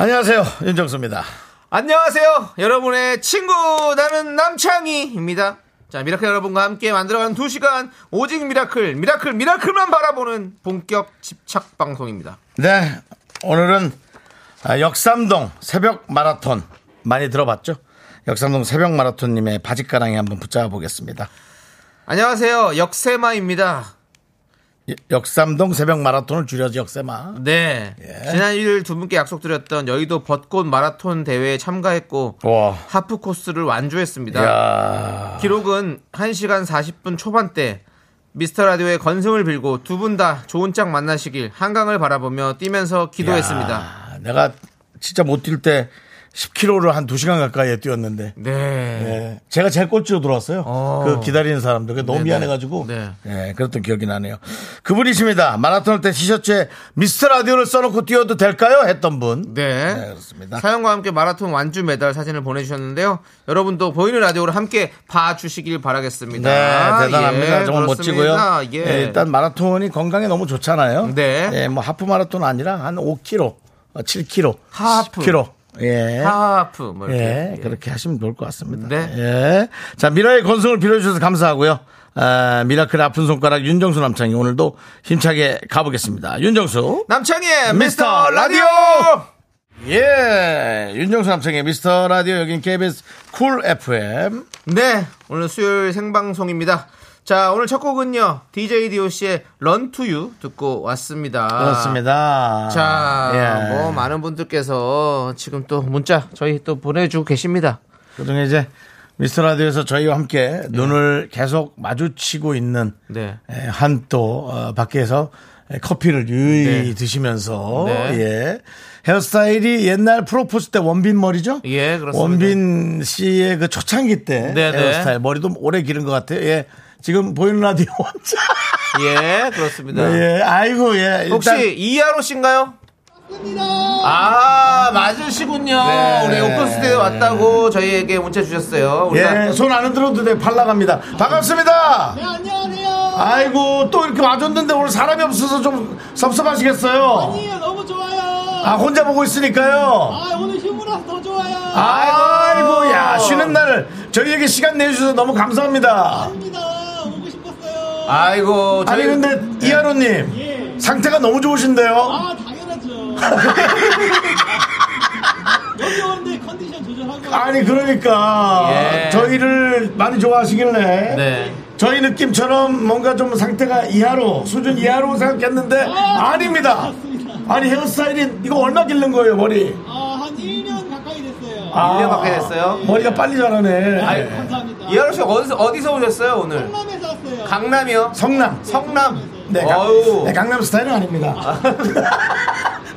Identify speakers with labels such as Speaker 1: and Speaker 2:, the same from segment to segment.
Speaker 1: 안녕하세요 윤정수입니다.
Speaker 2: 안녕하세요. 여러분의 친구 나는 남창희입니다. 자, 미라클 여러분과 함께 만들어가는 2시간 오직 미라클, 미라클, 미라클만 바라보는 본격 집착 방송입니다.
Speaker 1: 네 오늘은 아, 역삼동 새벽 마라톤 많이 들어봤죠? 역삼동 새벽 마라톤님의 바짓가랑이 한번 붙잡아 보겠습니다.
Speaker 2: 안녕하세요. 역세마입니다.
Speaker 1: 예, 역삼동 새벽 마라톤을 줄여서 역세마.
Speaker 2: 네. 지난 일요일 두 분께 약속드렸던 여의도 벚꽃 마라톤 대회에 참가했고
Speaker 1: 와.
Speaker 2: 하프 코스를 완주했습니다.
Speaker 1: 야
Speaker 2: 기록은 1시간 40분 초반대 미스터 라디오의 건승을 빌고 두 분 다 좋은 짝 만나시길 한강을 바라보며 뛰면서 기도했습니다.
Speaker 1: 내가 진짜 못 뛸 때 10km를 한 2시간 가까이에 뛰었는데
Speaker 2: 네.
Speaker 1: 예, 제가 제일 꼴찌로 들어왔어요.
Speaker 2: 어.
Speaker 1: 그 기다리는 사람들. 그게 너무
Speaker 2: 네네.
Speaker 1: 미안해가지고.
Speaker 2: 네.
Speaker 1: 예, 그랬던 기억이 나네요. 그분이십니다. 마라톤 때 티셔츠에 미스터 라디오를 써놓고 뛰어도 될까요? 했던 분.
Speaker 2: 네.
Speaker 1: 네, 그렇습니다.
Speaker 2: 사연과 함께 마라톤 완주 메달 사진을 보내주셨는데요. 여러분도 보이는 라디오를 함께 봐주시길 바라겠습니다.
Speaker 1: 네, 대단합니다.
Speaker 2: 예,
Speaker 1: 정말
Speaker 2: 그렇습니다.
Speaker 1: 멋지고요.
Speaker 2: 예.
Speaker 1: 예, 일단 마라톤이 건강에 너무 좋잖아요.
Speaker 2: 네.
Speaker 1: 예, 뭐 하프 마라톤 아니라 한 5km, 7km,
Speaker 2: 하프.
Speaker 1: 10km. 예.
Speaker 2: 하프 뭐 이렇게.
Speaker 1: 예,
Speaker 2: 예.
Speaker 1: 그렇게 하시면 좋을 것 같습니다.
Speaker 2: 네.
Speaker 1: 예. 자, 미라의 건승을 빌어주셔서 감사하고요. 아, 미라클의 아픈 손가락 윤정수 남창이 오늘도 힘차게 가보겠습니다. 윤정수.
Speaker 2: 남창희의
Speaker 1: 미스터
Speaker 2: 미스터 라디오!
Speaker 1: 라디오! 예. 윤정수 남창의 미스터 라디오 여긴 KBS 쿨 FM.
Speaker 2: 네, 오늘 수요일 생방송입니다. 자, 오늘 첫 곡은요. DJ DOC의 런 투유 듣고 왔습니다.
Speaker 1: 그렇습니다.
Speaker 2: 자,
Speaker 1: 예.
Speaker 2: 뭐 많은 분들께서 지금 또 문자 저희 또 보내주고 계십니다.
Speaker 1: 그중에 이제 미스터 라디오에서 저희와 함께 눈을 계속 마주치고 있는 예,
Speaker 2: 네.
Speaker 1: 한또 어, 밖에서 에, 커피를 유유히
Speaker 2: 네.
Speaker 1: 드시면서
Speaker 2: 네.
Speaker 1: 예. 헤어스타일이 옛날 프로포즈 때 원빈 머리죠?
Speaker 2: 예, 그렇습니다.
Speaker 1: 원빈 씨의 그 초창기 때
Speaker 2: 네, 네.
Speaker 1: 헤어스타일 머리도 오래 기른 것 같아요. 예. 지금 보이는 라디오 혼자.
Speaker 2: 예, 그렇습니다.
Speaker 1: 예. 아이고 예. 일단
Speaker 2: 혹시 이하로 씨인가요? 아 맞으시군요.
Speaker 1: 네.
Speaker 2: 아, 우리 오픈 스튜디오 왔다고 저희에게 문자 주셨어요. 우리가
Speaker 1: 예, 손 안 흔들어도 돼. 팔 나갑니다. 반갑습니다. 네, 안녕하세요. 아이고, 또 이렇게 와줬는데 오늘 사람이 없어서 좀 섭섭하시겠어요? 아니에요, 너무 좋아요. 아, 혼자 보고 있으니까요.
Speaker 3: 아 오늘 휴무라서 더 좋아요.
Speaker 1: 아이고, 야,
Speaker 2: 어.
Speaker 1: 쉬는 날 저희에게 시간 내주셔서 너무 감사합니다.
Speaker 3: 아닙니다. 오고 싶었어요. 예.
Speaker 2: 아이고
Speaker 1: 아니,
Speaker 2: 저희
Speaker 1: 근데
Speaker 2: 예.
Speaker 1: 이하로님, 상태가 너무 좋으신데요?
Speaker 3: 아 당연하죠. 여기 오는데 컨디션 조절하고.
Speaker 1: 아니, 그러니까
Speaker 2: 예.
Speaker 1: 저희를 많이 좋아하시길래
Speaker 2: 네.
Speaker 1: 저희 느낌처럼 뭔가 좀 상태가 이하로 수준 이하로 생각했는데
Speaker 2: 어.
Speaker 1: 아, 닙니다 아니 헤어스타일이 이거 얼마 길른 거예요 머리?
Speaker 3: 아한 1년 가까이 됐어요.
Speaker 1: 아,
Speaker 2: 1년 밖에 됐어요.
Speaker 1: 머리가 빨리 자라네.
Speaker 2: 아이고.
Speaker 3: 감사합니다.
Speaker 2: 이하로 씨 어디서 어디서 오셨어요 오늘?
Speaker 3: 성남에서 왔어요.
Speaker 2: 강남이요?
Speaker 1: 성남.
Speaker 2: 성남.
Speaker 1: 네, 강,
Speaker 2: 어우.
Speaker 1: 네, 강남 스타일은 아닙니다.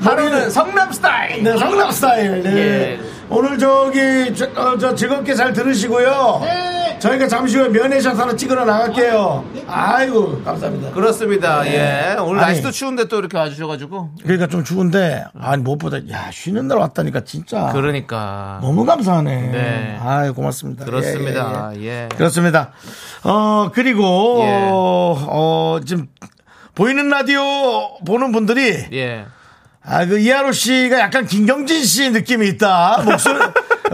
Speaker 2: 하루는 성남 스타일.
Speaker 1: 네, 성남 스타일. 네.
Speaker 2: 예.
Speaker 1: 오늘 저기 저, 어, 저 즐겁게 잘 들으시고요.
Speaker 3: 네.
Speaker 1: 저희가 잠시 후에 면회샷 하나 찍으러 나갈게요. 아이고 감사합니다.
Speaker 2: 그렇습니다. 예. 오늘
Speaker 1: 네. 아니.
Speaker 2: 날씨도 추운데 또 이렇게 와주셔가지고.
Speaker 1: 그러니까 좀 추운데 아니 무엇보다 야 쉬는 날 왔다니까 진짜.
Speaker 2: 그러니까.
Speaker 1: 너무 감사하네.
Speaker 2: 네.
Speaker 1: 아유, 고맙습니다.
Speaker 2: 그렇습니다. 예.
Speaker 1: 그렇습니다. 어, 그리고,
Speaker 2: 예.
Speaker 1: 어, 어, 지금, 보이는 라디오 보는 분들이,
Speaker 2: 예.
Speaker 1: 아, 그, 이하로 씨가 약간 김경진 씨 느낌이 있다. 목소리,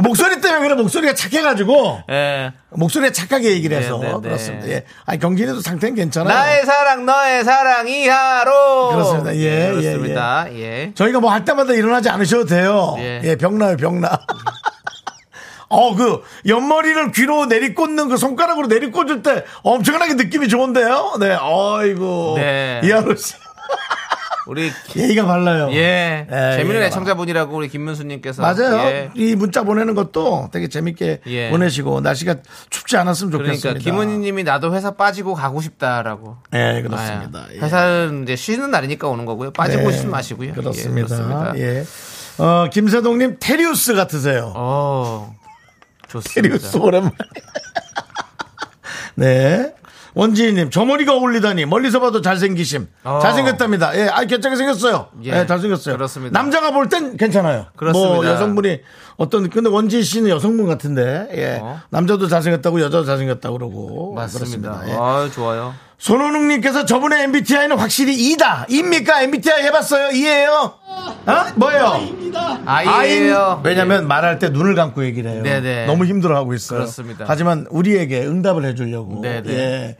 Speaker 1: 목소리 때문에 그래, 목소리가 착해가지고,
Speaker 2: 예.
Speaker 1: 목소리가 착하게 얘기를 해서.
Speaker 2: 네, 네, 네.
Speaker 1: 그렇습니다. 예. 아니, 경진이도 상태는 괜찮아요.
Speaker 2: 나의 사랑, 너의 사랑, 이하로.
Speaker 1: 그렇습니다. 예, 예,
Speaker 2: 그렇습니다. 예.
Speaker 1: 저희가 뭐 할 때마다 일어나지 않으셔도 돼요.
Speaker 2: 예.
Speaker 1: 예, 병나요, 병나. 어, 그, 옆머리를 귀로 내리꽂는 그 손가락으로 내리꽂을 때 엄청나게 느낌이 좋은데요? 네, 어이구.
Speaker 2: 네.
Speaker 1: 이하로 씨.
Speaker 2: 우리
Speaker 1: 예의가 발라요.
Speaker 2: 예.
Speaker 1: 예,
Speaker 2: 재미있는
Speaker 1: 예.
Speaker 2: 애청자분이라고 우리 김문수님께서.
Speaker 1: 맞아요.
Speaker 2: 예.
Speaker 1: 이 문자 보내는 것도 되게 재밌게
Speaker 2: 예.
Speaker 1: 보내시고 날씨가 춥지 않았으면 좋겠습니다.
Speaker 2: 그러니까 김은희님이 나도 회사 빠지고 가고 싶다라고.
Speaker 1: 예, 그렇습니다.
Speaker 2: 아,
Speaker 1: 예.
Speaker 2: 회사는 이제 쉬는 날이니까 오는 거고요. 빠지고
Speaker 1: 예,
Speaker 2: 싶지 마시고요. 예,
Speaker 1: 그렇습니다. 예. 어, 김세동님 테리우스 같으세요.
Speaker 2: 어. 좋습니다.
Speaker 1: 테리우스 오랜만에. 네. 원지희님, 저 머리가 어울리다니 멀리서 봐도 잘생기심.
Speaker 2: 어.
Speaker 1: 잘생겼답니다. 예, 아, 괜찮게 생겼어요. 예,
Speaker 2: 예,
Speaker 1: 잘생겼어요.
Speaker 2: 그렇습니다.
Speaker 1: 남자가 볼 땐 괜찮아요.
Speaker 2: 그렇습니다.
Speaker 1: 뭐 여성분이 어떤 근데 원지희 씨는 여성분 같은데 예,
Speaker 2: 어.
Speaker 1: 남자도 잘생겼다고 여자도 잘생겼다고 그러고
Speaker 2: 맞습니다.
Speaker 1: 그렇습니다. 예.
Speaker 2: 아, 좋아요.
Speaker 1: 손호능님께서 저분의 MBTI는 확실히 이다. 입니까? MBTI 해봤어요? 이해요? 어? 뭐예요?
Speaker 3: 아입니다.
Speaker 2: 아이예요. 네.
Speaker 1: 아인- 왜냐면 말할 때 눈을 감고 얘기를 해요.
Speaker 2: 네네.
Speaker 1: 너무 힘들어하고 있어요.
Speaker 2: 그렇습니다.
Speaker 1: 하지만 우리에게 응답을 해주려고.
Speaker 2: 네네.
Speaker 1: 예.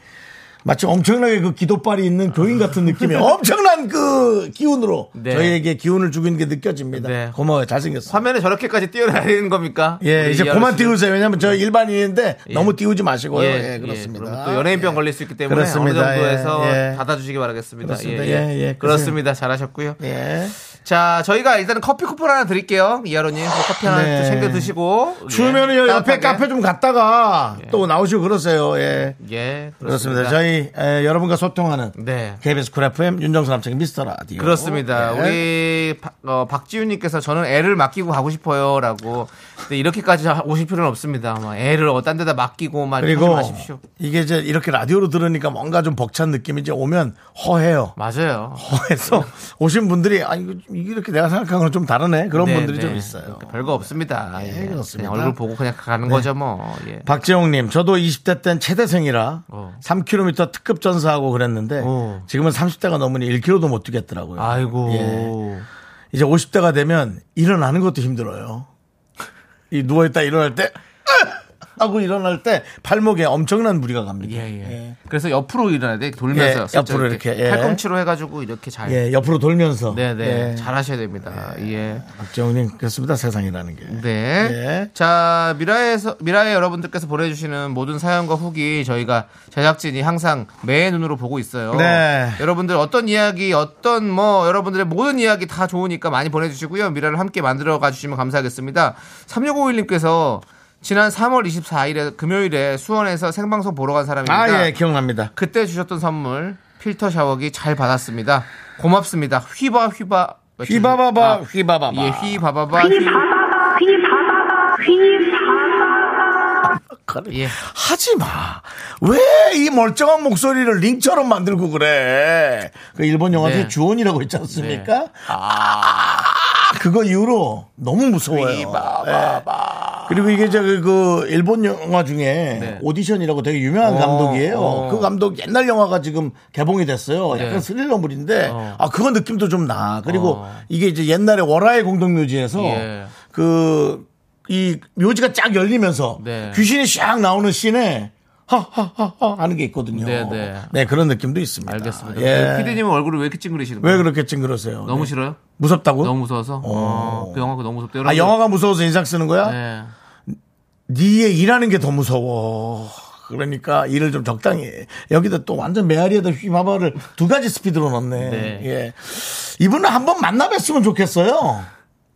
Speaker 1: 마치 엄청나게 그 기도빨이 있는 교인 같은 느낌이 엄청난 그 기운으로
Speaker 2: 네.
Speaker 1: 저희에게 기운을 주고 있는 게 느껴집니다.
Speaker 2: 네.
Speaker 1: 고마워요. 잘생겼어.
Speaker 2: 화면에 저렇게까지 뛰어내리는 겁니까?
Speaker 1: 예,
Speaker 2: 우리
Speaker 1: 이제
Speaker 2: 이
Speaker 1: 그만
Speaker 2: 아저씨. 네.
Speaker 1: 띄우세요. 왜냐면 저 일반인인데
Speaker 2: 예.
Speaker 1: 너무 띄우지 마시고요. 예,
Speaker 2: 그럼
Speaker 1: 그렇습니다.
Speaker 2: 또 연예인병
Speaker 1: 예.
Speaker 2: 걸릴 수 있기 때문에
Speaker 1: 그렇습니다.
Speaker 2: 어느 정도에서
Speaker 1: 예, 예.
Speaker 2: 받아주시기 바라겠습니다.
Speaker 1: 그렇습니다.
Speaker 2: 예, 예.
Speaker 1: 예, 예.
Speaker 2: 그렇습니다. 잘하셨고요.
Speaker 1: 예.
Speaker 2: 자, 저희가 일단은 커피 쿠폰 하나 드릴게요. 이하로님 커피 하나
Speaker 1: 네.
Speaker 2: 또 챙겨 드시고 예,
Speaker 1: 추우면은 요 옆에
Speaker 2: 따뜻하게.
Speaker 1: 카페 좀 갔다가 또 나오시고 그러세요. 예.
Speaker 2: 예, 그렇습니다.
Speaker 1: 그렇습니다. 저희 에, 여러분과 소통하는
Speaker 2: 네.
Speaker 1: KBS 쿨 FM 윤정수 남창의 미스터 라디오.
Speaker 2: 그렇습니다.
Speaker 1: 네.
Speaker 2: 우리 박- 어, 박지윤님께서 저는 애를 맡기고 가고 싶어요라고. 근데 이렇게까지 하- 오실 필요는 없습니다. 막 애를 어떤 데다 맡기고 막 하지
Speaker 1: 그리고
Speaker 2: 마십시오.
Speaker 1: 이게 이제 이렇게 라디오로 들으니까 뭔가 좀 벅찬 느낌이 이제 오면 허해요.
Speaker 2: 맞아요. 네.
Speaker 1: 허해서 오신 분들이 아 이거 좀- 이렇게 내가 생각한 거랑 좀 다르네 그런
Speaker 2: 네,
Speaker 1: 분들이
Speaker 2: 네.
Speaker 1: 좀 있어요.
Speaker 2: 별거 없습니다.
Speaker 1: 네,
Speaker 2: 예.
Speaker 1: 그렇습니다. 네.
Speaker 2: 그냥 얼굴 보고 그냥 가는 거죠 뭐. 예.
Speaker 1: 박재홍님, 저도 20대 땐 최대생이라
Speaker 2: 어.
Speaker 1: 3km 특급 전사하고 그랬는데
Speaker 2: 어.
Speaker 1: 지금은 30대가 넘으니 1km도 못 뛰겠더라고요.
Speaker 2: 아이고.
Speaker 1: 예. 이제 50대가 되면 일어나는 것도 힘들어요. 이 누워있다 일어날 때, 으악! 하고 일어날 때 발목에 엄청난 무리가 갑니다.
Speaker 2: 예, 예. 그래서 옆으로 일어나야 돼. 돌면서
Speaker 1: 예,
Speaker 2: 살짝
Speaker 1: 옆으로 이렇게, 예.
Speaker 2: 팔꿈치로 해가지고 이렇게 잘.
Speaker 1: 예, 옆으로 돌면서.
Speaker 2: 네네.
Speaker 1: 예.
Speaker 2: 잘하셔야 됩니다. 예.
Speaker 1: 박정우님, 그렇습니다. 세상이라는 게.
Speaker 2: 네.
Speaker 1: 예.
Speaker 2: 자, 미라에서, 미라에 여러분들께서 보내주시는 모든 사연과 후기 저희가 제작진이 항상 매의 눈으로 보고 있어요.
Speaker 1: 네.
Speaker 2: 여러분들 어떤 이야기, 어떤 뭐, 여러분들의 모든 이야기 다 좋으니까 많이 보내주시고요. 미라를 함께 만들어 가주시면 감사하겠습니다. 3651님께서 지난 3월 24일에 금요일에 수원에서 생방송 보러 간 사람입니다.
Speaker 1: 아, 예, 기억납니다.
Speaker 2: 그때 주셨던 선물 필터 샤워기 잘 받았습니다. 고맙습니다. 휘바 휘바
Speaker 1: 휘바바바,
Speaker 2: 아,
Speaker 1: 휘바바바.
Speaker 2: 예, 휘바바바. 휘- 예.
Speaker 1: 하지 마. 왜 이 멀쩡한 목소리를 링처럼 만들고 그래. 그 일본 영화 중에
Speaker 2: 네. 아.
Speaker 1: 주온이라고 있지 않습니까? 아, 그거 이후로 너무 무서워요. 예. 그리고 이게 저그 그 일본 영화 중에
Speaker 2: 네.
Speaker 1: 오디션이라고 되게 유명한
Speaker 2: 어,
Speaker 1: 감독이에요.
Speaker 2: 어.
Speaker 1: 그 감독 옛날 영화가 지금 개봉이 됐어요. 약간
Speaker 2: 네.
Speaker 1: 스릴러물인데
Speaker 2: 어.
Speaker 1: 아 그거 느낌도 좀 나. 그리고
Speaker 2: 어.
Speaker 1: 이게 이제 옛날에 월화의 공동묘지에서
Speaker 2: 예.
Speaker 1: 그 이 묘지가 쫙 열리면서
Speaker 2: 네.
Speaker 1: 귀신이 샥 나오는 씬에 하하하하 하는 게 있거든요.
Speaker 2: 네, 네.
Speaker 1: 그런 느낌도 있습니다.
Speaker 2: 알겠습니다. 그
Speaker 1: 예.
Speaker 2: 피디님 얼굴을 왜 이렇게 찡그리시는
Speaker 1: 왜
Speaker 2: 거예요?
Speaker 1: 그렇게 찡그러세요?
Speaker 2: 너무
Speaker 1: 네.
Speaker 2: 싫어요?
Speaker 1: 무섭다고?
Speaker 2: 너무 무서워서? 어, 그 영화 그 너무 무섭대요.
Speaker 1: 아 영화가 무서워서 인상 쓰는 거야?
Speaker 2: 네.
Speaker 1: 니의 일하는 게 더 무서워. 그러니까 일을 좀 적당히 해. 여기다 또 완전 메아리에다 휘바바를 두 가지 스피드로 넣네.
Speaker 2: 네.
Speaker 1: 예. 이분은 한번 만나뵀으면 좋겠어요.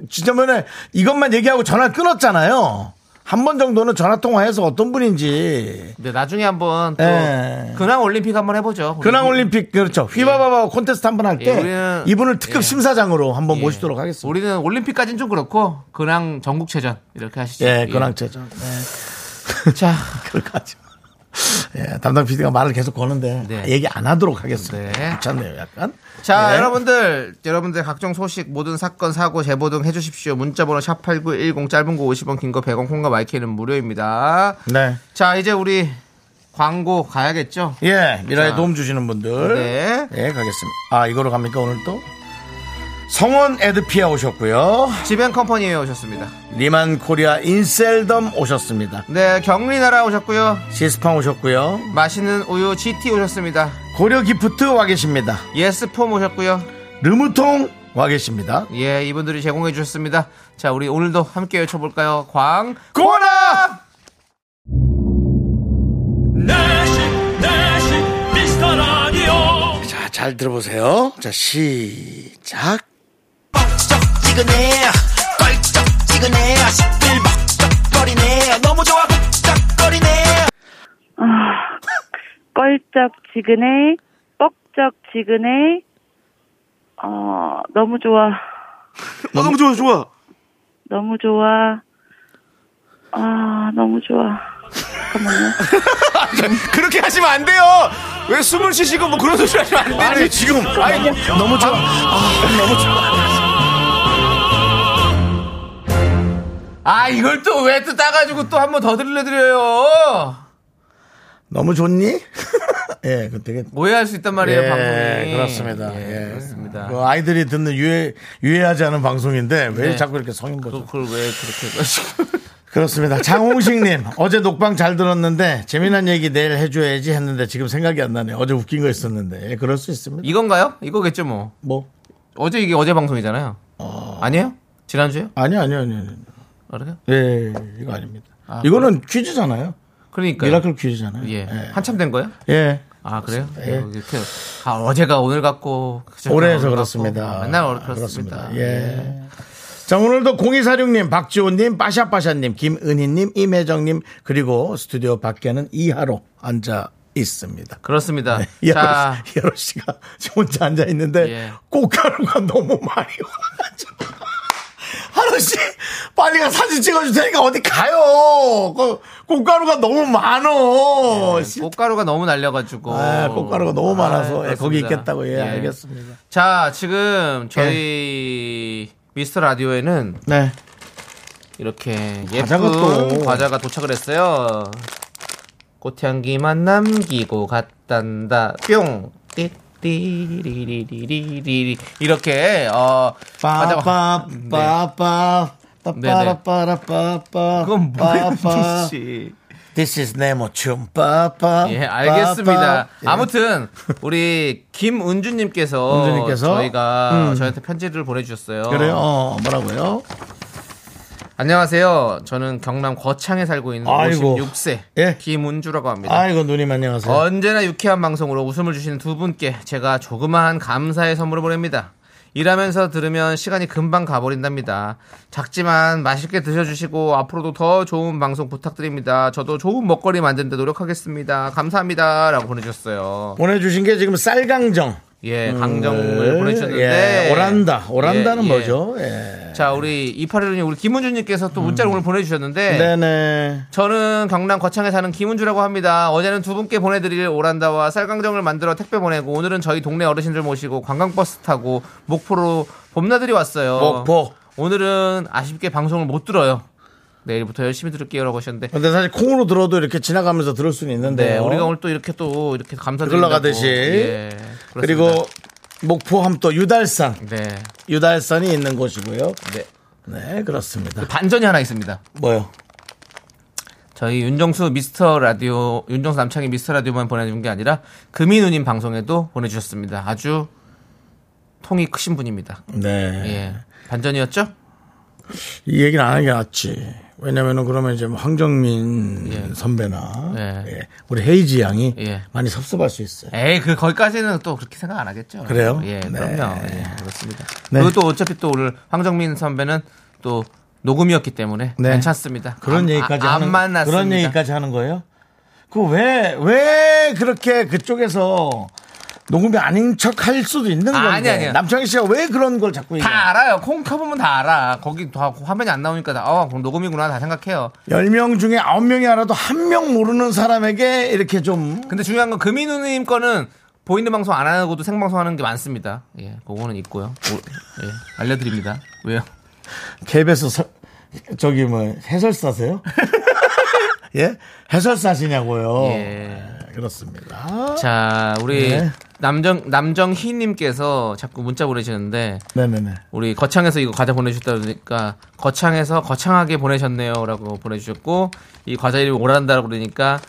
Speaker 1: 지난번에 이것만 얘기하고 전화 를 끊었잖아요. 한 번 정도는 전화 통화해서 어떤 분인지.
Speaker 2: 근데 나중에 한번 또
Speaker 1: 예.
Speaker 2: 근황 올림픽 한번 해보죠. 우리
Speaker 1: 근황 올림픽 그렇죠. 휘바바바 콘테스트 한 번 할 때
Speaker 2: 어, 예, 우리는-
Speaker 1: 이분을 특급
Speaker 2: 예.
Speaker 1: 심사장으로 한번
Speaker 2: 예.
Speaker 1: 모시도록 하겠습니다.
Speaker 2: 우리는 올림픽까지는 좀 그렇고 근황 전국체전 이렇게 하시죠.
Speaker 1: 예, 근황 체전.
Speaker 2: 자,
Speaker 1: 그럴까지. 예, 담당 PD가 말을 계속 거는데
Speaker 2: 네.
Speaker 1: 얘기 안 하도록 하겠습니다.
Speaker 2: 네.
Speaker 1: 귀찮네요, 약간.
Speaker 2: 자,
Speaker 1: 네.
Speaker 2: 여러분들, 여러분들 각종 소식, 모든 사건, 사고, 제보 등 해주십시오. 문자번호 샵8910, 짧은 거 50원, 긴 거 100원, 콩과 마이크는 무료입니다.
Speaker 1: 네.
Speaker 2: 자, 이제 우리 광고 가야겠죠?
Speaker 1: 예, 미라에
Speaker 2: 자.
Speaker 1: 도움 주시는 분들.
Speaker 2: 네.
Speaker 1: 예, 가겠습니다. 아, 이거로 갑니까, 오늘 또? 성원 에드피아 오셨고요.
Speaker 2: 지벤 컴퍼니에 오셨습니다.
Speaker 1: 리만 코리아 인셀덤 오셨습니다.
Speaker 2: 네, 경리 나라 오셨고요.
Speaker 1: 시스팡 오셨고요.
Speaker 2: 맛있는 우유 GT 오셨습니다.
Speaker 1: 고려 기프트 와 계십니다.
Speaker 2: 예스폼 오셨고요.
Speaker 1: 르무통 와 계십니다.
Speaker 2: 예, 이분들이 제공해 주셨습니다. 자, 우리 오늘도 함께 외쳐볼까요? 광.
Speaker 1: 고나!
Speaker 4: 내식 내식 미스터 라디오
Speaker 1: 자, 잘 들어보세요. 자, 시작.
Speaker 5: 뻑쩍지근해 껄쩍지근해 시끌벅적거리네 너무 좋아 뻑쩍거리네
Speaker 6: 껄쩍지근해, 뻑쩍지근해, 어, 너무 좋아. 너무, 좋아 좋아.
Speaker 7: 너무 좋아. 아, 너무 좋아. 잠깐만요.
Speaker 2: 그렇게 하시면 안 돼요. 왜 숨을 쉬시고 뭐 그런 소리 하시면 안 되지. 뭐
Speaker 6: 아니 지금 아니, 너무 좋아. 아, 너무 좋아.
Speaker 2: 아 이걸 또 왜 또 따가지고 또 한 번 더 들려드려요.
Speaker 1: 너무 좋니? 예, 그 되게
Speaker 2: 오해할 수 있단 말이에요
Speaker 1: 예,
Speaker 2: 방송이.
Speaker 1: 그렇습니다.
Speaker 2: 예,
Speaker 1: 예.
Speaker 2: 그렇습니다.
Speaker 1: 그 아이들이 듣는 유해 유해하지 않은 방송인데 왜
Speaker 2: 네.
Speaker 1: 자꾸 이렇게 성인 보죠?
Speaker 2: 그걸 왜 그렇게
Speaker 1: 그렇습니다. 장홍식님 어제 녹방 잘 들었는데 재미난 얘기 내일 해줘야지 했는데 지금 생각이 안 나네. 어제 웃긴 거 있었는데 예, 그럴 수 있습니다.
Speaker 2: 이건가요? 이거겠죠 뭐.
Speaker 1: 뭐
Speaker 2: 어제 이게 어제 방송이잖아요. 아니에요? 지난주에요?
Speaker 1: 아니 아니 아니 아니.
Speaker 2: 그래요?
Speaker 1: 예 이거 아닙니다. 이거는 퀴즈잖아요.
Speaker 2: 그러니까
Speaker 1: 미라클 퀴즈잖아요.
Speaker 2: 예.
Speaker 1: 예.
Speaker 2: 한참 된 거예요?
Speaker 1: 예.
Speaker 2: 아 그래요?
Speaker 1: 예.
Speaker 2: 이거 이렇게 아, 어제가 오늘 같고 어, 그저께가
Speaker 1: 올해에서
Speaker 2: 오늘
Speaker 1: 그렇습니다. 아,
Speaker 2: 같고, 맨날 오늘 그렇습니다.
Speaker 1: 그렇습니다. 예. 자, 오늘도 0246님, 박지호님, 빠샤빠샤님, 김은희님, 임혜정님, 그리고 스튜디오 밖에는 이하로 앉아 있습니다.
Speaker 2: 그렇습니다.
Speaker 1: 이하로,
Speaker 2: 자,
Speaker 1: 씨- 이하로 씨가 지금 혼자 앉아 있는데
Speaker 2: 예.
Speaker 1: 꽃가루가 너무 많이 와가지고. 하루 씨, 빨리 가 사진 찍어줄 테니까 어디 가요. 그 꽃가루가 너무 많어. 씨.
Speaker 2: 꽃가루가 너무 날려가지고
Speaker 1: 아, 꽃가루가 너무
Speaker 2: 예, 아,
Speaker 1: 많아서 예,
Speaker 2: 그렇습니다.
Speaker 1: 거기 있겠다고 예, 알겠습니다.
Speaker 2: 자, 지금 저희 미스터 라디오에는
Speaker 1: 네.
Speaker 2: 이렇게
Speaker 1: 과자가
Speaker 2: 예쁜
Speaker 1: 또.
Speaker 2: 과자가 도착을 했어요. 꽃향기만 남기고 갔단다. 뿅. 띠띠리리리리리 이렇게 어 과자가
Speaker 1: 빠빠빠빠 빠빠라빠라빠빠
Speaker 2: 네, 그건 뭐예요, 씨?
Speaker 1: This is 네모 춤 빠빠 예.
Speaker 2: 예, 알겠습니다. 아무튼 우리 김은주님께서
Speaker 1: 은주님께서? 음.
Speaker 2: 저희가 저희한테 편지를 보내주셨어요.
Speaker 1: 그래요? 어, 뭐라고요?
Speaker 2: 안녕하세요. 저는 경남 거창에 살고 있는
Speaker 1: 아이고.
Speaker 2: 56세
Speaker 1: 예.
Speaker 2: 김은주라고 합니다. 어.
Speaker 1: 아이고 누님 안녕하세요
Speaker 2: 네. 언제나 유쾌한 방송으로 웃음을 주시는 두 분께 제가 조그마한 감사의 선물을 보냅니다. 일하면서 들으면 시간이 금방 가버린답니다. 작지만 맛있게 드셔주시고 앞으로도 더 좋은 방송 부탁드립니다. 저도 좋은 먹거리 만드는데 노력하겠습니다. 감사합니다. 라고 보내주셨어요.
Speaker 1: 보내주신 게 지금 쌀강정 네.
Speaker 2: 예, 강정을 보내주셨는데.
Speaker 1: 음, 예, 오란다 오란다는
Speaker 2: 예, 예.
Speaker 1: 뭐죠? 예.
Speaker 2: 자, 우리 2816님, 우리 김은주님께서 또 문자를 오늘 보내주셨는데.
Speaker 1: 음. 네네
Speaker 2: 저는 경남 거창에 사는 김은주라고 합니다. 어제는 두 분께 보내드릴 오란다와 쌀강정을 만들어 택배 보내고 오늘은 저희 동네 어르신들 모시고 관광버스 타고 목포로 봄나들이 왔어요.
Speaker 1: 목포
Speaker 2: 오늘은 아쉽게 방송을 못 들어요. 내일부터 열심히 들을게요라고 하셨는데
Speaker 1: 근데 사실 콩으로 들어도 이렇게 지나가면서 들을 수는
Speaker 2: 네,
Speaker 1: 있는데
Speaker 2: 우리가 오늘 또 이렇게 또 이렇게 감사드린다고
Speaker 1: 흘러가듯이.
Speaker 2: 예, 그렇습니다.
Speaker 1: 그리고 목포함 또 유달산
Speaker 2: 네,
Speaker 1: 유달산이 있는 곳이고요
Speaker 2: 네.
Speaker 1: 네 그렇습니다
Speaker 2: 반전이 하나 있습니다.
Speaker 1: 뭐요?
Speaker 2: 저희 윤정수 미스터 라디오 윤정수 남창희 미스터 라디오만 보내준 게 아니라 금이누님 방송에도 보내주셨습니다. 아주 통이 크신 분입니다.
Speaker 1: 네.
Speaker 2: 예. 반전이었죠?
Speaker 1: 이 얘기는 안 하는 게 낫지. 왜냐면은 그러면 이제 뭐 황정민 선배나
Speaker 2: 예.
Speaker 1: 예, 우리 헤이지 양이
Speaker 2: 예.
Speaker 1: 많이 섭섭할 수 있어요.
Speaker 2: 에이, 그, 거기까지는 또 그렇게 생각 안 하겠죠.
Speaker 1: 그래요?
Speaker 2: 예,
Speaker 1: 네.
Speaker 2: 그럼요. 예, 그렇습니다.
Speaker 1: 네.
Speaker 2: 그리고 또 어차피 또 오늘 황정민 선배는 또 녹음이었기 때문에
Speaker 1: 네.
Speaker 2: 괜찮습니다.
Speaker 1: 그런
Speaker 2: 안-
Speaker 1: 얘기까지
Speaker 2: 아,
Speaker 1: 하는
Speaker 2: 안 만났습니다.
Speaker 1: 그런 얘기까지 하는 거예요? 그 왜 왜 그렇게 그쪽에서 녹음이 아닌 척 할 수도 있는 건데
Speaker 2: 아니, 아니요.
Speaker 1: 남창희 씨가 왜 그런 걸 자꾸
Speaker 2: 다 알아요. 콩 켜보면 다 알아. 거기 다 화면이 안 나오니까 다, 어, 그럼 녹음이구나 다 생각해요.
Speaker 1: 10명 중에 9명이 알아도 한 명 모르는 사람에게 이렇게 좀
Speaker 2: 근데 중요한 건 금인우님 거는 보이는 방송 안 하고도 생방송 하는 게 많습니다. 예, 그거는 있고요. 오, 예, 알려드립니다. 왜요?
Speaker 1: KBS 서, 저기 뭐 해설사세요? 예? 해설사시냐고요.
Speaker 2: 예.
Speaker 1: 네, 그렇습니다.
Speaker 2: 자, 우리
Speaker 1: 네.
Speaker 2: 남정 남정희님께서 자꾸 문자 보내시는데
Speaker 1: 네네네.
Speaker 2: 우리 거창에서 이거 과자 보내주셨다 그러니까 거창에서 거창하게 보내셨네요라고 보내주셨고 이 과자 이름이 오란다라고 그러니까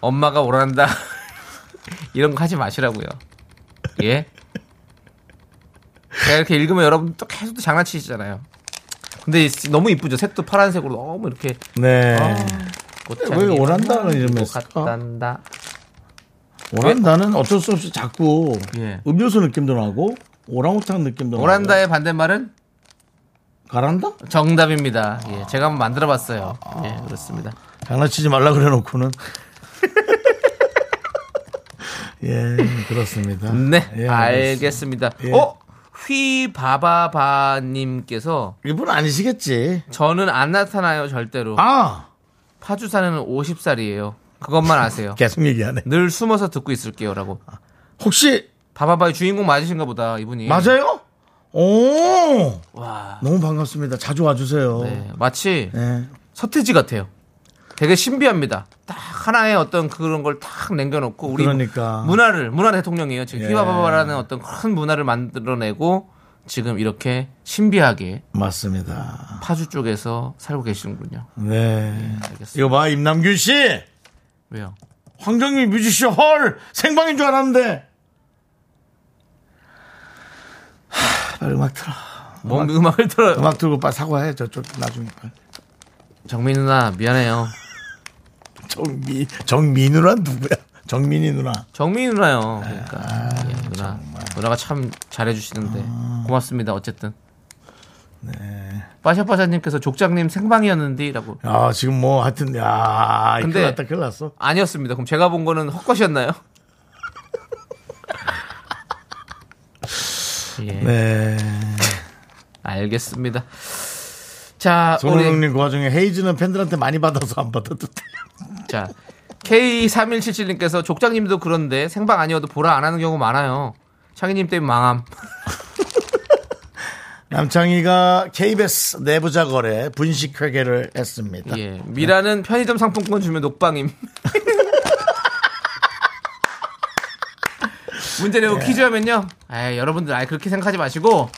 Speaker 2: 엄마가 오란다 이런 거 하지 마시라고요. 예. 제가 이렇게 읽으면 여러분 또 계속 또 장난치시잖아요. 근데 이- 너무 이쁘죠. 색도 파란색으로 너무 이렇게
Speaker 1: 네.
Speaker 2: 고창이
Speaker 1: 왜 오란다라는 이름을
Speaker 2: 넘고
Speaker 1: 했을까?
Speaker 2: 갔단다.
Speaker 1: 오란다는 어쩔 수 없이 자꾸
Speaker 2: 예.
Speaker 1: 음료수 느낌도 나고 오랑우탕 느낌도 나고.
Speaker 2: 오란다의 반대말은
Speaker 1: 가란다?
Speaker 2: 정답입니다. 예, 제가 한번 만들어봤어요. 예, 그렇습니다.
Speaker 1: 장난치지 말라 그래놓고는. 예, 그렇습니다.
Speaker 2: 네,
Speaker 1: 예, 알겠습니다.
Speaker 2: 알겠습니다.
Speaker 1: 예.
Speaker 2: 어? 휘바바바님께서
Speaker 1: 일본 아니시겠지.
Speaker 2: 저는 안 나타나요 절대로.
Speaker 1: 아,
Speaker 2: 파주 사는 50살이에요. 그것만 아세요.
Speaker 1: 계속 얘기하네.
Speaker 2: 늘 숨어서 듣고 있을게요라고.
Speaker 1: 혹시
Speaker 2: 바바바의 주인공 맞으신가 보다 이분이.
Speaker 1: 예. 맞아요? 오,
Speaker 2: 와.
Speaker 1: 너무 반갑습니다. 자주 와주세요.
Speaker 2: 네, 마치
Speaker 1: 네.
Speaker 2: 서태지 같아요. 되게 신비합니다. 딱 하나의 어떤 그런 걸 딱 남겨놓고 우리
Speaker 1: 그러니까.
Speaker 2: 문화를 문화 대통령이에요. 지금
Speaker 1: 예.
Speaker 2: 휘바바바라는 어떤 큰 문화를 만들어내고 지금 이렇게 신비하게
Speaker 1: 맞습니다.
Speaker 2: 파주 쪽에서 살고 계시는군요.
Speaker 1: 네.
Speaker 2: 알겠습니다.
Speaker 1: 이거 봐, 임남규 씨.
Speaker 2: 왜요?
Speaker 1: 황정민 뮤지션 헐! 생방인 줄 알았는데. 하, 빨리 음악 틀어.
Speaker 2: 뭔 음악을 들어요?
Speaker 1: 음악 틀고 빨리 사과해. 저쪽 나중에.
Speaker 2: 정민 누나 미안해요.
Speaker 1: 정미, 정미 누나 누구야? 정민이 누나.
Speaker 2: 정민 누나요. 그러니까 예, 누나 누나가 참 잘해주시는데 고맙습니다. 어쨌든. 빠샤빠샤님께서 족장님 생방이었는데라고
Speaker 1: 아, 지금 뭐 하여튼, 야,
Speaker 2: 근데-
Speaker 1: 큰일 났다, 큰일 났어.
Speaker 2: 아니었습니다. 그럼 제가 본 거는 헛것이었나요? 예,
Speaker 1: 네.
Speaker 2: 알겠습니다. 자, 우리
Speaker 1: 손흥민 그 와중에 헤이즈는 팬들한테 많이 받아서 안 받아도 돼.
Speaker 2: 자 K3177님께서 족장님도 그런데 생방 아니어도 보라 안 하는 경우 많아요. 창희님 때문에 망함.
Speaker 1: 남창희가 KBS 내부자 거래 분식 회계를 했습니다.
Speaker 2: 예, 미라는 편의점 상품권 주면 녹방임. 문제 내고 퀴즈하면요. 아, 여러분들 아예 그렇게 생각하지 마시고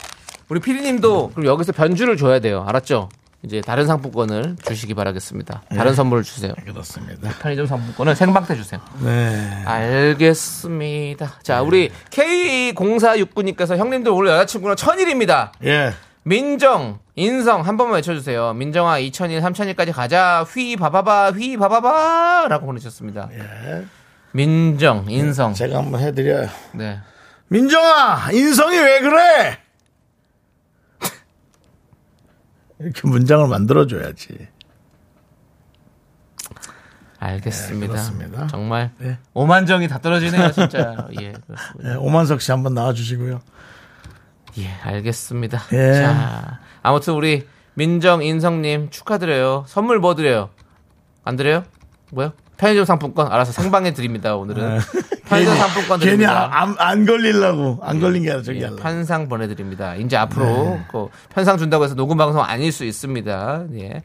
Speaker 2: 우리 피디님도 음. 그럼 여기서 변주를 줘야 돼요. 알았죠? 이제 다른 상품권을 주시기 바라겠습니다. 다른 선물을 주세요.
Speaker 1: 그렇습니다.
Speaker 2: 예. 편의점 상품권을 생방 때 주세요. 예.
Speaker 1: 네.
Speaker 2: 알겠습니다. 자, 우리 K0469님께서 형님들 오늘 여자친구랑 천일입니다.
Speaker 1: 예.
Speaker 2: 민정, 인성 한 번만 외쳐주세요. 민정아 2000일, 3000일까지 가자. 휘 바바바, 휘 바바바라고 보내셨습니다.
Speaker 1: 예.
Speaker 2: 민정, 인성.
Speaker 1: 제가 한번 해드려요.
Speaker 2: 네.
Speaker 1: 민정아, 인성이 왜 그래? 이렇게 문장을 만들어줘야지.
Speaker 2: 알겠습니다.
Speaker 1: 예, 그렇습니다.
Speaker 2: 네. 정말
Speaker 1: 네.
Speaker 2: 오만정이 다 떨어지네요, 진짜. 예, 그렇습니다.
Speaker 1: 예, 오만석 씨 한번 나와주시고요.
Speaker 2: 예, 알겠습니다.
Speaker 1: 예.
Speaker 2: 자, 아무튼 우리 민정, 인성님 축하드려요. 선물 뭐 드려요? 안 드려요? 뭐요? 편의점 상품권 알아서 생방에 드립니다. 오늘은 편의점 상품권
Speaker 1: 아, 괜히
Speaker 2: 드립니다.
Speaker 1: 안, 안 걸리려고. 안 걸린 게 아니라 저기
Speaker 2: 예,
Speaker 1: 하려고.
Speaker 2: 편상 보내드립니다. 이제 앞으로
Speaker 1: 네.
Speaker 2: 그 편상 준다고 해서 녹음 방송 아닐 수 있습니다. 예.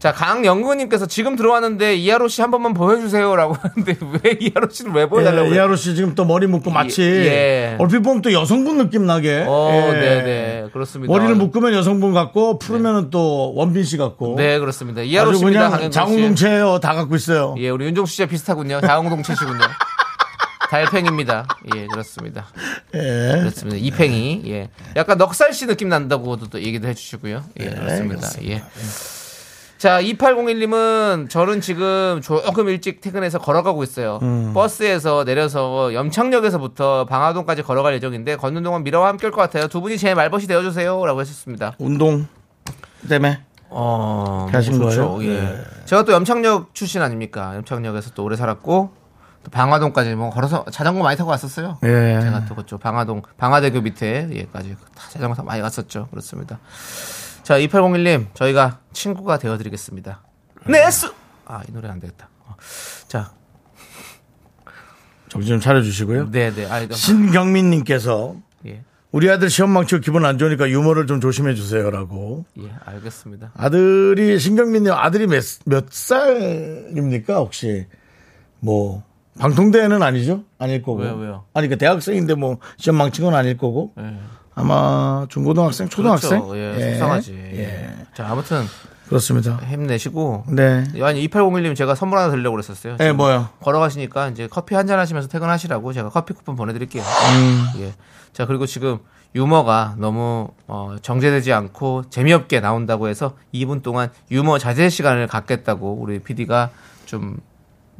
Speaker 2: 자 강영구님께서 지금 들어왔는데 이하로 씨 한 번만 보여주세요라고 하는데 왜 이하로 씨를 왜 보여달라고?
Speaker 1: 예,
Speaker 2: 그래요?
Speaker 1: 이하로 씨 지금 또 머리 묶고 마치
Speaker 2: 예.
Speaker 1: 얼핏 보면 또 여성분 느낌 나게.
Speaker 2: 어,
Speaker 1: 예.
Speaker 2: 네네 그렇습니다.
Speaker 1: 머리를 묶으면 여성분 같고 풀으면 은또 원빈 씨 같고.
Speaker 2: 네 그렇습니다. 이하로
Speaker 1: 아주 그냥
Speaker 2: 씨입니다. 강영구 씨.
Speaker 1: 장웅동체예요. 다 갖고 있어요.
Speaker 2: 예 우리 윤종수 씨와 비슷하군요. 자웅동체시군요. 달팽입니다. 예 그렇습니다.
Speaker 1: 예.
Speaker 2: 그렇습니다. 이팽이. 예. 약간 넉살 씨 느낌 난다고도 또 얘기도 해주시고요. 예, 그렇습니다. 예. 자, 2801님은 저는 지금 조금 일찍 퇴근해서 걸어가고 있어요. 버스에서 내려서 염창역에서부터 방화동까지 걸어갈 예정인데 걷는 동안 미라와 함께일 것 같아요. 두 분이 제 말벗이 되어주세요. 라고 하셨습니다.
Speaker 1: 운동 때문에.
Speaker 2: 어,
Speaker 1: 하신
Speaker 2: 좋죠.
Speaker 1: 거예요?
Speaker 2: 예. 제가 또 염창역 출신 아닙니까? 염창역에서 또 오래 살았고 또 방화동까지 뭐 걸어서 자전거 많이 타고 왔었어요.
Speaker 1: 예.
Speaker 2: 제가 또 그쪽 방화동 방화대교 밑에 예까지 다 자전거 타고 많이 갔었죠. 그렇습니다. 자, 2801님 저희가 친구가 되어드리겠습니다. 네스. 아, 이 노래 안 되겠다. 어. 자,
Speaker 1: 정신 좀 차려주시고요.
Speaker 2: 네, 네. 아, 이거
Speaker 1: 신경민님께서
Speaker 2: 예,
Speaker 1: 우리 아들 시험 망치고 기분 안 좋으니까 유머를 좀 조심해 주세요라고.
Speaker 2: 예, 알겠습니다.
Speaker 1: 아들이 신경민님 아들이 몇, 몇 살입니까 혹시 뭐 방통대회는 아니죠? 아닐 거고.
Speaker 2: 왜요, 왜요?
Speaker 1: 아니 그 대학생인데 뭐 시험 망친 건 아닐 거고.
Speaker 2: 예.
Speaker 1: 아마 중고등학생, 초등학생.
Speaker 2: 그렇죠. 예, 속상하지.
Speaker 1: 예.
Speaker 2: 예. 자, 아무튼
Speaker 1: 그렇습니다.
Speaker 2: 힘내시고
Speaker 1: 네.
Speaker 2: 아니 2801님 제가 선물 하나 드리려고 그랬었어요.
Speaker 1: 예,
Speaker 2: 지금
Speaker 1: 뭐요?
Speaker 2: 걸어가시니까 이제 커피 한 잔 하시면서 퇴근하시라고 제가 커피 쿠폰 보내드릴게요. 예. 자 그리고 지금 유머가 너무 어, 정제되지 않고 재미없게 나온다고 해서 2분 동안 유머 자제 시간을 갖겠다고 우리 PD가 좀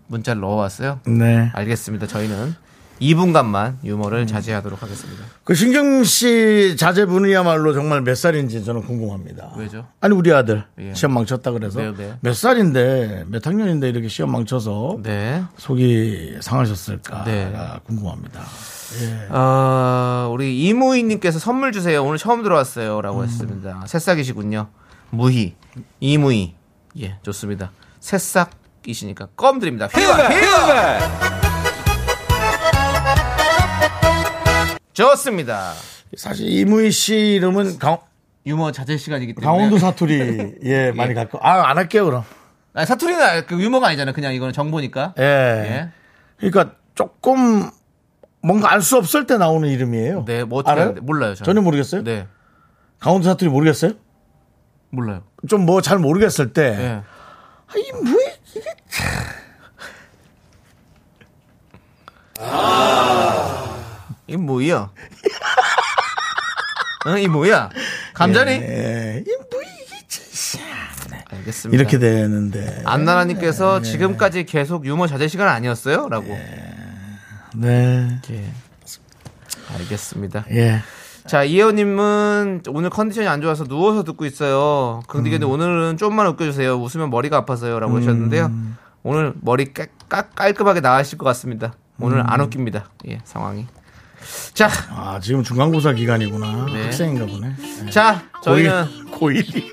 Speaker 2: 문자를 넣어왔어요.
Speaker 1: 네.
Speaker 2: 알겠습니다. 저희는 2분간만 유머를 자제하도록 하겠습니다.
Speaker 1: 그 신경 씨 자제분이야말로 정말 몇 살인지 저는 궁금합니다.
Speaker 2: 왜죠?
Speaker 1: 아니 우리 아들
Speaker 2: 예.
Speaker 1: 시험 망쳤다 그래서
Speaker 2: 네, 네.
Speaker 1: 몇 살인데 몇 학년인데 이렇게 시험 망쳐서
Speaker 2: 네.
Speaker 1: 속이 상하셨을까
Speaker 2: 네.
Speaker 1: 가 궁금합니다.
Speaker 2: 아, 우리 이무희님께서 선물 주세요. 오늘 처음 들어왔어요. 라고 했습니다. 새싹이시군요. 무희. 이무희. 예, 좋습니다. 새싹이시니까 껌 드립니다. 휘발! 휘발! 좋습니다.
Speaker 1: 사실 이무희 씨 이름은 강,
Speaker 2: 유머 자제 시간이기 때문에.
Speaker 1: 강원도 사투리 예 많이 갖고 아 안 할게요 그럼
Speaker 2: 아니, 사투리는 알- 그 유머가 아니잖아요. 그냥 이거는 정보니까.
Speaker 1: 예.
Speaker 2: 예.
Speaker 1: 그러니까 조금 뭔가 알 수 없을 때 나오는 이름이에요.
Speaker 2: 네, 뭐 어떻게
Speaker 1: 알아요?
Speaker 2: 하는데? 몰라요. 저는.
Speaker 1: 전혀 모르겠어요.
Speaker 2: 네,
Speaker 1: 강원도 사투리 모르겠어요?
Speaker 2: 몰라요.
Speaker 1: 좀 뭐 잘 모르겠을 때 아,
Speaker 2: 예.
Speaker 1: 이 뭐야 이게
Speaker 2: 이 뭐야? 응, 이 뭐야? 감자니?
Speaker 1: 예, 이 뭐야 이게 진짜.
Speaker 2: 알겠습니다.
Speaker 1: 이렇게 되는데
Speaker 2: 아. 안나라님께서 지금까지 계속 유머 자제 시간 아니었어요? 라고.
Speaker 1: 네.
Speaker 2: 예. 알겠습니다.
Speaker 1: 예.
Speaker 2: 자, 이혜원님은 오늘 컨디션이 안 좋아서 누워서 듣고 있어요. 근데 근데 오늘은 좀만 웃겨주세요. 웃으면 머리가 아파서요. 라고 하셨는데요. 오늘 머리 깔, 깔, 깔끔하게 나으실 것 같습니다. 오늘 안 웃깁니다. 예, 상황이. 자,
Speaker 1: 아 지금 중간고사 기간이구나.
Speaker 2: 네.
Speaker 1: 학생인가 보네. 예.
Speaker 2: 자, 저희는
Speaker 1: 고1이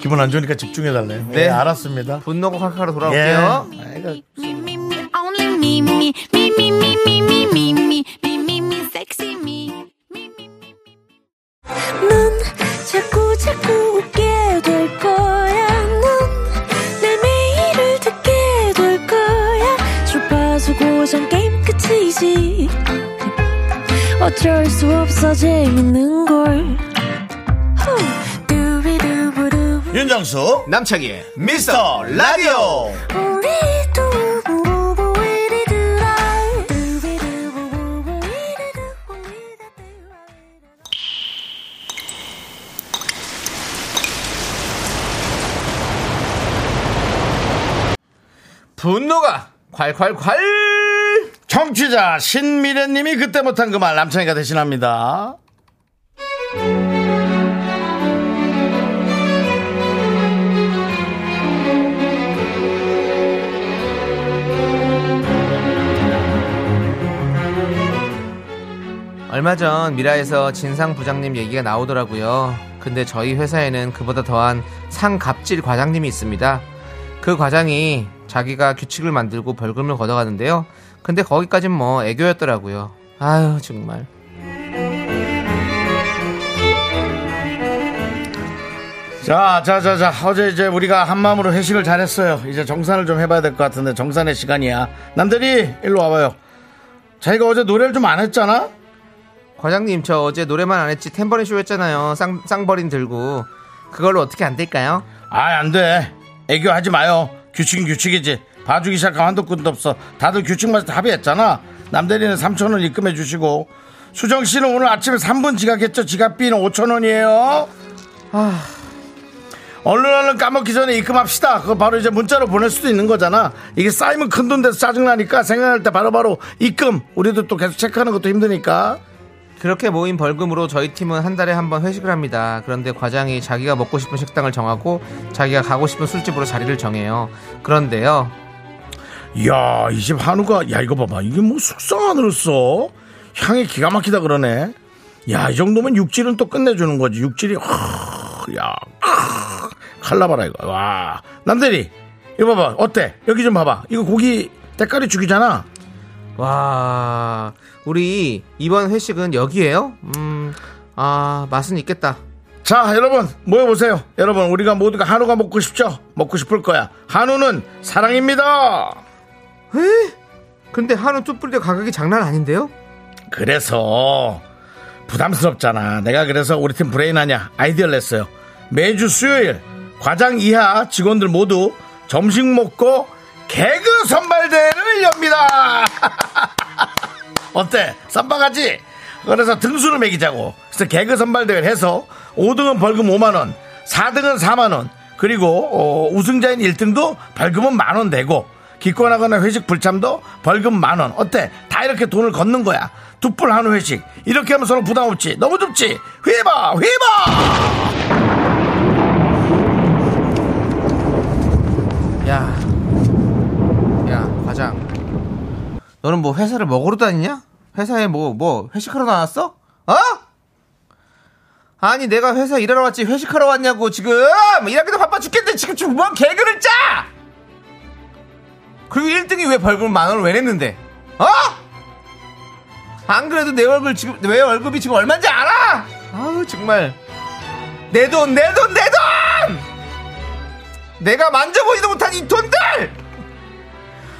Speaker 1: 기분 안 좋으니까 집중해 달래요. 네,
Speaker 2: 네.
Speaker 1: 알았습니다.
Speaker 2: 분노고 칼칼로 돌아올게요.
Speaker 1: 예. 아이고,
Speaker 8: Me, me, me, only me, me, me, me, me, me, me, me, me, me, me, me, sexy me. Me, me, me, me. 넌 자꾸, 자꾸 웃게 될 거야. 넌내 매일을 듣게 될 거야. 주파수 고정 게임 끝이지. 어쩔 수 없어 재밌는 걸. 후. 두비두부두부.
Speaker 1: 윤정수
Speaker 2: 남창희의 미스터 라디오.
Speaker 8: 우리 두부부부 우리들아. 두비두부부부 우리들아. 우리들아.
Speaker 2: 분노가 콸콸콸!
Speaker 1: 청취자 신미래님이 그때 못한 그 말 남창이가 대신합니다.
Speaker 2: 얼마 전 미라에서 진상 부장님 얘기가 나오더라고요. 근데 저희 회사에는 그보다 더한 상갑질 과장님이 있습니다. 그 과장이 자기가 규칙을 만들고 벌금을 걷어가는데요. 근데 거기까진 뭐 애교였더라고요. 아유 정말.
Speaker 1: 자, 자, 자, 자. 어제 이제 우리가 한 마음으로 회식을 잘했어요. 이제 정산을 좀 해봐야 될 것 같은데 정산의 시간이야. 남들이 일로 와봐요. 자기가 어제 노래를 좀 안 했잖아.
Speaker 2: 과장님 저 어제 노래만 안 했지 탬버린 쇼 했잖아요. 쌍, 쌍버린 들고 그걸로 어떻게 안 될까요?
Speaker 1: 아, 안 돼. 애교하지 마요. 규칙은 규칙이지. 봐주기 시작하면 한도 끝도 없어. 다들 규칙만 합의했잖아. 남대리는 3천원 입금해 주시고. 수정 씨는 오늘 아침에 3분 지각했죠. 지각비는 5천원이에요. 아. 얼른 얼른 까먹기 전에 입금합시다. 그거 바로 이제 문자로 보낼 수도 있는 거잖아. 이게 쌓이면 큰 돈 돼서 짜증나니까 생각날 때 바로바로 입금. 우리도 또 계속 체크하는 것도 힘드니까.
Speaker 2: 그렇게 모인 벌금으로 저희 팀은 한 달에 한 번 회식을 합니다. 그런데 과장이 자기가 먹고 싶은 식당을 정하고 자기가 가고 싶은 술집으로 자리를 정해요. 그런데요.
Speaker 1: 이야, 이 집 한우가, 야, 이거 봐봐. 이게 뭐 숙성 안으로 써? 향이 기가 막히다 그러네. 야, 이 정도면 육질은 또 끝내주는 거지. 육질이, 허, 야, 크, 칼라봐라, 이거. 와. 남대리, 이거 봐봐. 어때? 여기 좀 봐봐. 이거 고기 때깔이 죽이잖아.
Speaker 2: 와, 우리 이번 회식은 여기에요? 음, 아, 맛은 있겠다.
Speaker 1: 자, 여러분, 모여보세요. 여러분, 우리가 모두가 한우가 먹고 싶죠? 먹고 싶을 거야. 한우는 사랑입니다.
Speaker 2: 근데 한우 뚜뿌리대 가격이 장난 아닌데요?
Speaker 1: 그래서 부담스럽잖아. 내가 그래서 우리 팀 브레인하냐 아이디어를 냈어요. 매주 수요일 과장 이하 직원들 모두 점심 먹고 개그 선발대회를 엽니다. 어때? 쌈바가지? 그래서 등수를 매기자고. 그래서 개그 선발대회를 해서 5등은 벌금 5만원, 4등은 4만원, 그리고 어, 우승자인 1등도 벌금은 만원 내고, 기권하거나 회식 불참도 벌금 만 원. 어때? 다 이렇게 돈을 걷는 거야. 두뿔 한우 회식. 이렇게 하면 서로 부담 없지. 너무 좁지. 휘바 휘바.
Speaker 2: 야, 야, 과장. 너는 뭐 회사를 먹으러 다니냐? 회사에 뭐, 뭐, 회식하러 나왔어? 어? 아니, 내가 회사 일하러 왔지, 회식하러 왔냐고, 지금! 일하기도 바빠 죽겠는데, 지금 좀 뭔 개그를 짜! 그리고 1등이 왜 벌금 만 원을 왜 냈는데? 어? 안 그래도 내 얼굴 지금, 내 월급이 지금 얼마인지 알아! 아우, 정말. 내 돈, 내 돈, 내 돈! 내가 만져보지도 못한 이 돈들!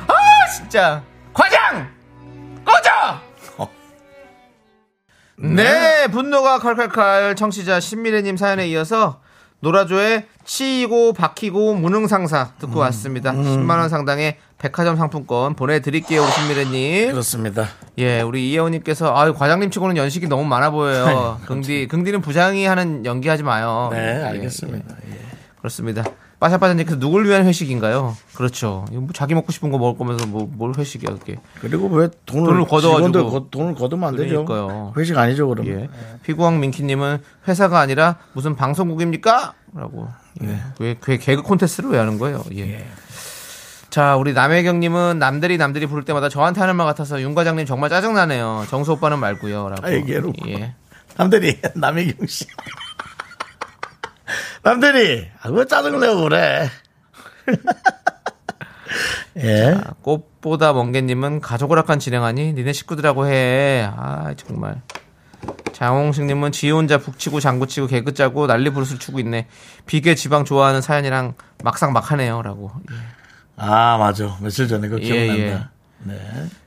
Speaker 2: 아, 진짜. 과장! 꺼져! 네, 분노가 칼칼칼 청취자 신미래님 사연에 이어서 노라조의 치이고 박히고 무능상사
Speaker 1: 음,
Speaker 2: 듣고 왔습니다. 10만원 상당의 백화점 상품권 보내드릴게요, 우리 신미래님.
Speaker 1: 그렇습니다.
Speaker 2: 예, 우리 이혜원님께서 아유 과장님 치고는 연식이 너무 많아 보여요. 긍디 긍디는 부장이 하는 연기하지 마요.
Speaker 1: 그렇죠. 네,
Speaker 2: 예,
Speaker 1: 알겠습니다.
Speaker 2: 예, 그렇습니다. 빠샤빠샤님께서 누굴 위한 회식인가요? 그렇죠. 이거 뭐 자기 먹고 싶은 거 먹을 거면서 뭐 뭘 회식이야 그게.
Speaker 1: 그리고 왜 돈을,
Speaker 2: 돈을 걷어가지고.
Speaker 1: 직원들 거- 돈을 걷으면 안 되죠.
Speaker 2: 그러니까요.
Speaker 1: 회식 아니죠, 그러면.
Speaker 2: 예. 피구왕 민키님은 회사가 아니라 무슨 방송국입니까?라고.
Speaker 1: 네.
Speaker 2: 예. 왜, 그 개그 콘테스트를 왜 하는 거예요? 예. 자, 우리 남혜경님은 남들이 남들이 부를 때마다 저한테 하는 말 같아서 윤 과장님 정말 짜증 나네요. 정수 오빠는 말고요.라고.
Speaker 1: 아, 얘기로.
Speaker 2: 예.
Speaker 1: 남들이 남희경 씨. 남들이 아, 왜 짜증내고 그래? 예.
Speaker 2: 아, 꽃보다 먼개님은 가족 오락관 진행하니 니네 식구들하고 해. 아 정말. 장홍식님은 지 혼자 북치고 장구치고 개그 짜고 난리 부르스 추고 있네. 비계 지방 좋아하는 사연이랑 막상 막하네요라고.
Speaker 1: 아 맞아. 며칠 전에 그거
Speaker 2: 예,
Speaker 1: 기억난다.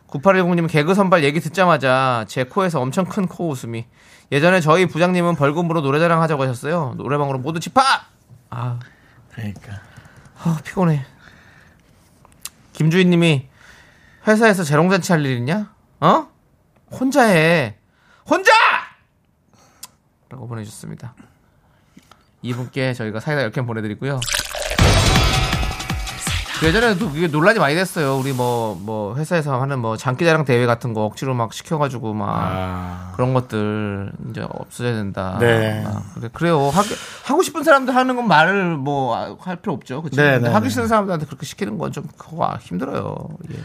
Speaker 2: 9810님은 개그 선발 얘기 듣자마자 제 코에서 엄청 큰 코 웃음이. 예전에 저희 부장님은 벌금으로 노래자랑 하자고 하셨어요. 노래방으로 모두 집합. 아
Speaker 1: 그러니까.
Speaker 2: 아, 피곤해. 김주희님이 회사에서 재롱잔치 할 일 있냐? 어? 혼자 해. 혼자! 라고 보내주셨습니다. 이분께 저희가 사이다 10캔 보내드리고요. 그 예전에는 또 그게 논란이 많이 됐어요. 우리 뭐, 뭐, 회사에서 하는 뭐, 장기자랑 대회 같은 거 억지로 막 시켜가지고 막, 그런 것들 이제 없어져야 된다.
Speaker 1: 네.
Speaker 2: 막 그래, 그래요. 하, 하고 싶은 사람들 하는 건 말을 뭐 할 필요 없죠. 그치?
Speaker 1: 네,
Speaker 2: 근데
Speaker 1: 네,
Speaker 2: 하기
Speaker 1: 네.
Speaker 2: 싫은 사람들한테 그렇게 시키는 건 좀 그거 아, 힘들어요. 예.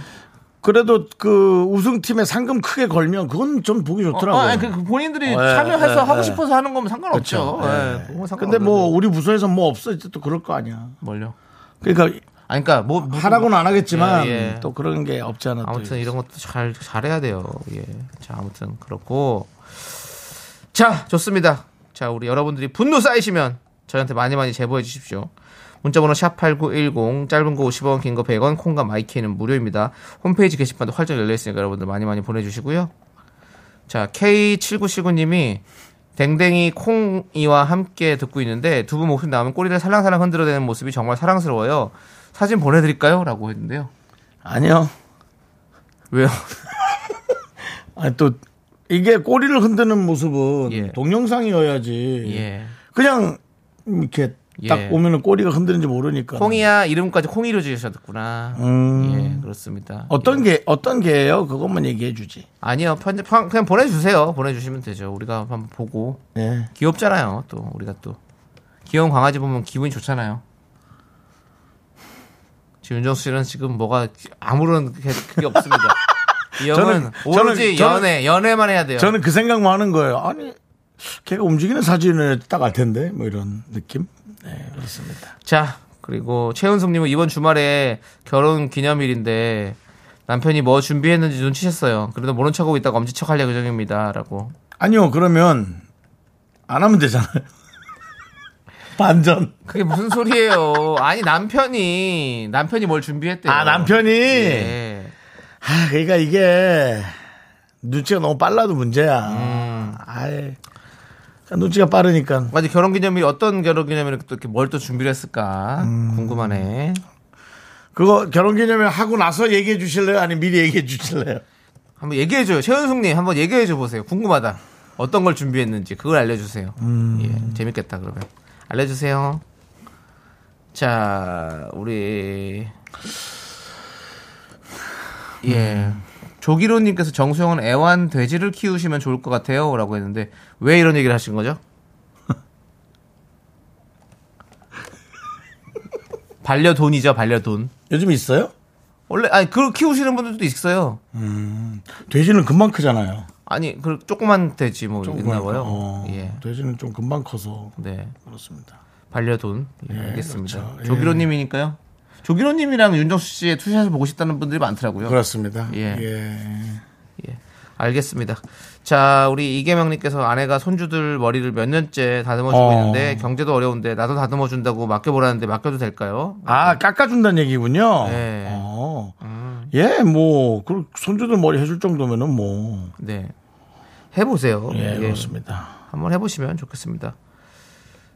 Speaker 1: 그래도 그 우승팀에 상금 크게 걸면 그건 좀 보기 좋더라고요.
Speaker 2: 어, 아니, 그, 그 본인들이
Speaker 1: 예,
Speaker 2: 참여해서
Speaker 1: 예,
Speaker 2: 하고
Speaker 1: 예.
Speaker 2: 싶어서 하는 거면 상관없죠.
Speaker 1: 그렇죠.
Speaker 2: 예.
Speaker 1: 예.
Speaker 2: 그건 상관없는데.
Speaker 1: 근데 뭐 우리 부서에서 뭐 없어 이제 또 그럴 거 아니야.
Speaker 2: 뭘요?
Speaker 1: 그러니까
Speaker 2: 아니 그러니까 뭐 무슨-
Speaker 1: 하라고는 안 하겠지만
Speaker 2: 예, 예.
Speaker 1: 또 그런 게 없지 않아. 또
Speaker 2: 아무튼 이런 것도 잘 잘해야 돼요. 예. 자, 아무튼 그렇고 자, 좋습니다. 자, 우리 여러분들이 분노 쌓이시면 저희한테 많이 많이 제보해 주십시오. 문자번호 샵8910 짧은 거 50원 긴 거 100원 콩과 마이키는 무료입니다. 홈페이지 게시판도 활짝 열려 있으니까 여러분들 많이 많이 보내주시고요. 자 K7979님이 댕댕이 콩이와 함께 듣고 있는데 두 분 목소리 나오면 꼬리를 살랑살랑 흔들어대는 모습이 정말 사랑스러워요. 사진 보내드릴까요? 라고 했는데요.
Speaker 1: 아니요.
Speaker 2: 왜요?
Speaker 1: 아니 또 이게 꼬리를 흔드는 모습은
Speaker 2: 예.
Speaker 1: 동영상이어야지.
Speaker 2: 예.
Speaker 1: 그냥 이렇게
Speaker 2: 예.
Speaker 1: 딱 오면은 꼬리가 흔드는지 모르니까.
Speaker 2: 콩이야 이름까지 콩이로 지으셨구나.
Speaker 1: 음.
Speaker 2: 예, 그렇습니다.
Speaker 1: 어떤
Speaker 2: 예.
Speaker 1: 게 어떤 게예요? 그것만 얘기해 주지.
Speaker 2: 아니요, 편집 그냥 보내주세요. 보내주시면 되죠. 우리가 한번 보고
Speaker 1: 예.
Speaker 2: 귀엽잖아요. 또 우리가 또 귀여운 강아지 보면 기분이 좋잖아요. 지금 윤정수 씨는 지금 뭐가 아무런 게- 그게 없습니다. 이 형은
Speaker 1: 저는-
Speaker 2: 오로지
Speaker 1: 저는- 저는-
Speaker 2: 연애 연애만 해야 돼요.
Speaker 1: 저는 그 생각만 하는 거예요. 아니 걔가 움직이는 사진을 딱 알 텐데 뭐 이런 느낌. 네 그렇습니다.
Speaker 2: 자, 그리고 최은숙님은 이번 주말에 결혼 기념일인데 남편이 뭐 준비했는지 눈치챘어요. 그래도 모른 척하고 있다가 엄지척 할 예정입니다. 라고.
Speaker 1: 아니요 그러면 안 하면 되잖아요. 반전.
Speaker 2: 그게 무슨 소리예요? 아니, 남편이, 남편이 뭘 준비했대요.
Speaker 1: 아 남편이.
Speaker 2: 예.
Speaker 1: 아 그러니까 이게 눈치가 너무 빨라도 문제야.
Speaker 2: 음.
Speaker 1: 아예 눈치가 빠르니까.
Speaker 2: 맞아, 결혼 기념일, 어떤 결혼 기념일에 또 이렇게 뭘 또 준비를 했을까?
Speaker 1: 음.
Speaker 2: 궁금하네.
Speaker 1: 그거 결혼 기념일 하고 나서 얘기해 주실래요? 아니 미리 얘기해 주실래요?
Speaker 2: 한번 얘기해줘요. 최은숙님, 한번 얘기해줘 보세요. 궁금하다. 어떤 걸 준비했는지 그걸 알려주세요. 예, 재밌겠다 그러면 알려주세요. 자, 우리 예. 조기로님께서 정수영은 애완 돼지를 키우시면 좋을 것 같아요라고 했는데 왜 이런 얘기를 하신 거죠? 반려돈이죠, 반려돈.
Speaker 1: 요즘 있어요?
Speaker 2: 원래 아니 그걸 키우시는 분들도 있어요.
Speaker 1: 돼지는 금방 크잖아요.
Speaker 2: 아니 그 조그만 돼지 뭐 있나 봐요.
Speaker 1: 어,
Speaker 2: 예.
Speaker 1: 돼지는 좀 금방 커서
Speaker 2: 네.
Speaker 1: 그렇습니다.
Speaker 2: 반려돈 예, 알겠습니다.
Speaker 1: 그렇죠. 예.
Speaker 2: 조기로님이니까요. 조기로님이랑 윤정수 씨의 투샷을 보고 싶다는 분들이 많더라고요.
Speaker 1: 그렇습니다.
Speaker 2: 예.
Speaker 1: 그렇죠. 예.
Speaker 2: 예, 알겠습니다. 자, 우리 이계명님께서 아내가 손주들 머리를 몇 년째 다듬어주고
Speaker 1: 어.
Speaker 2: 있는데 경제도 어려운데 나도 다듬어준다고 맡겨보라는데 맡겨도 될까요?
Speaker 1: 아 깎아준다는 얘기군요.
Speaker 2: 네.
Speaker 1: 어. 예, 뭐 그, 손주들 머리 해줄 정도면은 뭐
Speaker 2: 네, 해보세요.
Speaker 1: 예,
Speaker 2: 예,
Speaker 1: 그렇습니다.
Speaker 2: 한번 해보시면 좋겠습니다.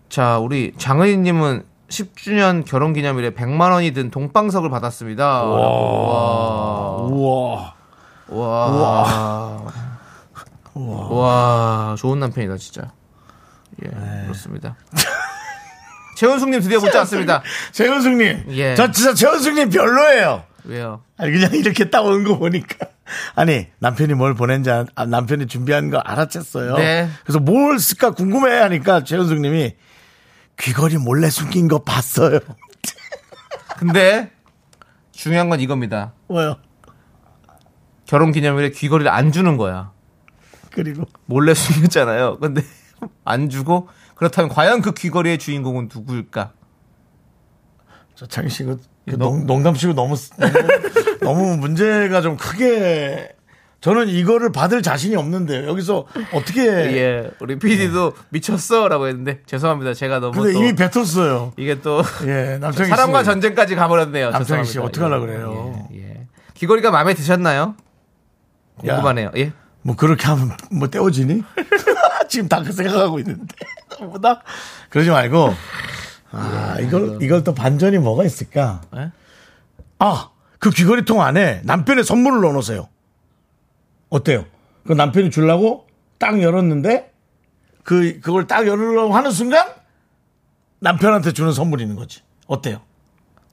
Speaker 2: 자, 우리 장은희님은 10주년 결혼기념일에 100만 원이 든 동방석을 받았습니다. 와,
Speaker 1: 우와.
Speaker 2: 와, 와, 좋은 남편이다 진짜. 예, 그렇습니다. 최은숙님 드디어 문자 왔습니다.
Speaker 1: 최은숙님,
Speaker 2: 예.
Speaker 1: 저 진짜 최은숙님 별로예요.
Speaker 2: 왜요?
Speaker 1: 아니 그냥 이렇게 딱 온 거 보니까 아니 남편이 뭘 보낸지 안- 아, 남편이 준비한 거 알아챘어요.
Speaker 2: 네.
Speaker 1: 그래서 뭘 쓸까 궁금해 하니까 최은숙님이 귀걸이 몰래 숨긴 거 봤어요.
Speaker 2: 근데 중요한 건 이겁니다.
Speaker 1: 뭐요?
Speaker 2: 결혼 기념일에 귀걸이를 안 주는 거야.
Speaker 1: 그리고
Speaker 2: 몰래 숨겼잖아요. 근데 안 주고 그렇다면 과연 그 귀걸이의 주인공은 누구일까?
Speaker 1: 저 창희 씨 이거
Speaker 2: 이거
Speaker 1: 농, 농담치고 너무 쓰- 너무, 너무 문제가 좀 크게 저는 이거를 받을 자신이 없는데 여기서 어떻게
Speaker 2: 예, 우리 PD도 미쳤어라고 했는데 죄송합니다. 제가 너무
Speaker 1: 네. 근데
Speaker 2: 뭐 또
Speaker 1: 이미 뱉었어요.
Speaker 2: 이게 또
Speaker 1: 예, 남창희 씨.
Speaker 2: 사람과 전쟁까지 가버렸네요.
Speaker 1: 남창희 씨,
Speaker 2: 죄송합니다.
Speaker 1: 어떡하려고 그래요?
Speaker 2: 예, 예. 귀걸이가 마음에 드셨나요?
Speaker 1: 야,
Speaker 2: 궁금하네요. 예.
Speaker 1: 뭐 그렇게 하면 뭐 떼어지니? 지금 다 그 생각하고 있는데 너무나 그러지 말고 아 이걸 이걸 또 반전이 뭐가 있을까?
Speaker 2: 예?
Speaker 1: 아 그 귀걸이통 안에 남편의 선물을 넣어놓으세요. 어때요? 그 남편이 주려고 딱 열었는데 그 그걸 딱 열으려고 하는 순간 남편한테 주는 선물이 있는 거지. 어때요?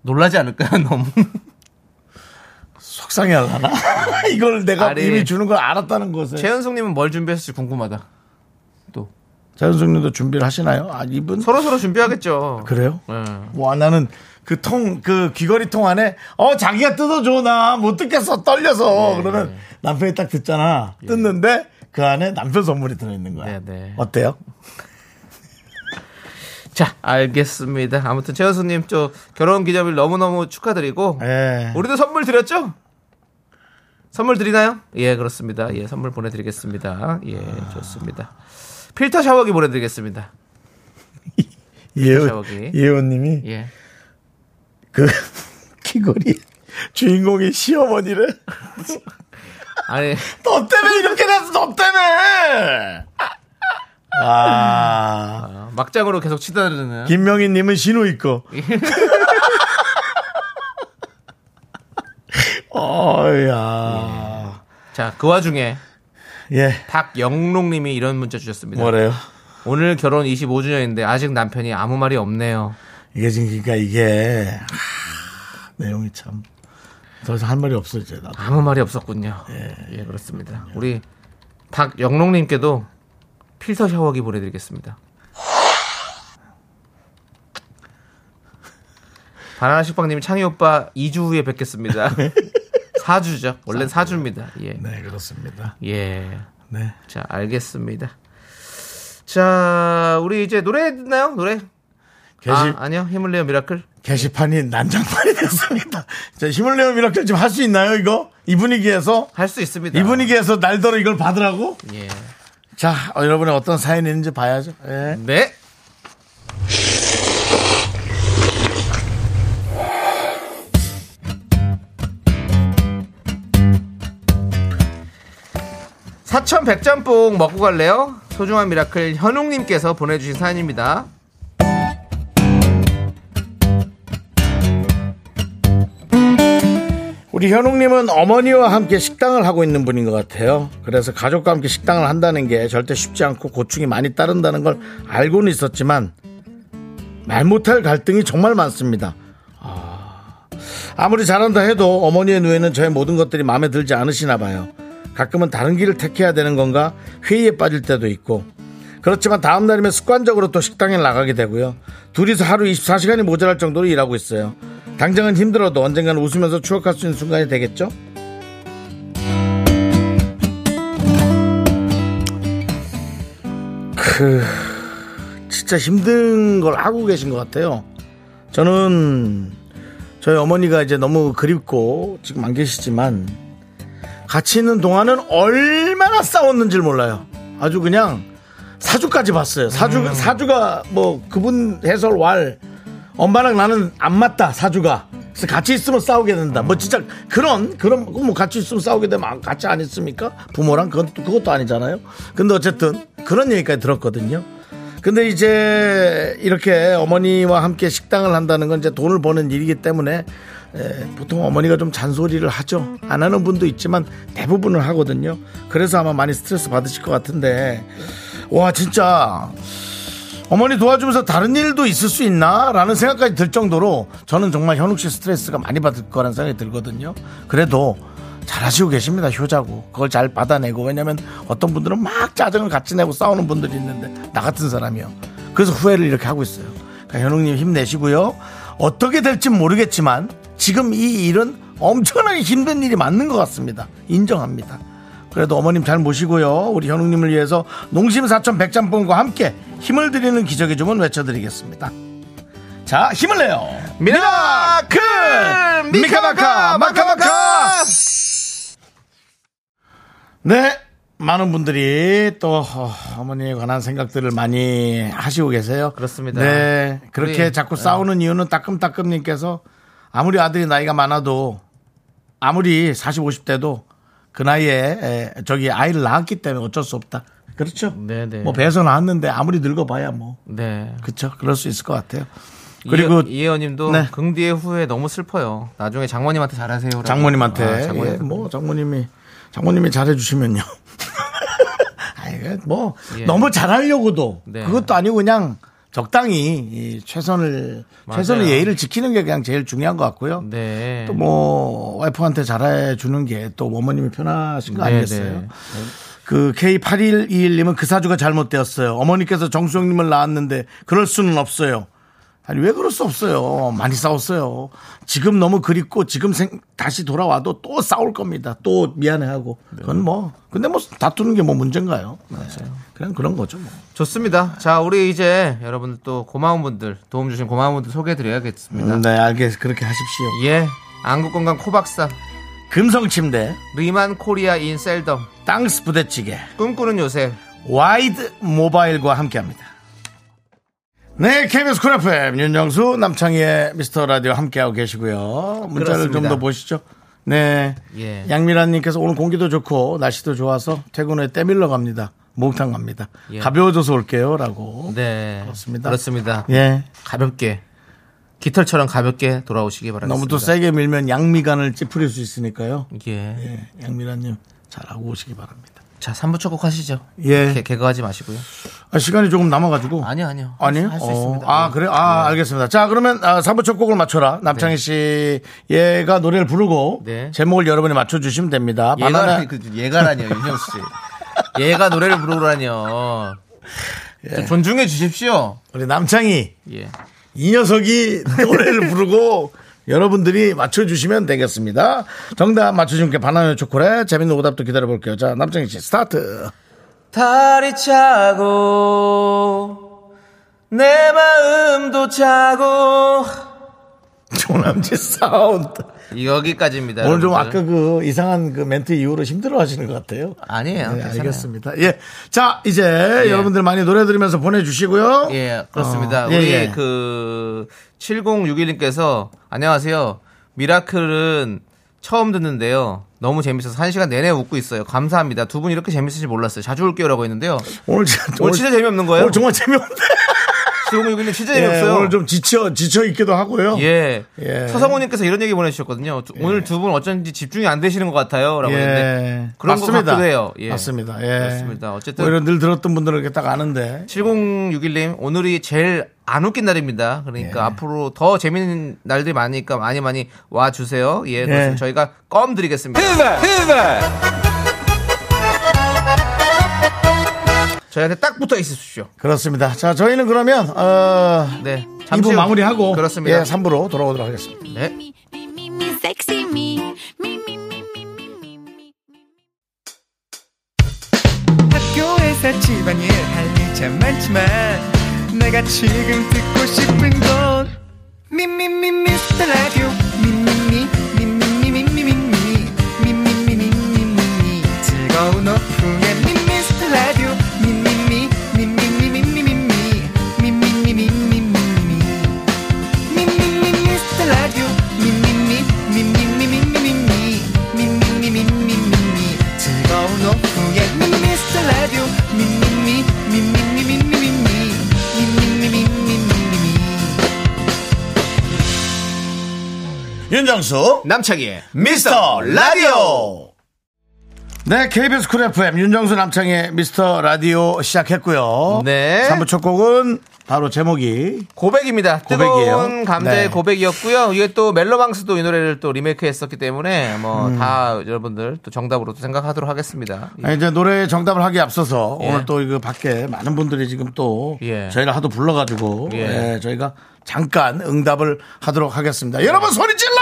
Speaker 2: 놀라지 않을까요? 너무
Speaker 1: 속상해 하려나? 이걸 내가
Speaker 2: 아니,
Speaker 1: 이미 주는 걸 알았다는 것에.
Speaker 2: 최현숙님은 뭘 준비했을지 궁금하다. 또
Speaker 1: 자연숙님도 준비를 하시나요? 아 이분
Speaker 2: 서로 서로 준비하겠죠.
Speaker 1: 그래요?
Speaker 2: 예.
Speaker 1: 와 나는 그 통 그 귀걸이 통 안에 어 자기가 뜯어줘 나 못 뜯겠어 떨려서
Speaker 2: 네.
Speaker 1: 그러면 남편이 딱 듣잖아 뜯는데 그 안에 남편 선물이 들어있는 거야
Speaker 2: 예. 네, 네.
Speaker 1: 어때요?
Speaker 2: 자, 알겠습니다. 아무튼 최현수님 저 결혼 기념일 너무너무 축하드리고
Speaker 1: 예.
Speaker 2: 우리도 선물 드렸죠? 선물 드리나요? 예, 그렇습니다. 예, 선물 보내드리겠습니다. 예, 좋습니다. 필터 샤워기 보내드리겠습니다.
Speaker 1: 예원
Speaker 2: 샤워기.
Speaker 1: 예원님이
Speaker 2: 예.
Speaker 1: 그 귀걸이 주인공이 시어머니래
Speaker 2: 아니,
Speaker 1: 너 때문에 이렇게 됐어 너 때문에 아
Speaker 2: 어, 막장으로 계속 치달르는.
Speaker 1: 김명희님은 신우 있고 어야
Speaker 2: 자, 그 와중에
Speaker 1: 예.
Speaker 2: 박영롱님이 이런 문자 주셨습니다.
Speaker 1: 뭐래요?
Speaker 2: 오늘 결혼 25주년인데 아직 남편이 아무 말이 없네요.
Speaker 1: 이게 지금 그러니까 이게 하, 내용이 참 더 이상 할 말이 없어 이제 나도.
Speaker 2: 아무 말이 없었군요. 예, 그렇습니다. 우리 박영롱님께도 필터 샤워기 보내드리겠습니다. 바나나 식빵님이 창희 오빠 2주 후에 뵙겠습니다. 4주죠. 원래 4주입니다. 예.
Speaker 1: 네 그렇습니다.
Speaker 2: 예.
Speaker 1: 네.
Speaker 2: 자, 알겠습니다. 자, 우리 이제 노래 듣나요? 노래?
Speaker 1: 게시
Speaker 2: 아, 아니요. 힘을 내요, 미라클.
Speaker 1: 게시판이 난장판이 됐습니다. 자 힘을 내요 미라클 지금 할 수 있나요 이거 이 분위기에서
Speaker 2: 할 수 있습니다.
Speaker 1: 이 분위기에서 날더러 이걸 받으라고?
Speaker 2: 아. 예.
Speaker 1: 자 어, 여러분의 어떤 사연이 있는지 봐야죠. 예.
Speaker 2: 네. 사천 백짬뽕 먹고 갈래요? 소중한 미라클 현웅님께서 보내주신 사연입니다.
Speaker 1: 우리 현웅님은 어머니와 함께 식당을 하고 있는 분인 것 같아요. 그래서 가족과 함께 식당을 한다는 게 절대 쉽지 않고 고충이 많이 따른다는 걸 알고는 있었지만 말 못할 갈등이 정말 많습니다. 아, 아무리 잘한다 해도 어머니의 눈에는 저의 모든 것들이 마음에 들지 않으시나 봐요. 가끔은 다른 길을 택해야 되는 건가 회의에 빠질 때도 있고 그렇지만 다음 날이면 습관적으로 또 식당에 나가게 되고요. 둘이서 하루 24시간이 모자랄 정도로 일하고 있어요. 당장은 힘들어도 언젠간 웃으면서 추억할 수 있는 순간이 되겠죠? 그 진짜 힘든 걸 하고 계신 것 같아요. 저는 저희 어머니가 이제 너무 그립고 지금 안 계시지만 같이 있는 동안은 얼마나 싸웠는지 몰라요. 아주 그냥 사주까지 봤어요. 사주 사주가 뭐 그분 해설 왈 엄마랑 나는 안 맞다 사주가. 그래서 같이 있으면 싸우게 된다. 뭐 진짜 그런 그런 뭐 같이 있으면 싸우게 되면 안- 같이 안 있습니까? 부모랑 그건 또- 그것도 아니잖아요. 근데 어쨌든 그런 얘기까지 들었거든요. 근데 이제 이렇게 어머니와 함께 식당을 한다는 건 이제 돈을 버는 일이기 때문에 에, 보통 어머니가 좀 잔소리를 하죠. 안 하는 분도 있지만 대부분은 하거든요. 그래서 아마 많이 스트레스 받으실 것 같은데 와 진짜 어머니 도와주면서 다른 일도 있을 수 있나? 라는 생각까지 들 정도로 저는 정말 현욱 씨 스트레스가 많이 받을 거라는 생각이 들거든요. 그래도 잘하시고 계십니다. 효자고. 그걸 잘 받아내고. 왜냐면 어떤 분들은 막 짜증을 같이 내고 싸우는 분들이 있는데 나 같은 사람이요. 그래서 후회를 이렇게 하고 있어요. 그러니까 현욱님 힘내시고요. 어떻게 될지 모르겠지만 지금 이 일은 엄청나게 힘든 일이 맞는 것 같습니다. 인정합니다. 그래도 어머님 잘 모시고요. 우리 현웅님을 위해서 농심 사천 백짬뽕과 함께 힘을 드리는 기적의 주문 외쳐드리겠습니다. 자, 힘을 내요.
Speaker 2: 미라클 미카마카 마카마카
Speaker 1: 네. 많은 분들이 또 어, 어머니에 관한 생각들을 많이 하시고 계세요.
Speaker 2: 그렇습니다.
Speaker 1: 네. 그렇게
Speaker 2: 우리,
Speaker 1: 자꾸 싸우는 이유는 따끔따끔님께서 아무리 아들이 나이가 많아도 아무리 40, 50대도 그 나이에 에, 저기 아이를 낳았기 때문에 어쩔 수 없다. 그렇죠?
Speaker 2: 네네.
Speaker 1: 뭐 배에서 나왔는데 아무리 늙어봐야 뭐.
Speaker 2: 네
Speaker 1: 그렇죠. 그럴 수 있을 것 같아요.
Speaker 2: 그리고
Speaker 1: 그리고
Speaker 2: 이혜원님도
Speaker 1: 네.
Speaker 2: 긍디의 후회 너무 슬퍼요 나중에 장모님한테 잘하세요
Speaker 1: 장모님한테
Speaker 2: 아, 장모님
Speaker 1: 예, 뭐 장모님이 장모님이 잘해주시면요. 아이 뭐
Speaker 2: 예.
Speaker 1: 너무 잘하려고도
Speaker 2: 네.
Speaker 1: 그것도 아니고 그냥 적당히 이 최선을 최선의
Speaker 2: 맞아요.
Speaker 1: 예의를 지키는 게 그냥 제일 중요한 것 같고요.
Speaker 2: 네.
Speaker 1: 또 뭐 와이프한테 잘해 주는 게 또 어머님이 편하신 거 아니겠어요?
Speaker 2: 네.
Speaker 1: 그 K8121님은 그 사주가 잘못되었어요. 어머니께서 정수영님을 낳았는데 그럴 수는 없어요. 아니 왜 그럴 수 없어요. 많이 싸웠어요. 지금 너무 그립고 지금 생- 다시 돌아와도 또 싸울 겁니다. 또 미안해하고 그건 뭐 근데 뭐 다투는 게 뭐 문제인가요? 맞아요. 그냥 그런 거죠. 뭐.
Speaker 2: 좋습니다. 자, 우리 이제 여러분들 또 고마운 분들, 도움 주신 고마운 분들 소개해드려야겠습니다.
Speaker 1: 네 알겠 그렇게 하십시오.
Speaker 2: 예, 안국건강 코박사,
Speaker 1: 금성침대,
Speaker 2: 리만 코리아 인 셀덤,
Speaker 1: 땅스 부대찌개.
Speaker 2: 꿈꾸는 요새,
Speaker 1: 와이드 모바일과 함께합니다. 네, KBS 쿨 FM 윤정수 남창희의 미스터 라디오 함께하고 계시고요. 문자를 좀
Speaker 2: 그렇습니다.
Speaker 1: 더 보시죠. 네,
Speaker 2: 예.
Speaker 1: 양미란님께서 오늘 공기도 좋고 날씨도 좋아서 퇴근 후에 때밀러 갑니다. 목욕탕 갑니다.
Speaker 2: 예.
Speaker 1: 가벼워져서 올게요라고.
Speaker 2: 네.
Speaker 1: 그렇습니다.
Speaker 2: 그렇습니다.
Speaker 1: 예,
Speaker 2: 가볍게, 깃털처럼 가볍게 돌아오시기 바랍니다.
Speaker 1: 너무 또 세게 밀면 양미간을 찌푸릴 수 있으니까요.
Speaker 2: 예.
Speaker 1: 예, 양미란님 잘하고 오시기 바랍니다.
Speaker 2: 자, 3부 첫 곡 하시죠.
Speaker 1: 예.
Speaker 2: 개, 개그하지 마시고요.
Speaker 1: 아, 시간이 조금 남아가지고.
Speaker 2: 아니요, 아니요.
Speaker 1: 아니요?
Speaker 2: 할수
Speaker 1: 어,
Speaker 2: 있습니다.
Speaker 1: 아,
Speaker 2: 네.
Speaker 1: 그래? 아, 알겠습니다. 자, 그러면 아, 3부 첫 곡을 맞춰라. 남창희 씨, 얘가 노래를 부르고
Speaker 2: 네.
Speaker 1: 제목을 여러분이 맞춰주시면 됩니다.
Speaker 2: 얘가,
Speaker 1: 바나나,
Speaker 2: 그, 얘가라니요, 윤정수 씨. 얘가 노래를 부르라니요.
Speaker 1: 예.
Speaker 2: 좀 존중해 주십시오.
Speaker 1: 우리 남창희,
Speaker 2: 예.
Speaker 1: 이 녀석이 노래를 부르고 여러분들이 맞춰주시면 되겠습니다. 정답 맞춰주신 분께 바나나 초콜릿, 재밌는 오답도 기다려볼게요. 자, 남창희 씨, 스타트.
Speaker 2: 다리 차고 내 마음도 차고
Speaker 1: 조남지 사운드.
Speaker 2: 여기까지입니다.
Speaker 1: 오늘 좀
Speaker 2: 여러분들.
Speaker 1: 아까 그 이상한 그 멘트 이후로 힘들어 하시는 것 같아요.
Speaker 2: 아니에요.
Speaker 1: 네,
Speaker 2: 괜찮아요.
Speaker 1: 알겠습니다. 예. 자, 이제 여러분들 많이 노래 들으면서 보내주시고요.
Speaker 2: 예, 그렇습니다.
Speaker 1: 어,
Speaker 2: 우리
Speaker 1: 예, 예.
Speaker 2: 그 7061님께서 안녕하세요. 미라클은 처음 듣는데요. 너무 재밌어서 한 시간 내내 웃고 있어요. 감사합니다. 두 분 이렇게 재밌으실 몰랐어요. 자주 올게요라고 했는데요.
Speaker 1: 오늘, 진짜-
Speaker 2: 오늘 진짜 재미없는 거예요?
Speaker 1: 오늘 정말 재미없네.
Speaker 2: 시공육이는 진짜
Speaker 1: 예,
Speaker 2: 재미없어요.
Speaker 1: 오늘 좀 지쳐 지쳐 있기도 하고요.
Speaker 2: 예.
Speaker 1: 예.
Speaker 2: 서성호님께서 이런 얘기 보내주셨거든요. 두- 오늘 두 분 어쩐지 집중이 안 되시는 것 같아요. 라고 했는데. 그런 것 같기도 해요. 예.
Speaker 1: 예. 맞습니다. 예.
Speaker 2: 그렇습니다. 어쨌든.
Speaker 1: 오히려 늘 들었던 분들은 이렇게 딱 아는데.
Speaker 2: 7061님, 오늘이 제일 안 웃긴 날입니다.
Speaker 1: 예.
Speaker 2: 그러니까 앞으로 더 재밌는 날들이 많으니까 많이 많이 와주세요. 예. 그래서
Speaker 1: 예.
Speaker 2: 저희가 껌 드리겠습니다. 저희한테 딱 붙어 있으십시오.
Speaker 1: 그렇습니다. 자, 저희는 그러면 어
Speaker 2: 네. 잠시
Speaker 1: 2부
Speaker 2: 후-
Speaker 1: 마무리하고
Speaker 2: 그렇습니다.
Speaker 1: 예, 3부로 돌아오도록 하겠습니다.
Speaker 2: 네.
Speaker 8: 섹시 미, 미, 미, 미, 미, 미, 미, 미.
Speaker 9: 학교에서 집안일 할 일 참 많지만 내가 지금 듣고 싶은 건 미미미 미스터 라디오 미미미 미미미 미미미 미미미 미미미 즐거운 오후에 미스터 라디오 미미미 미미미 미미미 미미미 미미미
Speaker 1: 윤정수
Speaker 2: 남창희의
Speaker 1: 미스터 라디오. 네, KBS 쿨 FM 윤정수 남창의 미스터 라디오 시작했고요.
Speaker 2: 네.
Speaker 1: 3부 첫 곡은 바로 제목이
Speaker 2: 고백입니다. 뜨거운
Speaker 1: 고백이에요.
Speaker 2: 감자의
Speaker 1: 네.
Speaker 2: 고백이었고요. 이게 또 멜로망스도 이 노래를 또 리메이크했었기 때문에
Speaker 1: 음.
Speaker 2: 뭐 다 여러분들 또 정답으로 또 생각하도록 하겠습니다.
Speaker 1: 아, 이제 노래의 정답을 하기 앞서서
Speaker 2: 예.
Speaker 1: 오늘 또 이거 밖에 많은 분들이 지금 또
Speaker 2: 예.
Speaker 1: 저희를 하도 불러가지고
Speaker 2: 예.
Speaker 1: 예, 저희가 잠깐 응답을 하도록 하겠습니다. 여러분 소리 질러!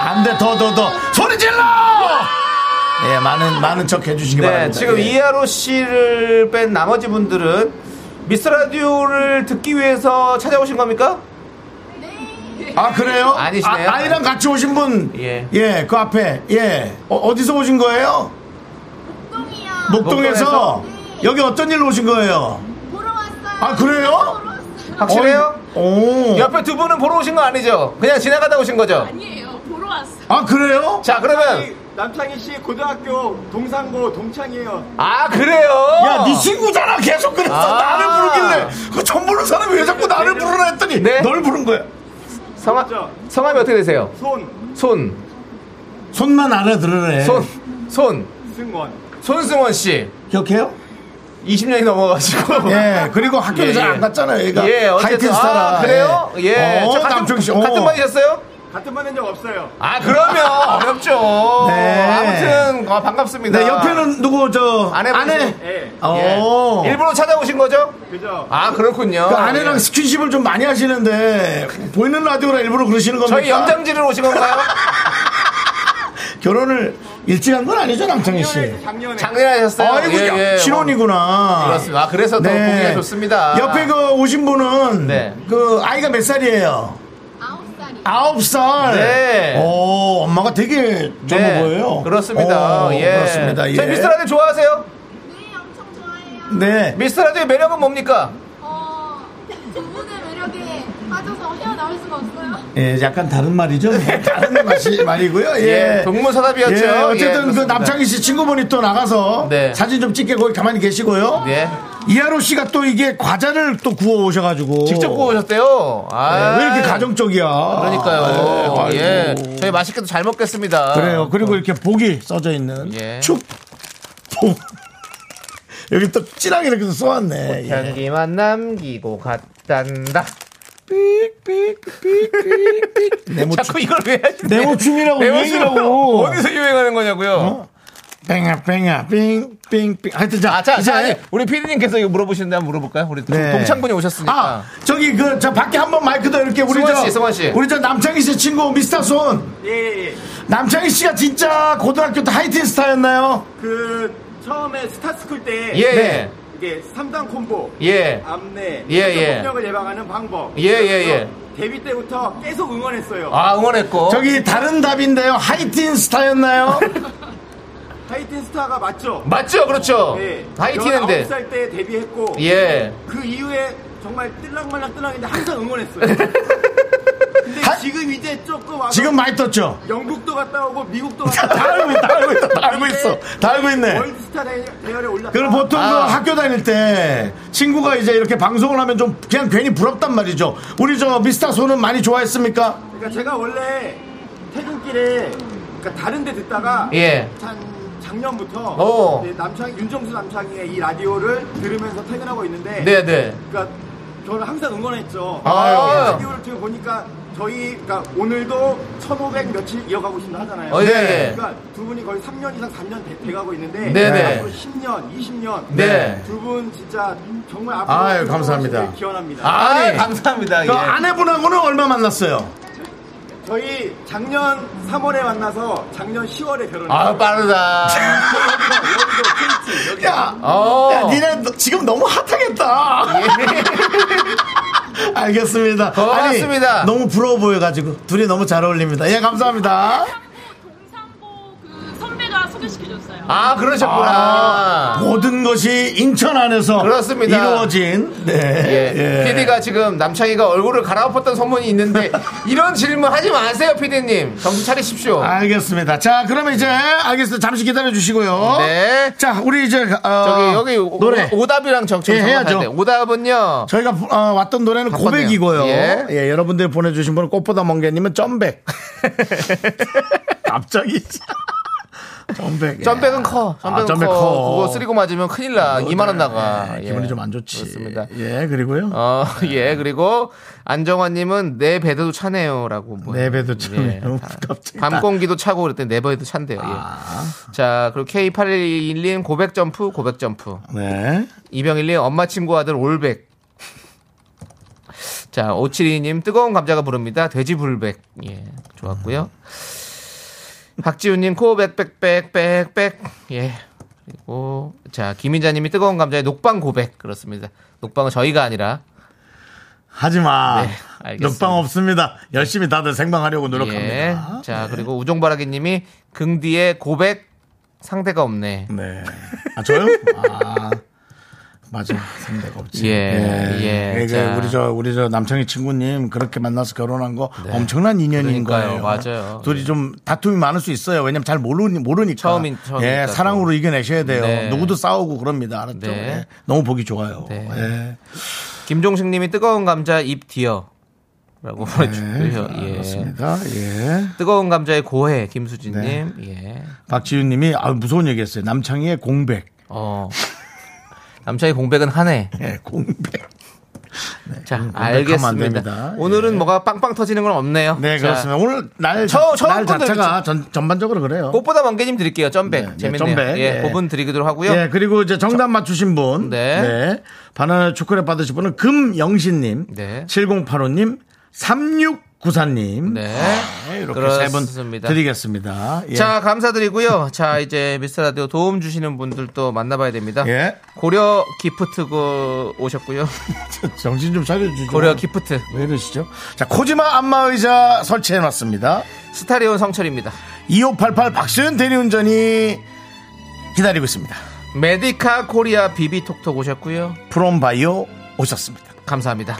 Speaker 1: 안돼 더 더 더 소리 질러! 예 많은 많은 척 해주시기
Speaker 2: 네,
Speaker 1: 바랍니다.
Speaker 2: 지금
Speaker 1: 예.
Speaker 2: 이하로 씨를 뺀 나머지 분들은 미스터 라디오를 듣기 위해서 찾아오신 겁니까?
Speaker 1: 아 그래요?
Speaker 2: 아니시네요.
Speaker 1: 아, 이랑 같이 오신 분.
Speaker 2: 예.
Speaker 1: 예. 그 앞에 예 어, 디서 오신 거예요? 목동이요. 목동에서, 여기 어떤 일로 오신 거예요? 보러 왔어요. 아 그래요?
Speaker 2: 확실해요?
Speaker 1: 어이, 오.
Speaker 2: 옆에 두 분은 보러 오신 거 아니죠? 그냥 지나가다 오신 거죠? 아니에요.
Speaker 1: 아 그래요?
Speaker 2: 자, 그러면
Speaker 3: 남창희 씨 고등학교 동상고 동창이에요.
Speaker 2: 아, 그래요.
Speaker 1: 야, 네 친구잖아. 계속 그래서
Speaker 2: 아.
Speaker 1: 나를 부르길래 그 전 부른 사람이 왜 자꾸 나를 부르나 했더니
Speaker 2: 네.
Speaker 1: 널 부른 거야.
Speaker 2: 성함 성함이 어떻게 되세요?
Speaker 3: 손
Speaker 2: 손.
Speaker 1: 손만 알아들으래.
Speaker 2: 손. 손.
Speaker 3: 승원.
Speaker 2: 손승원 씨.
Speaker 1: 기억해요?
Speaker 2: 20년이 넘어가지고.
Speaker 1: 예. 그리고 학교를
Speaker 2: 예,
Speaker 1: 잘
Speaker 2: 예.
Speaker 1: 안 갔잖아요. 얘가
Speaker 2: 예, 어쨌든
Speaker 1: 그러니까 하이틴 스타라.
Speaker 2: 아, 그래요? 예.
Speaker 1: 어,
Speaker 2: 저
Speaker 1: 남정 씨. 어.
Speaker 2: 같은 반이셨어요?
Speaker 3: 같은 반 한 적 없어요.
Speaker 2: 아, 그러면 어렵죠.
Speaker 1: 네.
Speaker 2: 아무튼 어, 반갑습니다.
Speaker 1: 네, 옆에는 누구 저
Speaker 2: 아내
Speaker 1: 아내.
Speaker 3: 예.
Speaker 1: 어.
Speaker 2: 예. 일부러 찾아오신 거죠?
Speaker 3: 그죠?
Speaker 2: 아, 그렇군요.
Speaker 1: 그 아내랑
Speaker 2: 예.
Speaker 1: 스킨십을 좀 많이 하시는데 보이는 라디오라 일부러 그러시는 겁니까?
Speaker 2: 저희 연장지를 오신 건가요?
Speaker 1: 결혼을 일찍 한 건 아니죠, 남창희 씨?
Speaker 3: 작년에
Speaker 2: 작년에 하셨어요?
Speaker 1: 아이고,
Speaker 2: 예, 예.
Speaker 1: 신혼이구나. 네.
Speaker 2: 그렇습니다. 아, 그래서 더 보기가 좋습니다.
Speaker 1: 옆에 그 오신 분은
Speaker 2: 네.
Speaker 1: 그 아이가 몇 살이에요? 아홉 살.
Speaker 2: 네.
Speaker 1: 오, 엄마가 되게 젊어
Speaker 2: 네.
Speaker 1: 보여요.
Speaker 2: 그렇습니다.
Speaker 1: 오,
Speaker 2: 예.
Speaker 1: 그렇습니다. 예.
Speaker 2: 저희 미스터 라디오 좋아하세요?
Speaker 1: 네.
Speaker 2: 미스터 라디오의 매력은 뭡니까?
Speaker 1: 예, 약간 다른 말이죠. 다른 맛이 말이고요. 예.
Speaker 2: 네. 예. 동문서답이었죠.
Speaker 1: 예, 어쨌든 그
Speaker 2: 그렇습니다.
Speaker 1: 남창희 씨 친구분이 또 나가서
Speaker 2: 네.
Speaker 1: 사진 좀 찍게 거기 가만히 계시고요.
Speaker 2: 예.
Speaker 1: 이하로 씨가 또 이게 과자를 또 구워 오셔가지고
Speaker 2: 직접 구워오셨대요. 아.
Speaker 1: 네, 왜 이렇게 가정적이야?
Speaker 2: 그러니까요.
Speaker 1: 네,
Speaker 2: 예.
Speaker 1: 아이고.
Speaker 2: 저희 맛있게도 잘 먹겠습니다.
Speaker 1: 그래요. 그리고 이렇게 복이 써져 있는
Speaker 2: 예.
Speaker 1: 축 복. 여기 또 찌랑 이렇게
Speaker 2: 뭐,
Speaker 1: 써왔네. 예.
Speaker 2: 향기만 남기고 갔단다.
Speaker 1: 네모
Speaker 2: 자꾸 이걸 왜 하시는
Speaker 1: 네모춤이라고 유행이라고.
Speaker 2: 어디서 유행하는 거냐고요?
Speaker 1: 어? 뺑아 뺑아 빙빙빙. 하여튼 자,
Speaker 2: 아, 자,
Speaker 1: 이제-
Speaker 2: 자, 아니, 우리 피디님께서 이거 물어보시는데 한번 물어볼까요? 우리
Speaker 1: 네.
Speaker 2: 동창분이 오셨으니까.
Speaker 1: 아, 저기 그 저 밖에 한번 마이크 더 이렇게 우리
Speaker 2: 승원
Speaker 1: 저
Speaker 2: 씨, 승원 씨.
Speaker 1: 우리 저 남창희 씨 친구 미스터 손.
Speaker 3: 예예 예.
Speaker 1: 남창희 씨가 진짜 고등학교 때 하이틴 스타였나요?
Speaker 3: 그 처음에 스타스쿨 때
Speaker 2: 예,
Speaker 3: 네. 이게 3단 콤보
Speaker 2: 예.
Speaker 3: 암내
Speaker 2: 예,
Speaker 3: 예,
Speaker 2: 예.
Speaker 3: 예. 폭력을 예방하는 방법
Speaker 2: 예, 예, 예.
Speaker 3: 데뷔 때부터 계속 응원했어요
Speaker 2: 아, 응원했고.
Speaker 1: 저기 다른 답인데요. 하이틴 스타였나요?
Speaker 3: 하이틴 스타가 맞죠?
Speaker 2: 맞죠? 그렇죠.
Speaker 3: 예.
Speaker 10: 네.
Speaker 2: 하이틴인데.
Speaker 3: 19살 때 데뷔했고
Speaker 2: 예.
Speaker 3: 그 이후에 정말 뜰랑말랑 뜰랑인데 항상 응원했어요 근데 지금 이제 조금 와서
Speaker 1: 지금 많이 떴죠?
Speaker 3: 영국도 갔다 오고 미국도
Speaker 1: 다
Speaker 3: 갔다 오고
Speaker 1: 알고 있다, 알고 있다, 다 알고 있어. 다 알고 있네.
Speaker 3: 월드스타 대열에 올랐다.
Speaker 1: 그럼 보통 그 학교 다닐 때 친구가 이제 이렇게 방송을 하면 좀 그냥 괜히 부럽단 말이죠. 우리 저 미스터 소는 많이 좋아했습니까?
Speaker 3: 그러니까 제가 원래 퇴근길에 그러니까 다른 데 듣다가
Speaker 2: 예.
Speaker 3: 한 작년부터
Speaker 2: 어.
Speaker 3: 이제 남창 윤정수 남창희의 이 라디오를 들으면서 퇴근하고 있는데
Speaker 2: 네네.
Speaker 3: 그러니까 저는 항상 응원했죠.
Speaker 2: 아유.
Speaker 3: 라디오를 지금 보니까 저희 그러니까 오늘도 1,500 며칠 이어가고 있다 하잖아요.
Speaker 2: 어, 예, 예.
Speaker 3: 그러니까 두 분이 거의 3년 이상 4년 돼, 가고 있는데
Speaker 2: 네네.
Speaker 3: 앞으로 10년, 20년
Speaker 2: 네.
Speaker 3: 두 분 진짜 정말 앞으로
Speaker 1: 아유, 감사합니다.
Speaker 3: 성공하시길 기원합니다.
Speaker 1: 아니,
Speaker 2: 감사합니다.
Speaker 1: 그 아내분하고는 얼마 만났어요?
Speaker 3: 저희 작년 3월에 만나서 작년 10월에 결혼했어요.
Speaker 1: 아,
Speaker 2: 빠르다.
Speaker 3: 여기도 케이트 여기
Speaker 1: 야,
Speaker 2: 어.
Speaker 1: 야, 니네 너- 지금 너무 핫하겠다. 알겠습니다.
Speaker 2: 고맙습니다.
Speaker 1: 아니, 너무 부러워 보여가지고 둘이 너무 잘 어울립니다. 예, 감사합니다.
Speaker 11: 동상고 그 선배가 소개시켜줬어요.
Speaker 2: 아, 그러셨구나.
Speaker 1: 모든 것이 인천 안에서
Speaker 2: 그렇습니다.
Speaker 1: 이루어진 네.
Speaker 2: 예.
Speaker 1: 예.
Speaker 2: PD가 지금 남창희가 얼굴을 갈아엎었던 소문이 있는데 이런 질문 하지 마세요, PD님. 정신 차리십시오.
Speaker 1: 아, 알겠습니다. 자, 그러면 이제 알겠습니다. 잠시 기다려 주시고요.
Speaker 2: 네.
Speaker 1: 자, 우리 이제 어,
Speaker 2: 저기 여기 오-
Speaker 1: 노래
Speaker 2: 오답이랑 적
Speaker 1: 예, 해야죠.
Speaker 2: 정해야죠. 오답은요.
Speaker 1: 저희가 어, 왔던 노래는
Speaker 2: 바꿨네요.
Speaker 1: 고백이고요.
Speaker 2: 예.
Speaker 1: 예. 여러분들이 보내주신 분은 꽃보다 먼게님은 점백. 갑자기 점백. 예.
Speaker 2: 점백은 커. 점백은
Speaker 1: 아, 점백
Speaker 2: 커.
Speaker 1: 커.
Speaker 2: 그거 쓰리고 맞으면 큰일 나.
Speaker 1: 그거죠.
Speaker 2: 2만 원 나가.
Speaker 1: 예,
Speaker 2: 예.
Speaker 1: 기분이 좀 안 좋지. 아.
Speaker 2: 그렇습니다.
Speaker 1: 예, 그리고요.
Speaker 2: 어, 예. 그리고 안정환님은 내 배도 차네요라고. 뭐.
Speaker 1: 네 배도 참
Speaker 2: 예.
Speaker 1: 너무 갑자기
Speaker 2: 밤
Speaker 1: 다-
Speaker 2: 공기도 차고 그랬더니 내 배도 찬대요. 예.
Speaker 1: 아.
Speaker 2: 자, 그리고 K8121님 고백 점프, 고백 점프.
Speaker 1: 네.
Speaker 2: 이병일님 엄마 친구 아들 올백. 자, 572님 뜨거운 감자가 부릅니다. 돼지 불백. 예, 좋았고요.
Speaker 1: 음.
Speaker 2: 박지훈님 코백백백백백. 예. 그리고 자 김인자님이 뜨거운 감자의 녹방 고백 그렇습니다. 녹방은 저희가 아니라
Speaker 1: 하지 마.
Speaker 2: 네, 알겠습니다.
Speaker 1: 녹방 없습니다. 열심히 다들 생방하려고 노력합니다. 네.
Speaker 2: 예. 자 그리고 우종바라기님이 긍디의 고백 상대가 없네.
Speaker 1: 네. 아, 저요? 아. 맞아. 상대가 없지.
Speaker 2: 예, 예,
Speaker 1: 그러니까
Speaker 2: 자.
Speaker 1: 우리 저, 우리 저 남창희 친구님 그렇게 만나서 결혼한 거 엄청난 인연인
Speaker 2: 네. 그러니까요,
Speaker 1: 거예요.
Speaker 2: 맞아요.
Speaker 1: 둘이 좀 다툼이 많을 수 있어요. 왜냐면 잘 모르니, 모르니까.
Speaker 2: 처음인- 처음이니까
Speaker 1: 예,
Speaker 2: 또.
Speaker 1: 사랑으로 이겨내셔야 돼요.
Speaker 2: 네.
Speaker 1: 누구도 싸우고 그럽니다. 알았죠?
Speaker 2: 네.
Speaker 1: 예. 너무 보기 좋아요.
Speaker 2: 네.
Speaker 1: 예.
Speaker 2: 김종식님이 뜨거운 감자 입 디어라고 보내주고요.
Speaker 1: 네,
Speaker 2: 예.
Speaker 1: 그렇습니다. 예.
Speaker 2: 뜨거운 감자의 고해 김수진님.
Speaker 1: 네.
Speaker 2: 예.
Speaker 1: 박지윤님이 아 무서운 얘기했어요. 남창희의 공백.
Speaker 2: 어. 남자의 공백은 한해.
Speaker 1: 예, 공백.
Speaker 2: 자,
Speaker 1: 음, 공백하면 안
Speaker 2: 알겠습니다.
Speaker 1: 됩니다. 예.
Speaker 2: 오늘은 뭐가 빵빵 터지는 건 없네요.
Speaker 1: 네
Speaker 2: 자,
Speaker 1: 그렇습니다. 오늘 날,
Speaker 2: 저-
Speaker 1: 자-
Speaker 2: 저
Speaker 1: 날
Speaker 2: 건데
Speaker 1: 자체가 전, 전반적으로 그래요.
Speaker 2: 꽃보다 만개님 드릴게요. 점백.
Speaker 1: 네, 네,
Speaker 2: 재밌네요.
Speaker 1: 점백.
Speaker 2: 예,
Speaker 1: 예.
Speaker 2: 부분 드리기로 하고요.
Speaker 1: 예 그리고 이제 정답 맞추신 분,
Speaker 2: 네.
Speaker 1: 네, 바나나 초콜릿 받으실 분은 금영신님,
Speaker 2: 네.
Speaker 1: 7085님, 3694님,
Speaker 2: 네.
Speaker 1: 아, 이렇게 세 분
Speaker 2: 그렇습니다.
Speaker 1: 드리겠습니다. 예.
Speaker 2: 자, 감사드리고요. 자, 이제 미스터 라디오 도움 주시는 분들도 만나봐야 됩니다.
Speaker 1: 예.
Speaker 2: 고려 기프트고 오셨고요.
Speaker 1: 정신 좀 차려주죠.
Speaker 2: 고려 기프트.
Speaker 1: 왜 이러시죠? 자 코지마 안마의자 설치해놨습니다.
Speaker 2: 스타리온 성철입니다.
Speaker 1: 2588 박수현 대리운전이 기다리고 있습니다.
Speaker 2: 메디카 코리아 비비톡톡 오셨고요.
Speaker 1: 프롬바이오 오셨습니다.
Speaker 2: 감사합니다.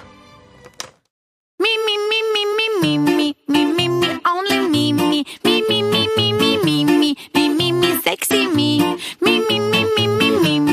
Speaker 8: Me, me, me, me, me, me, me, me, me, me, only me, me, me, me, me, me, me, me, me, me, me, me, sexy me, me, me, me, me, me, me, me,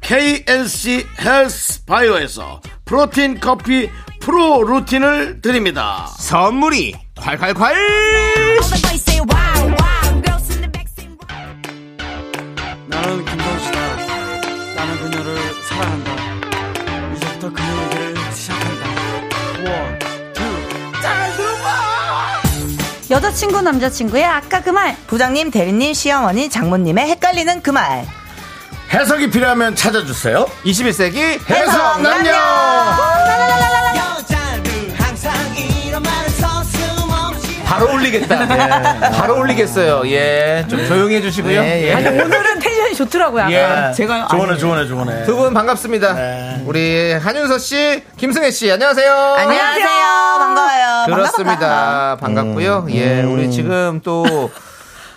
Speaker 1: KNC 헬스 바이오에서 프로틴 커피 프로 루틴을 드립니다.
Speaker 2: 선물이 콸콸콸!
Speaker 8: all the boys say wow, wow, girls in the back say wow.
Speaker 6: 나는 김선수다. 나는 그녀를 사랑한다. 이제부터 그녀의 길을 시작한다. 원, 투.
Speaker 10: 여자친구 남자친구의 아까 그 말 부장님 대리님 시어머니 장모님의 헷갈리는 그 말
Speaker 1: 해석이 필요하면 찾아주세요.
Speaker 2: 21세기
Speaker 1: 해석 남녀.
Speaker 5: 여자들 항상 이런 말을 서슴없이
Speaker 2: 바로 올리겠다. 예. 바로 올리겠어요. 예. 좀 조용히 해주시고요. 예, 예.
Speaker 12: 아니 오늘은 텐션이 좋더라고요. 아까.
Speaker 2: 예.
Speaker 12: 제가
Speaker 2: 조언해,
Speaker 1: 조언해, 조언해.
Speaker 2: 두 분 반갑습니다. 우리 한윤서 씨, 김승혜 씨, 안녕하세요.
Speaker 10: 안녕하세요. 반가워요.
Speaker 2: 그렇습니다.
Speaker 1: 음.
Speaker 2: 반갑고요. 예, 우리 지금 또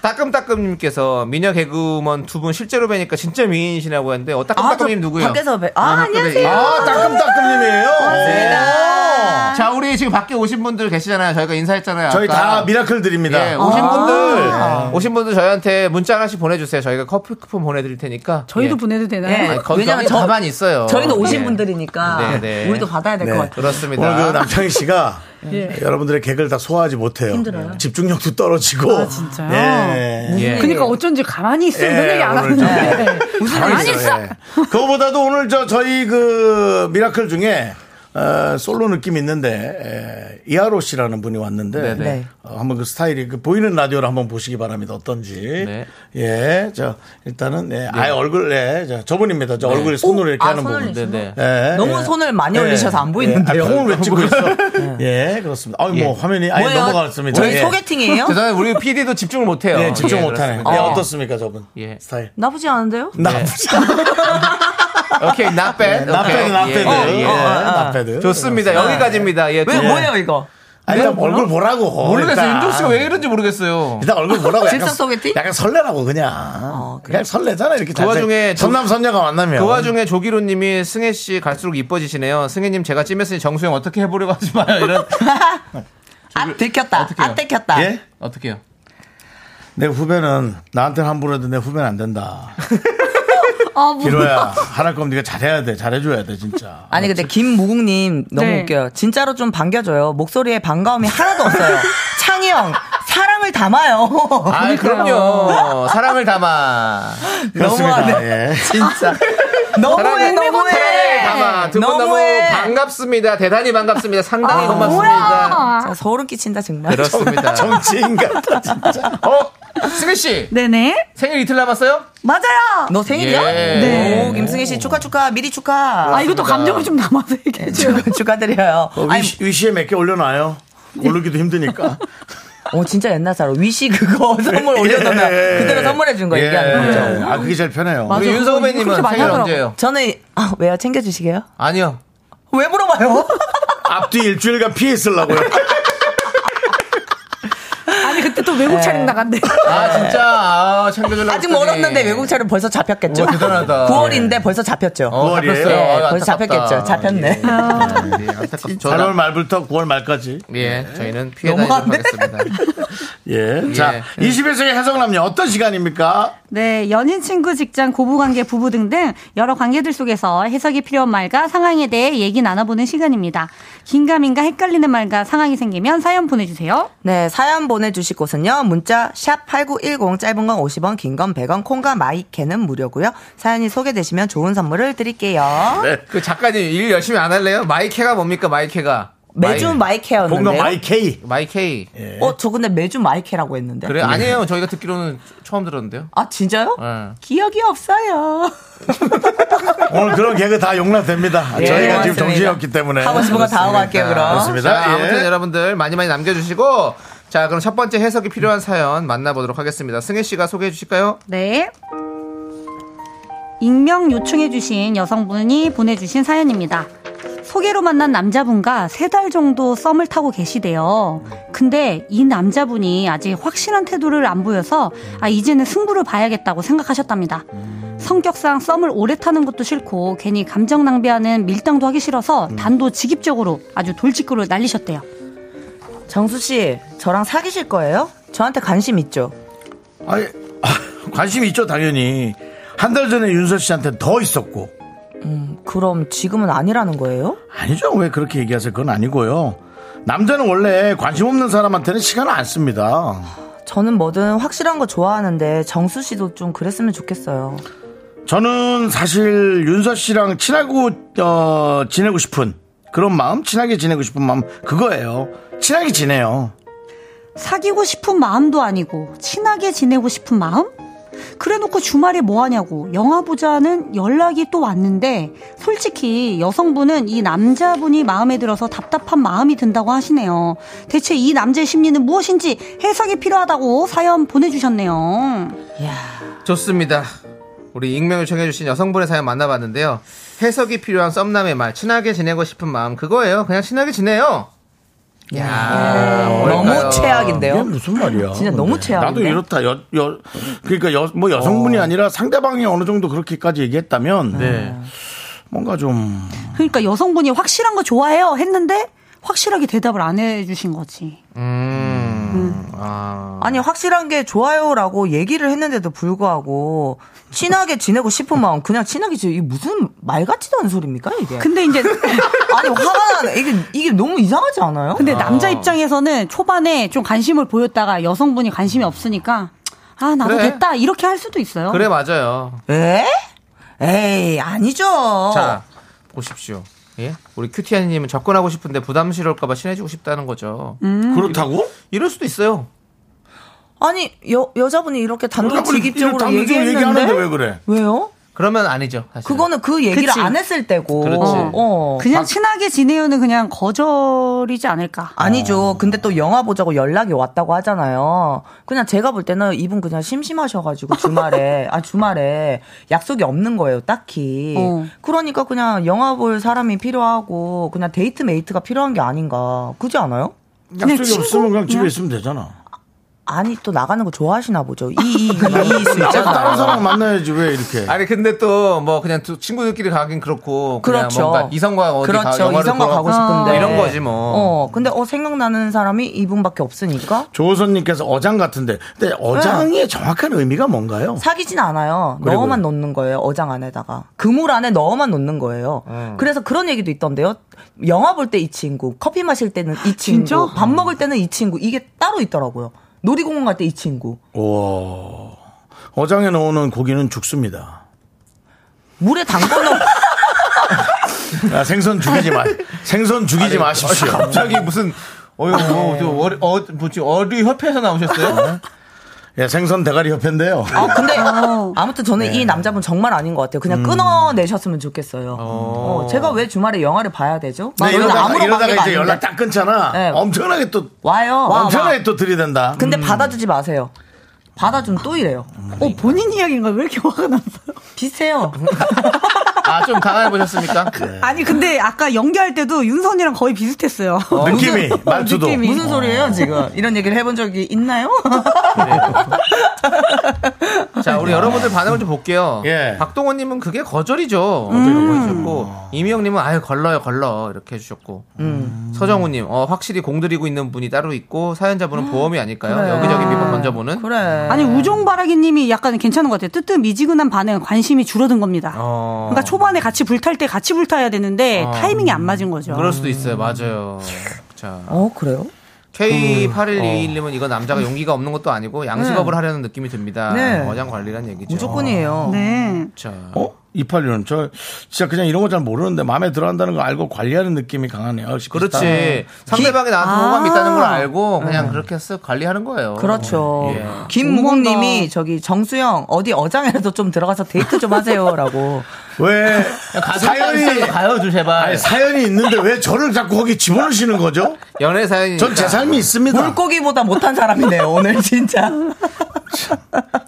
Speaker 2: 따끔따끔님께서 미녀 개그우먼 두 분 실제로 뵈니까 진짜 미인이시라고 했는데 어, 따끔따끔님 누구예요?
Speaker 10: 밖에서 뵈- 아, 안녕하세요.
Speaker 2: 아, 따끔따끔님이에요.
Speaker 10: 반갑습니다.
Speaker 2: 자, 우리 지금 밖에 오신 분들 계시잖아요. 저희가 인사했잖아요.
Speaker 1: 저희
Speaker 2: 아까.
Speaker 1: 다 미라클 드립니다.
Speaker 2: 예, 오신 분들 오신 분들 저희한테 문자 하나씩 보내주세요. 저희가 커피 쿠폰 보내드릴 테니까.
Speaker 12: 저희도
Speaker 2: 예.
Speaker 12: 보내도 되나요?
Speaker 2: 아니, 거기 왜냐면 저- 가만히 있어요.
Speaker 12: 저희는 오신
Speaker 2: 예.
Speaker 12: 분들이니까
Speaker 2: 네, 네.
Speaker 12: 우리도 받아야 될 것 같아요.
Speaker 2: 그렇습니다.
Speaker 1: 오늘 그 남창희 씨가
Speaker 12: 예.
Speaker 1: 여러분들의 개그를 다 소화하지 못해요.
Speaker 12: 힘들어요.
Speaker 1: 집중력도 떨어지고. 예.
Speaker 12: 아, 진짜요?
Speaker 2: 예.
Speaker 12: 무슨- 그러니까 어쩐지 가만히 있어. 이런 얘기 안
Speaker 1: 오늘 좀
Speaker 12: 하는데.
Speaker 10: 네.
Speaker 12: 무슨
Speaker 1: 가만히
Speaker 12: 가만히 있어.
Speaker 1: 예. 그거보다도 오늘 저 저희 그 미라클 중에 어, 솔로 느낌 이 있는데 에, 이하로 씨라는 분이 왔는데
Speaker 2: 네네. 네.
Speaker 1: 어, 한번 그 스타일이 그 보이는 라디오를 한번 보시기 바랍니다. 어떤지
Speaker 10: 네.
Speaker 1: 예, 저 일단은 예, 아예 얼굴에 저, 저분입니다. 저
Speaker 10: 네.
Speaker 1: 얼굴에 손으로
Speaker 10: 오,
Speaker 1: 이렇게
Speaker 10: 아,
Speaker 1: 하는
Speaker 10: 손을
Speaker 1: 부분. 네,
Speaker 10: 이렇게
Speaker 2: 네.
Speaker 10: 너무 손을 많이 올리셔서 안
Speaker 1: 예.
Speaker 10: 보이는데요. 네.
Speaker 1: 아, 콩을 왜 찍고 있어? 예, 그렇습니다. 아유 뭐 화면이 아예
Speaker 10: 뭐예요?
Speaker 1: 넘어갔습니다.
Speaker 10: 저희
Speaker 1: 예.
Speaker 10: 소개팅이에요?
Speaker 2: 죄송해요. 우리 PD도 집중을 못해요.
Speaker 1: 예, 집중
Speaker 2: 예,
Speaker 1: 못하네.
Speaker 2: 그렇습니다.
Speaker 1: 예,
Speaker 2: 어.
Speaker 1: 어떻습니까, 저분?
Speaker 10: 예.
Speaker 1: 스타일.
Speaker 10: 나쁘지 않은데요?
Speaker 1: 나쁘지
Speaker 2: 오케이, not bad.
Speaker 1: Not bad, not bad. 예, not bad.
Speaker 2: 좋습니다.
Speaker 1: 그렇습니다.
Speaker 2: 여기까지입니다. 예,
Speaker 1: 왜, 뭐예요,
Speaker 10: 이거?
Speaker 1: 아니, 일단 얼굴 보라고.
Speaker 2: 모르겠어요.
Speaker 1: 일단.
Speaker 2: 윤종 씨가 왜 이런지 모르겠어요.
Speaker 1: 일단 얼굴 보라고. 약간,
Speaker 2: 질성 소개팅? 어,
Speaker 1: 약간 설레라고, 그냥. 그냥 설레잖아, 이렇게.
Speaker 2: 그 와중에 조-
Speaker 1: 전남선녀가 만나면.
Speaker 2: 그 와중에 조기로님이 승혜 씨 갈수록 이뻐지시네요. 승혜님 제가 찜했으니 정수영 어떻게 해보려고 하지 마요. 이런.
Speaker 10: 아, 들켰다. 아, 들켰다.
Speaker 1: 예?
Speaker 2: 어떻게요?
Speaker 1: 내 후배는 나한테는 함부로 해도 내 후배는 안 된다.
Speaker 10: 아, 뭐.
Speaker 1: 기로야, 하랄 거면 네가 잘해야 돼. 잘해줘야 돼, 진짜.
Speaker 10: 아니 근데 김무국님 너무
Speaker 1: 네.
Speaker 10: 웃겨요. 진짜로 좀 반겨줘요. 목소리에 반가움이 하나도 없어요. 창희 형 사랑을 담아요.
Speaker 2: 아, 그럼요. 사랑을 담아.
Speaker 1: 그렇습니다. 예.
Speaker 10: 진짜. 너무해 너무해.
Speaker 2: 담아. 두분 너무 반갑습니다. 대단히 반갑습니다.
Speaker 10: 아,
Speaker 2: 상당히 고맙습니다.
Speaker 12: 아.
Speaker 10: 진짜 소름 끼친다 정말.
Speaker 2: 그렇습니다.
Speaker 1: 정치인 같다 진짜.
Speaker 2: 어, 승혜 씨.
Speaker 12: 네네.
Speaker 2: 생일 이틀 남았어요?
Speaker 10: 맞아요. 너 생일이야?
Speaker 2: 예.
Speaker 10: 네. 오, 김승희 씨 축하 축하 미리 축하. 네,
Speaker 12: 아, 이것도 감정을 좀 담아서 얘기해 줘.
Speaker 10: 축하 축하드려요.
Speaker 1: 어, 위시, 위시에 몇 개 올려놔요. 고르기도 힘드니까.
Speaker 10: 어 진짜 옛날 사람 위시 그거 선물 올려놓으면
Speaker 1: 예.
Speaker 10: 그대로 선물해 준 거 얘기하는 거죠.
Speaker 1: 예. 아, 그게 제일 편해요.
Speaker 10: 맞아,
Speaker 2: 윤서
Speaker 10: 그거
Speaker 2: 후배님은
Speaker 10: 그렇게 많이
Speaker 2: 생일
Speaker 10: 하더라고.
Speaker 2: 언제예요?
Speaker 10: 저는 아, 왜요? 챙겨주시게요?
Speaker 2: 아니요.
Speaker 10: 왜 물어봐요?
Speaker 1: 앞뒤 일주일간 피해 있으려고요.
Speaker 12: 아니 그때 또
Speaker 10: 네.
Speaker 12: 외국 차림 나간대.
Speaker 2: 아, 진짜. 아, 챙겨주려고.
Speaker 10: 아직
Speaker 2: 했더니.
Speaker 10: 멀었는데 외국차를 벌써 잡혔겠죠?
Speaker 2: 오, 대단하다.
Speaker 10: 9월인데 벌써 잡혔죠.
Speaker 2: 어,
Speaker 1: 구월이에요?
Speaker 10: 네,
Speaker 2: 아유,
Speaker 10: 벌써
Speaker 2: 안타깝다.
Speaker 10: 잡혔겠죠. 잡혔네. 아,
Speaker 2: 예, 안타깝- 저는-
Speaker 1: 8월 말부터 9월 말까지.
Speaker 2: 예, 저희는 피해다니도록 하겠습니다.
Speaker 1: 예. 자,
Speaker 2: 예.
Speaker 1: 21세기 해성남녀 어떤 시간입니까?
Speaker 12: 네, 연인, 친구, 직장, 고부관계, 부부 등등 여러 관계들 속에서 해석이 필요한 말과 상황에 대해 얘기 나눠보는 시간입니다. 긴가민가 헷갈리는 말과 상황이 생기면 사연 보내주세요.
Speaker 10: 네, 사연 보내주실 곳은요. 문자 샵8910 짧은 건 50원, 긴 건 100원, 콩과 마이케는 무료고요. 사연이 소개되시면 좋은 선물을 드릴게요.
Speaker 2: 그 작가님 일 열심히 안 할래요? 마이케가 뭡니까 마이케가?
Speaker 10: 매주 마이케였는데요?
Speaker 2: 뭔가
Speaker 1: 마이케이.
Speaker 2: 마이케이.
Speaker 1: 예.
Speaker 10: 어, 저 근데 매주 마이케라고 했는데.
Speaker 2: 그래 아니에요. 저희가 듣기로는 처음 들었는데요.
Speaker 10: 아, 진짜요?
Speaker 2: 예.
Speaker 10: 기억이 없어요.
Speaker 1: 오늘 그런 개그 다 용납됩니다.
Speaker 2: 예,
Speaker 1: 저희가 지금
Speaker 2: 맞습니다.
Speaker 1: 정신이 없기 때문에.
Speaker 10: 하고 싶은 거 다 하고 갈게요, 그럼.
Speaker 1: 그렇습니다.
Speaker 2: 자,
Speaker 1: 예.
Speaker 2: 아무튼 여러분들 많이 많이 남겨주시고 자 그럼 첫 번째 해석이 필요한 사연 만나보도록 하겠습니다. 승혜 씨가 소개해 주실까요?
Speaker 12: 네. 익명 요청해주신 여성분이 보내주신 사연입니다. 소개로 만난 남자분과 세 달 정도 썸을 타고 계시대요. 근데 이 남자분이 아직 확실한 태도를 안 보여서 아, 이제는 승부를 봐야겠다고 생각하셨답니다. 성격상 썸을 오래 타는 것도 싫고 괜히 감정 낭비하는 밀당도 하기 싫어서 단도직입적으로 아주 돌직구를 날리셨대요.
Speaker 10: 정수 씨, 저랑 사귀실 거예요? 저한테 관심 있죠?
Speaker 1: 아니, 관심이 있죠, 당연히. 한 달 전에 윤서 씨한테 더 있었고.
Speaker 10: 그럼 지금은 아니라는 거예요?
Speaker 1: 아니죠. 왜 그렇게 얘기하세요? 그건 아니고요. 남자는 원래 관심 없는 사람한테는 시간을 안 씁니다.
Speaker 10: 저는 뭐든 확실한 거 좋아하는데 정수 씨도 좀 그랬으면 좋겠어요.
Speaker 1: 저는 사실 윤서 씨랑 친하고 어, 지내고 싶은 그런 마음, 친하게 지내고 싶은 마음 그거예요. 친하게 지내요.
Speaker 12: 사귀고 싶은 마음도 아니고 친하게 지내고 싶은 마음? 그래놓고 주말에 뭐 하냐고 영화 보자는 연락이 또 왔는데 솔직히 여성분은 이 남자분이 마음에 들어서 답답한 마음이 든다고 하시네요. 대체 이 남자의 심리는 무엇인지 해석이 필요하다고 사연 보내주셨네요.
Speaker 2: 좋습니다. 우리 익명을 청해주신 여성분의 사연 만나봤는데요. 해석이 필요한 썸남의 말, 친하게 지내고 싶은 마음, 그거예요. 그냥 친하게 지내요. 야,
Speaker 10: 네. 너무 최악인데요? 예?
Speaker 1: 이게 무슨 말이야?
Speaker 10: 진짜 너무 최악인데? 어.
Speaker 1: 나도 이렇다. 여, 여, 그러니까 여, 뭐 여성분이 아니라 상대방이 어느 정도 그렇게까지 얘기했다면
Speaker 10: 네.
Speaker 1: 뭔가 좀
Speaker 12: 그러니까 여성분이 확실한 거 좋아해요 했는데 확실하게 대답을 안 해주신 거지.
Speaker 2: 음,
Speaker 10: 음. 아니 확실한 게 좋아요라고 얘기를 했는데도 불구하고 친하게 지내고 싶은 마음 그냥 친하게 지내 이게 무슨 말 같지도 않은 소리입니까 이게?
Speaker 12: 근데 이제
Speaker 10: 아니 화가 나는 이게 이게 너무 이상하지 않아요?
Speaker 12: 근데 남자 입장에서는 초반에 좀 관심을 보였다가 여성분이 관심이 없으니까 아 나도
Speaker 10: 그래.
Speaker 12: 됐다 이렇게 할 수도 있어요.
Speaker 2: 그래, 맞아요.
Speaker 10: 에? 에이 아니죠.
Speaker 2: 자, 보십시오. 예? 우리 큐티아님은 접근하고 싶은데 부담스러울까봐 친해지고 싶다는 거죠.
Speaker 10: 음.
Speaker 1: 그렇다고?
Speaker 2: 이럴 수도 있어요.
Speaker 10: 아니 여 여자분이 이렇게
Speaker 1: 뭐
Speaker 10: 단도직입적으로
Speaker 2: 이렇게 단도직입적으로
Speaker 10: 얘기했는데
Speaker 2: 얘기하는데 왜 그래?
Speaker 10: 왜요?
Speaker 2: 그러면 아니죠. 사실.
Speaker 10: 그거는 그 얘기를
Speaker 12: 그치.
Speaker 10: 안 했을 때고. 어,
Speaker 2: 그렇지. 어,
Speaker 12: 그냥
Speaker 10: 막-
Speaker 12: 친하게 지내요는 그냥 거절이지 않을까.
Speaker 10: 아니죠. 근데 또 영화 보자고 연락이 왔다고 하잖아요. 그냥 제가 볼 때는 이분 그냥 심심하셔가지고 주말에, 아, 주말에 약속이 없는 거예요, 딱히.
Speaker 12: 어.
Speaker 10: 그러니까 그냥 영화 볼 사람이 필요하고 그냥 데이트 메이트가 필요한 게 아닌가. 그지 않아요?
Speaker 1: 약속이 없으면 그냥 집에 있으면 되잖아.
Speaker 10: 아니, 또 나가는 거 좋아하시나 보죠. 이, 이, 이, 이,
Speaker 1: 나도 다른 사람
Speaker 10: 있잖아요.
Speaker 1: 만나야지 왜 이렇게?
Speaker 2: 네. 아니 근데 또 뭐 그냥 두 친구들끼리 가긴 그렇고 그냥
Speaker 10: 그렇죠.
Speaker 2: 뭔가 이성과 어디 가
Speaker 10: 그렇죠.
Speaker 2: 영화를
Speaker 10: 이성과
Speaker 2: 보러
Speaker 10: 가고
Speaker 2: 뭐
Speaker 10: 싶은데.
Speaker 2: 이런 거지 뭐.
Speaker 10: 어, 근데 어, 생각나는 사람이 이분밖에 없으니까.
Speaker 1: 조호선님께서 어장 같은데,
Speaker 10: 네.
Speaker 1: 근데 어장의 정확한 의미가 뭔가요?
Speaker 10: 사귀진 않아요.
Speaker 1: 그리고요?
Speaker 10: 넣어만 놓는 거예요. 어장 안에다가. 그물 안에 넣어만 놓는 거예요. 그래서 그런 얘기도 있던데요. 영화 볼 때 이 친구, 커피 마실 때는 이 친구,
Speaker 12: 진짜?
Speaker 1: 어.
Speaker 10: 밥 먹을 때는 이 친구. 이게 따로 있더라고요. 놀이공원 갈 때 이 친구.
Speaker 1: 오, 어장에 넣어놓은 고기는 죽습니다.
Speaker 10: 물에 담궈 놓
Speaker 1: 아, 생선 죽이지 마. 생선 죽이지
Speaker 2: 아니,
Speaker 1: 마십시오. 아,
Speaker 2: 갑자기 무슨 어유 뭐, 저 어리 어 뭐지 어리 협회에서 나오셨어요?
Speaker 1: 예, 생선 대가리 협회인데요.
Speaker 10: 아, 근데 아무튼 저는
Speaker 1: 네.
Speaker 10: 이 남자분 정말 아닌 것 같아요.
Speaker 1: 음.
Speaker 10: 그냥 끊어내셨으면 좋겠어요. 어, 제가 왜 주말에 영화를 봐야 되죠?
Speaker 1: 네,
Speaker 10: 저희는
Speaker 1: 이러다가,
Speaker 10: 아무런
Speaker 1: 이러다가
Speaker 10: 관계가
Speaker 1: 이제
Speaker 10: 아닌데.
Speaker 1: 연락 딱 끊잖아.
Speaker 10: 네.
Speaker 1: 엄청나게 또
Speaker 10: 와요. 와,
Speaker 1: 엄청나게 음.
Speaker 10: 와.
Speaker 1: 또 들이댄다.
Speaker 10: 근데 받아주지 마세요. 받아주면 또 이래요.
Speaker 1: 음.
Speaker 12: 어, 본인 이야기인가 왜 이렇게 화가 났어요?
Speaker 10: 비슷해요.
Speaker 2: 아 좀 강하게 보셨습니까?
Speaker 10: 네.
Speaker 12: 아니 근데 아까 연기할 때도 윤선이랑 거의 비슷했어요.
Speaker 1: 느낌이, 말투도. 어.
Speaker 10: 무슨 소리예요 지금? 이런 얘기를 해본 적이 있나요?
Speaker 2: 자
Speaker 10: 네.
Speaker 2: 우리 여러분들 반응을 좀 볼게요.
Speaker 1: 예.
Speaker 2: 박동원님은 그게 거절이죠.
Speaker 10: 음.
Speaker 2: 이렇게 보내주셨고 이미영님은 아유 걸러요 걸러 이렇게 해주셨고
Speaker 10: 음.
Speaker 2: 서정우님 어, 확실히 공들이고 있는 분이 따로 있고 사연자분은 보험이 아닐까요?
Speaker 12: 그래요.
Speaker 2: 여기저기 비법 던져보는.
Speaker 10: 음. 그래.
Speaker 12: 아니 우종바라기님이 약간 괜찮은 것 같아요. 뜨뜻 미지근한 반응 관심이 줄어든 겁니다.
Speaker 2: 어.
Speaker 12: 그러니까 초반에 같이 불탈 때 같이 불타야 되는데
Speaker 2: 어.
Speaker 12: 타이밍이 안 맞은 거죠.
Speaker 2: 그럴 수도
Speaker 10: 음.
Speaker 2: 있어요. 맞아요. 자.
Speaker 10: 어 그래요?
Speaker 2: K8121님은 이건 남자가 용기가 없는 것도 아니고 양식업을
Speaker 10: 네.
Speaker 2: 하려는 느낌이 듭니다.
Speaker 10: 네.
Speaker 2: 어장 관리란 얘기죠.
Speaker 10: 무조건이에요.
Speaker 12: 네.
Speaker 2: 자.
Speaker 1: 어? 286. 저 진짜 그냥 이런 거 잘 모르는데 마음에 들어 한다는 거 알고 관리하는 느낌이 강하네요. 역시
Speaker 2: 그렇지.
Speaker 1: 비슷하네.
Speaker 2: 상대방이 나한테 호감이
Speaker 12: 아.
Speaker 2: 있다는 걸 알고 그냥 그렇게 쓱 관리하는 거예요.
Speaker 10: 그렇죠.
Speaker 2: 예.
Speaker 10: 김무공님이 저기 정수영 어디 어장이라도 좀 들어가서 데이트 좀 하세요라고.
Speaker 1: 왜
Speaker 2: 아, 사연이
Speaker 1: 사연이
Speaker 2: 가요, 좀 제발.
Speaker 1: 아니, 사연이 있는데 왜 저를 자꾸 거기 집어넣으시는 거죠?
Speaker 2: 연애 사연이. 그러니까.
Speaker 1: 전 제 삶이
Speaker 10: 네.
Speaker 1: 있습니다.
Speaker 10: 물고기보다 못한 사람이네요 오늘 진짜.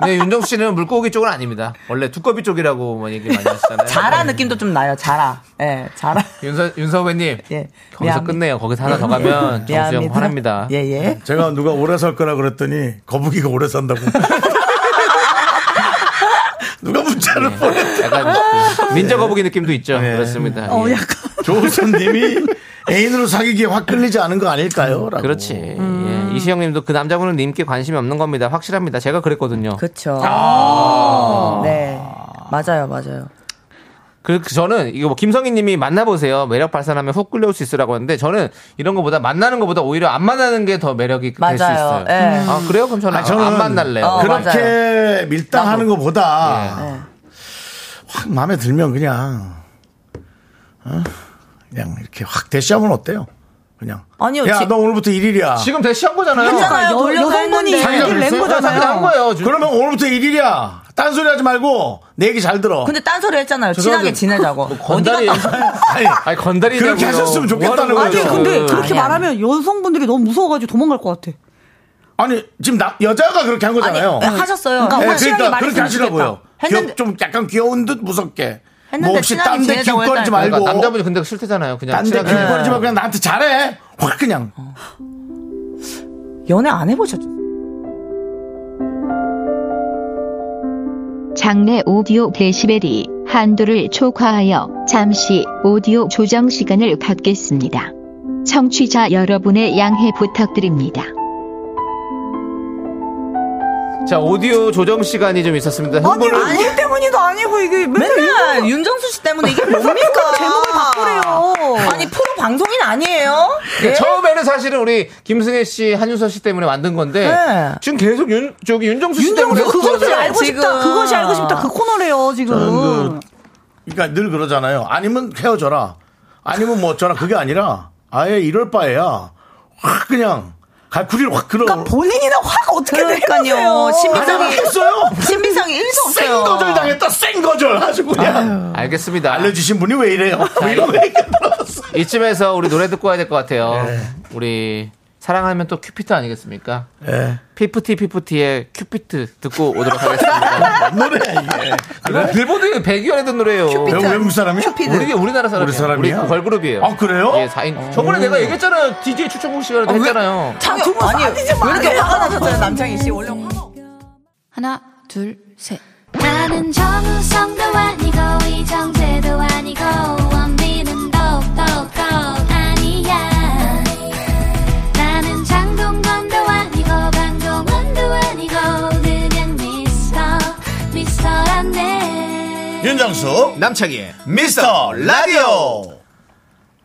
Speaker 2: 네, 윤정수 씨는 물고기 쪽은 아닙니다. 원래 두꺼비 쪽이라고 뭐 얘기 많이 하시잖아요. 네.
Speaker 10: 자라 느낌도 좀 나요 자라. 예 자라.
Speaker 2: 윤서, 윤서배님.
Speaker 10: 예.
Speaker 2: 거기서
Speaker 10: 미안합니다.
Speaker 2: 끝내요. 거기서 하나 더 가면 정수영 화납니다. 네.
Speaker 10: 예예.
Speaker 1: 제가 누가 오래 살 거라 그랬더니 거북이가 오래 산다고. 누가 문자를 보내?
Speaker 2: 약간 민저 거북이 느낌도 있죠. 그렇습니다.
Speaker 12: 어
Speaker 2: 예.
Speaker 12: 약간
Speaker 1: 조선님이 애인으로 사귀기에 확 끌리지 않은 거 아닐까요? 라고.
Speaker 2: 그렇지. 예. 이시영 님도 그 남자분은 님께 관심이 없는 겁니다. 확실합니다. 제가 그랬거든요. 그,
Speaker 10: 그렇죠.
Speaker 2: 아.
Speaker 10: 네. 맞아요 맞아요.
Speaker 2: 그 저는 이거 뭐 김성희 님이 만나보세요. 매력 발산하면 훅 끌려올 수 있으라고 하는데 저는 이런 거보다 만나는 거보다 오히려 안 만나는 게 더 매력이 될 수 있어요.
Speaker 10: 맞아요. 예.
Speaker 2: 아, 그래요? 그럼 저는,
Speaker 1: 아, 저는
Speaker 2: 안 만날래요.
Speaker 10: 어,
Speaker 1: 그렇게 밀당하는
Speaker 10: 나도. 네.
Speaker 1: 것보다 확 마음에 들면 그냥 어? 그냥 이렇게 확 대시하면 어때요? 그냥
Speaker 10: 아니요,
Speaker 1: 야,
Speaker 10: 지-
Speaker 1: 너 오늘부터 일일이야.
Speaker 2: 지금 대시한 거잖아요.
Speaker 10: 괜찮아요.
Speaker 12: 그러니까 여-
Speaker 10: 돌려고
Speaker 12: 여성분이
Speaker 10: 했는데.
Speaker 12: 얘기를 낸
Speaker 2: 자기가
Speaker 12: 거잖아요.
Speaker 2: 한 거예요. 지금.
Speaker 1: 그러면 오늘부터 일일이야. 딴소리 하지 말고 내 얘기 잘 들어.
Speaker 10: 근데 딴소리 했잖아요.
Speaker 1: 죄송한데
Speaker 10: 친하게 지내자고.
Speaker 1: 뭐 건달이-
Speaker 10: 어디 갔다 왔-
Speaker 1: 아니,
Speaker 2: 아니 건달이
Speaker 1: 그렇게 하셨으면 좋겠다는
Speaker 12: 아니
Speaker 1: 거죠.
Speaker 12: 근데
Speaker 10: 네.
Speaker 12: 그렇게
Speaker 1: 아니,
Speaker 12: 말하면 여성분들이 너무 무서워가지고 도망갈 것 같아.
Speaker 1: 아니 지금 나- 여자가 그렇게 한 거잖아요.
Speaker 10: 아니, 하셨어요.
Speaker 1: 네,
Speaker 10: 그러니까 확실하게
Speaker 1: 그러니까 그렇게
Speaker 10: 말했으면
Speaker 1: 하시라고요.
Speaker 10: 좋겠다. 했는데-
Speaker 1: 귀엽- 좀 약간 귀여운 듯 무섭게.
Speaker 10: 했는데
Speaker 1: 뭐 혹시
Speaker 10: 친하게
Speaker 1: 딴 데
Speaker 10: 지내자고
Speaker 1: 길거리지
Speaker 10: 했다니까.
Speaker 1: 말고.
Speaker 10: 그러니까
Speaker 2: 남자분이 근데 싫대잖아요. 그냥
Speaker 1: 딴데
Speaker 2: 친하게.
Speaker 1: 길거리지 말고 그냥 나한테 잘해. 확 그냥.
Speaker 10: 연애 안 해보셨죠?
Speaker 13: 장내 오디오 데시벨이 한도를 초과하여 잠시 오디오 조정 시간을 갖겠습니다. 청취자 여러분의 양해 부탁드립니다.
Speaker 2: 자 오디오 조정 시간이 좀 있었습니다. 흥분을
Speaker 12: 아니 이 때문이도 아니고 이게 맨날,
Speaker 10: 맨날 윤정수 씨 때문에 이게 뭐- 뭡니까? 제목을 바꾸래요. 아니 프로 방송인 아니에요?
Speaker 2: 그러니까 처음에는 사실은 우리
Speaker 1: 그-
Speaker 2: 김승혜 씨, 한윤서 씨 때문에 만든 건데
Speaker 10: 네.
Speaker 2: 지금 계속 윤 저기 윤정수 씨
Speaker 12: 윤정수
Speaker 2: 때문에
Speaker 12: 그것을
Speaker 2: 그러잖아요.
Speaker 12: 알고 싶다. 그것이 알고 싶다. 그 코너래요 지금.
Speaker 1: 저는 그, 그러니까 늘 그러잖아요. 아니면 헤어져라. 아니면 뭐 저라 그게 아니라 아예 이럴 바에야 확 그냥 갈구리를 확 들어. 그러니까
Speaker 12: 아, 본인이나 확 어떻게
Speaker 10: 그러니까요. 아, 신비상이
Speaker 1: 했어요?
Speaker 10: 신비상이 일도 없어요.
Speaker 1: 생거절 당했다. 생거절 아주 그냥.
Speaker 2: 알겠습니다.
Speaker 1: 알려주신 분이 왜 이래요? 왜 이러고
Speaker 2: 이쯤에서 우리 노래 듣고 와야 될 것 같아요.
Speaker 1: 네.
Speaker 2: 우리 사랑하면 또 큐피트 아니겠습니까?
Speaker 1: 예.
Speaker 2: 피프티 피프티의 큐피트 듣고 오도록 하겠습니다.
Speaker 1: 노래 이게.
Speaker 2: 이건 빌보드 100위 안에 든 노래예요.
Speaker 1: 큐피트. 왜 외국 사람이야?
Speaker 2: 큐피드. 우리, 우리나라 사람이야.
Speaker 1: 우리 사람이야?
Speaker 2: 우리 걸그룹이에요.
Speaker 1: 아, 그래요?
Speaker 2: 예, 4인. 저번에 내가 얘기했잖아요. DJ 추천곡 시간에도 했잖아요.
Speaker 10: 아니, 아니 왜 이렇게 화가 나셨어요 남창희 씨 원래
Speaker 14: 하나, 둘, 셋.
Speaker 8: 나는 정우성도 아니고 이정재도 아니고 원빈은 더욱더 아니야 나는 장동건도 아니고 방종원도 아니고 그냥 미스터 미스터란데
Speaker 1: 윤정수
Speaker 2: 남창희의
Speaker 1: 미스터 라디오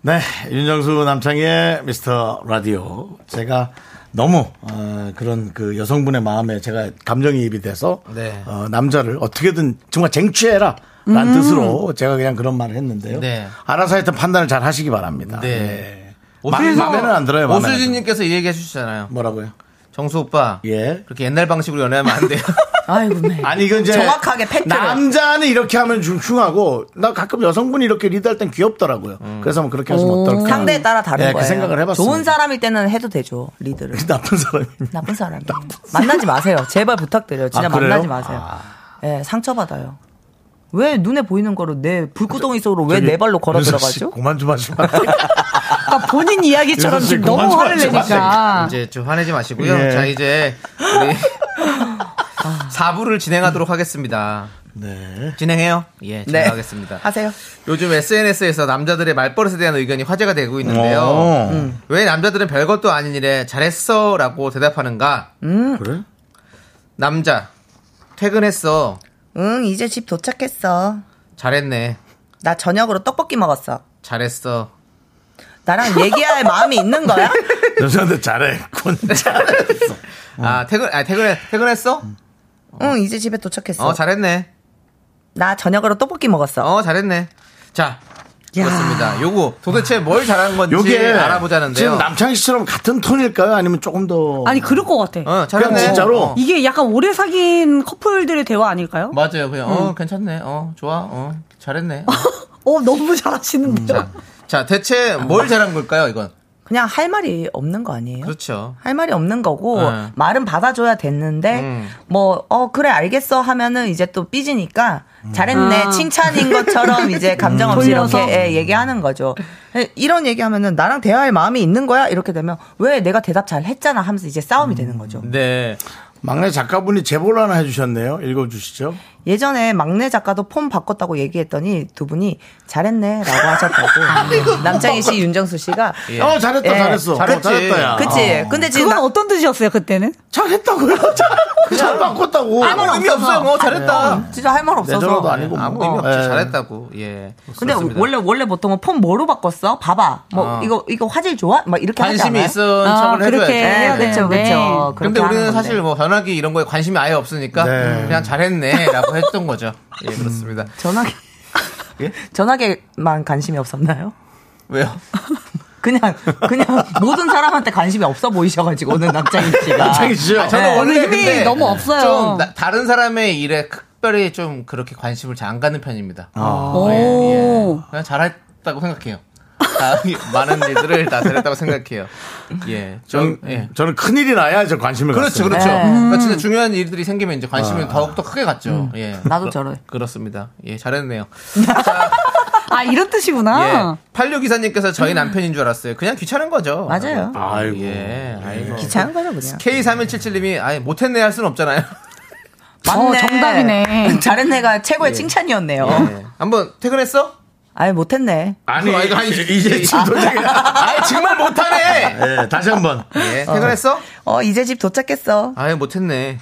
Speaker 1: 네 윤정수 남창희의 미스터 라디오 제가 너무 어, 그런 그 여성분의 마음에 제가 감정이입이 돼서
Speaker 2: 네.
Speaker 1: 어, 남자를 어떻게든 정말 쟁취해라 라는
Speaker 2: 음.
Speaker 1: 뜻으로 제가 그냥 그런 말을 했는데요
Speaker 2: 네.
Speaker 1: 알아서 하여튼 판단을 잘 하시기 바랍니다
Speaker 2: 네.
Speaker 1: 마- 마음에는 안 들어요, 마음에는 안
Speaker 2: 오수진님께서 이 얘기 해주셨잖아요.
Speaker 1: 뭐라고요?
Speaker 2: 정수 오빠.
Speaker 1: 예.
Speaker 2: 그렇게 옛날 방식으로 연애하면 안 돼요.
Speaker 10: 아이고,
Speaker 1: 아니 이건 이제
Speaker 10: 정확하게 팩트를.
Speaker 1: 남자는 이렇게 하면 좀 흉하고 나 가끔 여성분이 이렇게 리드할 땐 귀엽더라고요. 그래서 한번 그렇게 하시면 어떨까?
Speaker 10: 음. 상대에 따라 다른
Speaker 1: 예,
Speaker 10: 거예요.
Speaker 1: 그 생각을 해봤어요.
Speaker 10: 좋은 사람일 때는 해도 되죠 리드를.
Speaker 1: 나쁜 사람이.
Speaker 10: 나쁜 사람이. 만나지 마세요. 제발 부탁드려요. 진짜
Speaker 1: 아, 그래요?
Speaker 10: 만나지 마세요. 예, 상처받아요. 왜 눈에 보이는 거로 내 불구덩이 속으로 왜 내 발로 걸어
Speaker 1: 윤서 씨,
Speaker 10: 들어가죠?
Speaker 1: 그만 좀 하지 마.
Speaker 12: 그러니까 본인 이야기처럼
Speaker 1: 윤서 씨,
Speaker 12: 지금 너무
Speaker 1: 그만
Speaker 12: 화를
Speaker 1: 좀 하지
Speaker 10: 아,
Speaker 12: 내니까.
Speaker 2: 이제 좀 화내지 마시고요.
Speaker 1: 예.
Speaker 2: 자, 이제 우리 4부를 진행하도록 하겠습니다.
Speaker 1: 네.
Speaker 2: 진행해요? 예, 진행하겠습니다.
Speaker 10: 하세요.
Speaker 2: 요즘 SNS에서 남자들의 말버릇에 대한 의견이 화제가 되고 있는데요.
Speaker 1: 오.
Speaker 2: 음. 왜 남자들은 별것도 아닌 일에 잘했어 라고 대답하는가?
Speaker 1: 그래?
Speaker 2: 남자, 퇴근했어.
Speaker 10: 응, 이제 집 도착했어.
Speaker 2: 잘했네.
Speaker 10: 나 저녁으로 떡볶이 먹었어.
Speaker 2: 잘했어.
Speaker 10: 나랑 얘기할 마음이 있는 거야?
Speaker 1: 여자한테 잘했군. 잘했어. 음.
Speaker 2: 아, 퇴근, 아, 퇴근, 퇴근했어?
Speaker 10: 응, 이제 집에 도착했어.
Speaker 2: 어, 잘했네.
Speaker 10: 나 저녁으로 떡볶이 먹었어.
Speaker 2: 어, 잘했네. 자, 그렇습니다. 요거 도대체 뭘 잘한 건지
Speaker 1: 요게
Speaker 2: 알아보자는데요.
Speaker 1: 지금 남창희 씨처럼 같은 톤일까요? 아니면 조금 더
Speaker 12: 아니 그럴 것 같아.
Speaker 2: 어,
Speaker 1: 그냥 진짜로? 어.
Speaker 12: 이게 약간 오래 사귄 커플들의 대화 아닐까요?
Speaker 2: 맞아요. 그냥 어,
Speaker 12: 음.
Speaker 2: 괜찮네. 어, 좋아. 어, 잘했네.
Speaker 1: 뭐.
Speaker 12: 어 너무
Speaker 1: 음.
Speaker 12: 잘하시는데요.
Speaker 2: 자, 대체 뭘 잘한 걸까요, 이건?
Speaker 10: 그냥 할 말이 없는 거 아니에요?
Speaker 2: 그렇죠.
Speaker 10: 할 말이 없는 거고
Speaker 2: 네.
Speaker 10: 말은 받아줘야 됐는데 뭐 어 그래 알겠어 하면은 이제 또 삐지니까 잘했네
Speaker 12: 아.
Speaker 10: 칭찬인 것처럼 이제 감정 없이
Speaker 12: 돌려서?
Speaker 10: 이렇게 예, 얘기하는 거죠. 예, 이런 얘기하면은 나랑 대화할 마음이 있는 거야 이렇게 되면 왜 내가 대답 잘 했잖아 하면서 이제 싸움이 되는 거죠.
Speaker 2: 네.
Speaker 1: 막내 작가분이 제보를 하나 해주셨네요. 읽어주시죠.
Speaker 10: 예전에 막내 작가도 폼 바꿨다고 얘기했더니 두 분이 잘했네라고 하셨다고 남창희 씨 윤정수 씨가
Speaker 1: 예. 어, 잘했다, 잘했어. 잘했지. 잘했다,
Speaker 2: 아.
Speaker 1: 야.
Speaker 10: 그치
Speaker 1: 어.
Speaker 10: 근데 지금
Speaker 12: 그건 어떤 뜻이었어요 그때는?
Speaker 1: 잘했다고요. 잘 바꿨다고.
Speaker 10: 아무 의미 없어요. 뭐 잘했다. 진짜 할 말 없어서. 네.
Speaker 1: 내전화도 아니고
Speaker 2: 아무
Speaker 1: 뭐.
Speaker 2: 의미 없지.
Speaker 1: 예.
Speaker 2: 잘했다고. 예.
Speaker 10: 근데
Speaker 2: 그렇습니다.
Speaker 10: 원래 원래 보통은 폰 뭐로 바꿨어? 봐봐. 뭐
Speaker 2: 어.
Speaker 10: 이거 이거 화질 좋아? 막 이렇게 하지
Speaker 2: 관심이
Speaker 10: 않아요?
Speaker 2: 있은
Speaker 10: 아,
Speaker 2: 척을
Speaker 10: 그렇게
Speaker 2: 해줘야지.
Speaker 10: 그렇죠, 그렇죠.
Speaker 2: 근데 우리는 사실 뭐 전화기 이런 거에 관심이 아예 없으니까
Speaker 1: 네.
Speaker 2: 그냥 잘했네라고 했던 거죠. 예,
Speaker 10: 음.
Speaker 2: 그렇습니다.
Speaker 10: 전화기
Speaker 2: 예?
Speaker 10: 전화기만 관심이 없었나요?
Speaker 2: 왜요?
Speaker 10: 그냥 그냥 모든 사람한테 관심이 없어 보이셔가지고 오늘 남창희 씨가
Speaker 1: 남창희 씨요?
Speaker 2: 아, 저는
Speaker 10: 네.
Speaker 2: 원래 근데
Speaker 12: 너무 없어요.
Speaker 2: 좀 나- 다른 사람의 일에 크- 특별히 좀 그렇게 관심을 잘 안 갖는 편입니다.
Speaker 1: 아.
Speaker 2: 예, 예.
Speaker 12: 오.
Speaker 2: 그냥 잘했다고 생각해요. 다 많은 일들을 다스렸다고 생각해요. 예.
Speaker 1: 저는, 저는 큰일이 나야 저 관심을
Speaker 2: 그렇죠,
Speaker 1: 갖어요.
Speaker 2: 그렇죠. 그러니까 진짜 중요한 일들이 생기면 이제 관심을
Speaker 1: 아.
Speaker 2: 더욱더 크게 갖죠.
Speaker 1: 음.
Speaker 2: 예.
Speaker 1: 나도
Speaker 2: 저래. 그렇습니다. 예, 잘했네요.
Speaker 12: 아 이런
Speaker 2: 예.
Speaker 12: 뜻이구나.
Speaker 2: 86기사님께서 저희 남편인 줄 알았어요. 그냥 귀찮은 거죠.
Speaker 12: 맞아요.
Speaker 2: 아이고. 예, 아이고.
Speaker 10: 귀찮은 거죠, 그냥.
Speaker 2: K3177님이, 아예 못했네 할 순 없잖아요.
Speaker 10: 맞네.
Speaker 2: 어, 정답이네.
Speaker 10: 잘했네가 최고의
Speaker 2: 예.
Speaker 10: 칭찬이었네요.
Speaker 2: 예. 한번 퇴근했어?
Speaker 10: 그렇죠. 아니 못했네.
Speaker 1: 아니,
Speaker 2: 아이고, 아니,
Speaker 1: 이제 지금 도착해.
Speaker 2: 아, 정말 못하네.
Speaker 1: 예, 다시 한번.
Speaker 2: 예, 퇴근했어?
Speaker 10: 어 이제 집 도착했어.
Speaker 2: 아유, 못했네.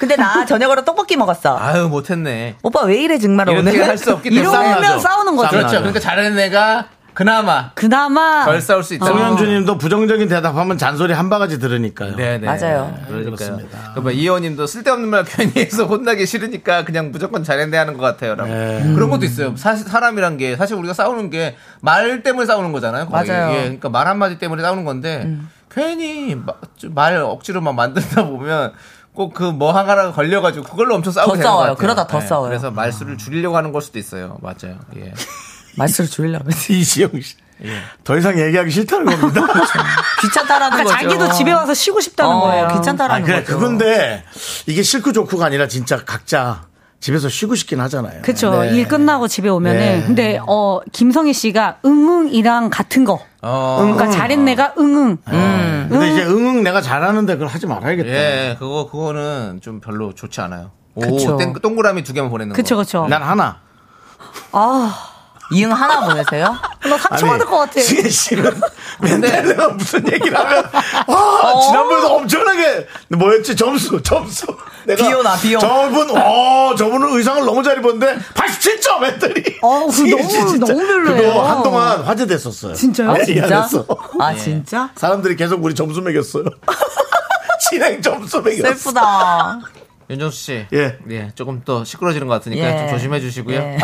Speaker 10: 근데 나 저녁으로 떡볶이 먹었어.
Speaker 2: 아유, 못했네.
Speaker 10: 오빠 왜 이래 정말 오늘?
Speaker 2: 이렇게 할 수 없기 때문에 싸우죠. 그렇죠. 그러니까 잘하는 애가 그나마
Speaker 12: 그나마
Speaker 2: 덜 싸울 수 있다.
Speaker 1: 송현주님도 부정적인 대답하면 잔소리 한 바가지 들으니까요.
Speaker 2: 네네. 그러니까요.
Speaker 1: 그렇습니다.
Speaker 2: 그러니까 이호님도 쓸데없는 말 괜히 해서 혼나기 싫으니까 그냥 무조건 잘했네 하는 것 같아요. 라고. 그런 것도 있어요. 사, 사람이란 게 사실 우리가 싸우는 게 말 때문에 싸우는 거잖아요. 거의.
Speaker 10: 맞아요. 음.
Speaker 2: 예, 그러니까 말 한마디 때문에 싸우는 건데 괜히 마- 좀말 억지로 막 만들다 보면 꼭 그 뭐 하나가 걸려가지고 그걸로 엄청 싸우게
Speaker 10: 더
Speaker 2: 되는 것
Speaker 10: 싸워요.
Speaker 2: 같아요.
Speaker 10: 그러다 더
Speaker 2: 예,
Speaker 10: 싸워요.
Speaker 2: 그래서 말수를 줄이려고 하는 걸 수도 있어요. 맞아요. 예.
Speaker 10: 말수를 줄이려면
Speaker 1: 이시영 씨.
Speaker 10: 예.
Speaker 1: 더 이상 얘기하기 싫다는 겁니다.
Speaker 10: 귀찮다라는
Speaker 12: 아까
Speaker 10: 거죠.
Speaker 12: 자기도 집에 와서 쉬고 싶다는
Speaker 10: 어,
Speaker 12: 거예요.
Speaker 1: 아,
Speaker 10: 귀찮다라는
Speaker 1: 그래,
Speaker 10: 거죠.
Speaker 1: 그건데 이게 싫고 좋고가 아니라 진짜 각자 집에서 쉬고 싶긴 하잖아요.
Speaker 12: 그쵸.
Speaker 1: 네.
Speaker 12: 일 끝나고 집에 오면은.
Speaker 1: 네.
Speaker 12: 근데, 어, 김성희 씨가 응응이랑 같은 거.
Speaker 2: 어.
Speaker 10: 어.
Speaker 12: 그러니까 잘했네가 응응.
Speaker 1: 음. 근데 이제 응응 내가 잘하는데 그걸 하지 말아야겠다.
Speaker 12: 네.
Speaker 2: 예, 그거 그거는 좀 별로 좋지 않아요. 오,
Speaker 1: 그쵸.
Speaker 2: 땡- 동그라미 두 개만 보내는
Speaker 12: 그쵸,
Speaker 2: 거.
Speaker 12: 그쵸.
Speaker 1: 난 하나.
Speaker 10: 아. 이응 하나 보내세요?
Speaker 12: 나 상처받을 것 같아.
Speaker 1: 지혜 씨는 맨날
Speaker 10: 네.
Speaker 1: 내가 무슨 얘기를 하면
Speaker 10: 어.
Speaker 1: 와 지난번에도 엄청나게 뭐였지 점수 점수 내가
Speaker 10: 비오나, 비오.
Speaker 1: 저분 어 저분은 의상을 너무 잘 입었는데 87점 했더니
Speaker 10: 어,
Speaker 1: 지혜
Speaker 10: 너무-
Speaker 1: 씨 진짜
Speaker 10: 너무 별로예요.
Speaker 1: 그거 한동안 화제됐었어요.
Speaker 2: 네,
Speaker 10: 진짜요?
Speaker 1: 예,
Speaker 10: 아, 진짜?
Speaker 1: 미안했어.
Speaker 10: 아,
Speaker 2: 예.
Speaker 10: 진짜?
Speaker 1: 사람들이 계속 우리 점수 매겼어요. 진행 점수 매겼어.
Speaker 10: 슬프다.
Speaker 2: 윤정수 씨.
Speaker 1: 예.
Speaker 2: 조금 더 시끄러지는 것 같으니까
Speaker 1: 예.
Speaker 2: 좀 조심해 주시고요.
Speaker 1: 예.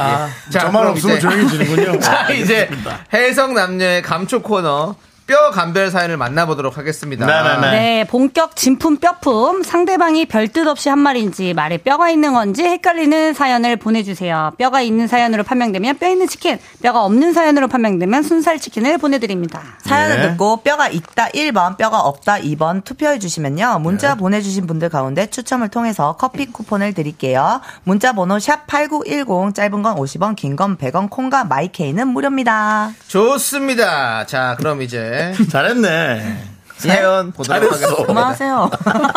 Speaker 1: 저만
Speaker 2: 그럼
Speaker 1: 없으면 조용해지는군요.
Speaker 2: 자,
Speaker 1: 아,
Speaker 2: 이제 해성 남녀의 감초 코너 뼈 감별 사연을 만나보도록 하겠습니다.
Speaker 12: 네, 본격 진품 뼈품 상대방이 별뜻 없이 한 말인지 말에 뼈가 있는 건지 헷갈리는 사연을 보내주세요. 뼈가 있는 사연으로 판명되면 뼈 있는 치킨, 뼈가 없는 사연으로 판명되면 순살 치킨을 보내드립니다.
Speaker 10: 사연을
Speaker 12: 네.
Speaker 10: 듣고 뼈가 있다 1번, 뼈가 없다 2번 투표해 주시면요. 문자 보내주신 분들 가운데 추첨을 통해서 커피 쿠폰을 드릴게요. 문자 번호 샵 8910 짧은 건 50원, 긴 건 100원, 콩과 마이케이는 무료입니다.
Speaker 12: 네.
Speaker 2: 좋습니다. 자, 그럼 이제
Speaker 1: 잘했네.
Speaker 2: 사연 보도록
Speaker 1: 잘했어.
Speaker 2: 하겠습니다.
Speaker 10: 예, 고마워하세요.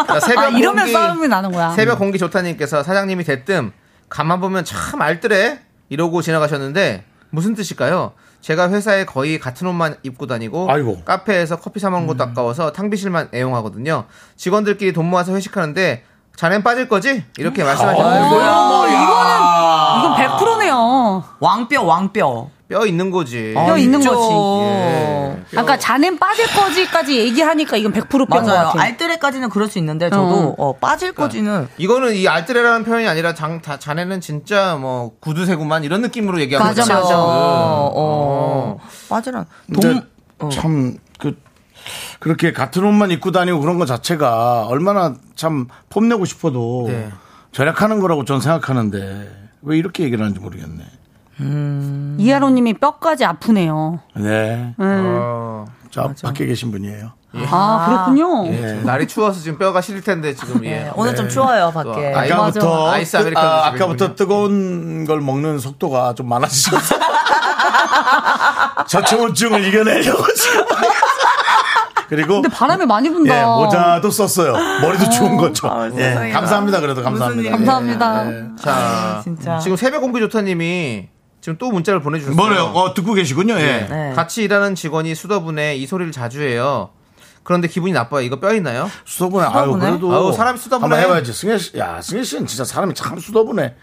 Speaker 2: 자, 새벽
Speaker 12: 아, 이러면
Speaker 2: 공기-
Speaker 12: 싸움이 나는 거야.
Speaker 2: 새벽 공기 좋다님께서 사장님이 대뜸 가만 보면 참 알뜰해 이러고 지나가셨는데 무슨 뜻일까요? 제가 회사에 거의 같은 옷만 입고 다니고 카페에서 커피 사 먹는 것도
Speaker 12: 음.
Speaker 2: 아까워서 탕비실만 애용하거든요. 직원들끼리 돈 모아서 회식하는데 자넨 빠질 거지? 이렇게
Speaker 12: 음.
Speaker 2: 말씀하셨어요.
Speaker 12: 아.
Speaker 10: 아.
Speaker 12: 이건 100%네요.
Speaker 10: 왕뼈, 왕뼈.
Speaker 2: 뼈 있는 거지.
Speaker 12: 뼈 있는 거지.
Speaker 2: 예.
Speaker 12: 아까 자넨 빠질 거지까지 얘기하니까 이건 100% 뼈인 것
Speaker 10: 맞아요.
Speaker 12: 같아.
Speaker 10: 알뜰에까지는 그럴 수 있는데 저도 어, 빠질
Speaker 2: 그러니까.
Speaker 10: 거지는
Speaker 2: 이거는 이 알뜰해라는 표현이 아니라 장, 다, 자네는 진짜 뭐 구두쇠구만 이런 느낌으로 얘기하는 음.
Speaker 10: 맞아,
Speaker 2: 거죠.
Speaker 10: 맞아.
Speaker 2: 지금.
Speaker 10: 어, 어. 빠지라.
Speaker 1: 근데
Speaker 2: 어.
Speaker 1: 참, 그, 그렇게 같은 옷만 입고 다니고 그런 것 자체가 얼마나 참 폼내고 싶어도
Speaker 2: 네.
Speaker 1: 절약하는 거라고 전 생각하는데 왜 이렇게 얘기를 하는지 모르겠네.
Speaker 12: 음. 이하로님이 뼈까지 아프네요.
Speaker 1: 네.
Speaker 12: 음.
Speaker 2: 아.
Speaker 1: 저 밖에 계신 분이에요.
Speaker 10: 예.
Speaker 12: 아, 그렇군요.
Speaker 2: 예, 지금 날이 추워서 지금 뼈가 시릴 텐데 지금 예.
Speaker 10: 네, 오늘 좀 추워요, 밖에.
Speaker 2: 또 아이-
Speaker 1: 아까부터
Speaker 2: 네,
Speaker 1: 그러니까
Speaker 2: 아이스
Speaker 1: 뜨-
Speaker 2: 아메리카노
Speaker 1: 아,
Speaker 2: 드시는군요.
Speaker 1: 까부터 뜨거운 걸 먹는 속도가 좀 많아지셔서 저체온증을 이겨내려고 지금 그리고
Speaker 12: 근데 바람이 많이 분다.
Speaker 1: 예, 모자도 썼어요. 머리도 추운 거죠. 예,
Speaker 12: 세상에.
Speaker 1: 감사합니다. 그래도 감사합니다.
Speaker 12: 감사합니다.
Speaker 2: 예. 자,
Speaker 12: 진짜.
Speaker 2: 지금 새벽 공기 좋다님이 지금 또 문자를 보내주셨어요.
Speaker 1: 뭐래요? 어, 듣고 계시군요. 예.
Speaker 2: 예. 같이 일하는 직원이 수더분에 이 소리를 자주 해요. 그런데 기분이 나빠요. 이거 뼈 있나요?
Speaker 1: 수더분에 아유 그래도
Speaker 2: 아유, 사람이 수더분에
Speaker 1: 한번 해봐야지. 승혜 씨, 야 승혜 씨는 진짜 사람이 참 수더분해.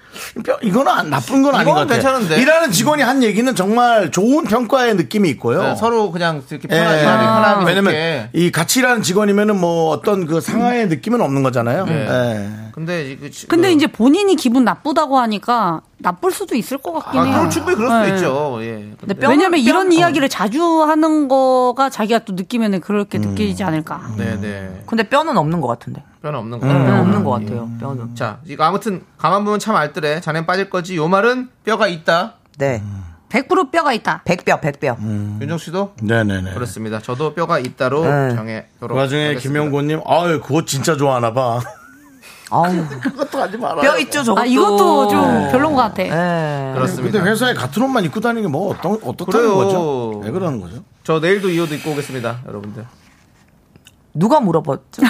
Speaker 1: 뼈- 이거는 안- 나쁜 건 아닌 것
Speaker 2: 이거는
Speaker 1: 같아요.
Speaker 2: 괜찮은데.
Speaker 1: 일하는 직원이 한 얘기는 정말 좋은 평가의 느낌이 있고요.
Speaker 2: 네, 서로 그냥 이렇게
Speaker 1: 예,
Speaker 2: 편하게
Speaker 1: 예.
Speaker 2: 편하게
Speaker 1: 왜냐면
Speaker 2: 이렇게.
Speaker 1: 이 같이 일하는 직원이면은 뭐 어떤 그 상하의 느낌은 없는 거잖아요.
Speaker 2: 네.
Speaker 1: 예.
Speaker 2: 근데 이거 지- 그-
Speaker 12: 근데 이제 본인이 기분 나쁘다고 하니까 나쁠 수도 있을 것 같긴
Speaker 2: 아,
Speaker 12: 해요.
Speaker 2: 그럼 충분히 그럴 수도
Speaker 12: 네.
Speaker 2: 있죠. 예.
Speaker 12: 근데 왜냐면 이런 이야기를 자주 하는 거가 자기가 또 느끼면 그렇게 느끼지 않을까.
Speaker 1: 음.
Speaker 2: 네네.
Speaker 10: 근데 뼈는 없는 것 같은데.
Speaker 2: 뼈는 없는 거
Speaker 10: 뼈 없는 것 같아요. 뼈는.
Speaker 2: 자, 이거 아무튼 가만 보면 참 알뜰해. 자넨 빠질 거지. 요 말은 뼈가 있다.
Speaker 10: 네.
Speaker 12: 100% 뼈가 있다.
Speaker 10: 100뼈, 100뼈.
Speaker 2: 윤정 씨도
Speaker 1: 음. 네네네.
Speaker 2: 그렇습니다. 저도 뼈가 있다로
Speaker 1: 네. 그
Speaker 2: 정해도록
Speaker 1: 와중에
Speaker 2: 하겠습니다.
Speaker 1: 김영곤님, 아유, 그거 진짜 좋아하나 봐.
Speaker 10: 아우.
Speaker 1: 그것도 하지 마라.
Speaker 10: 뼈 있죠, 저것도. 어.
Speaker 12: 아, 이것도 좀
Speaker 1: 네.
Speaker 12: 별론 것 같아.
Speaker 2: 그렇습니다.
Speaker 1: 근데 회사에 같은 옷만 입고 다니는 게 뭐 어떤 어떻다는
Speaker 2: 그래요.
Speaker 1: 거죠? 왜 그러는 거죠?
Speaker 2: 저 내일도 이 옷 입고 오겠습니다, 여러분들.
Speaker 10: 누가 물어봤죠?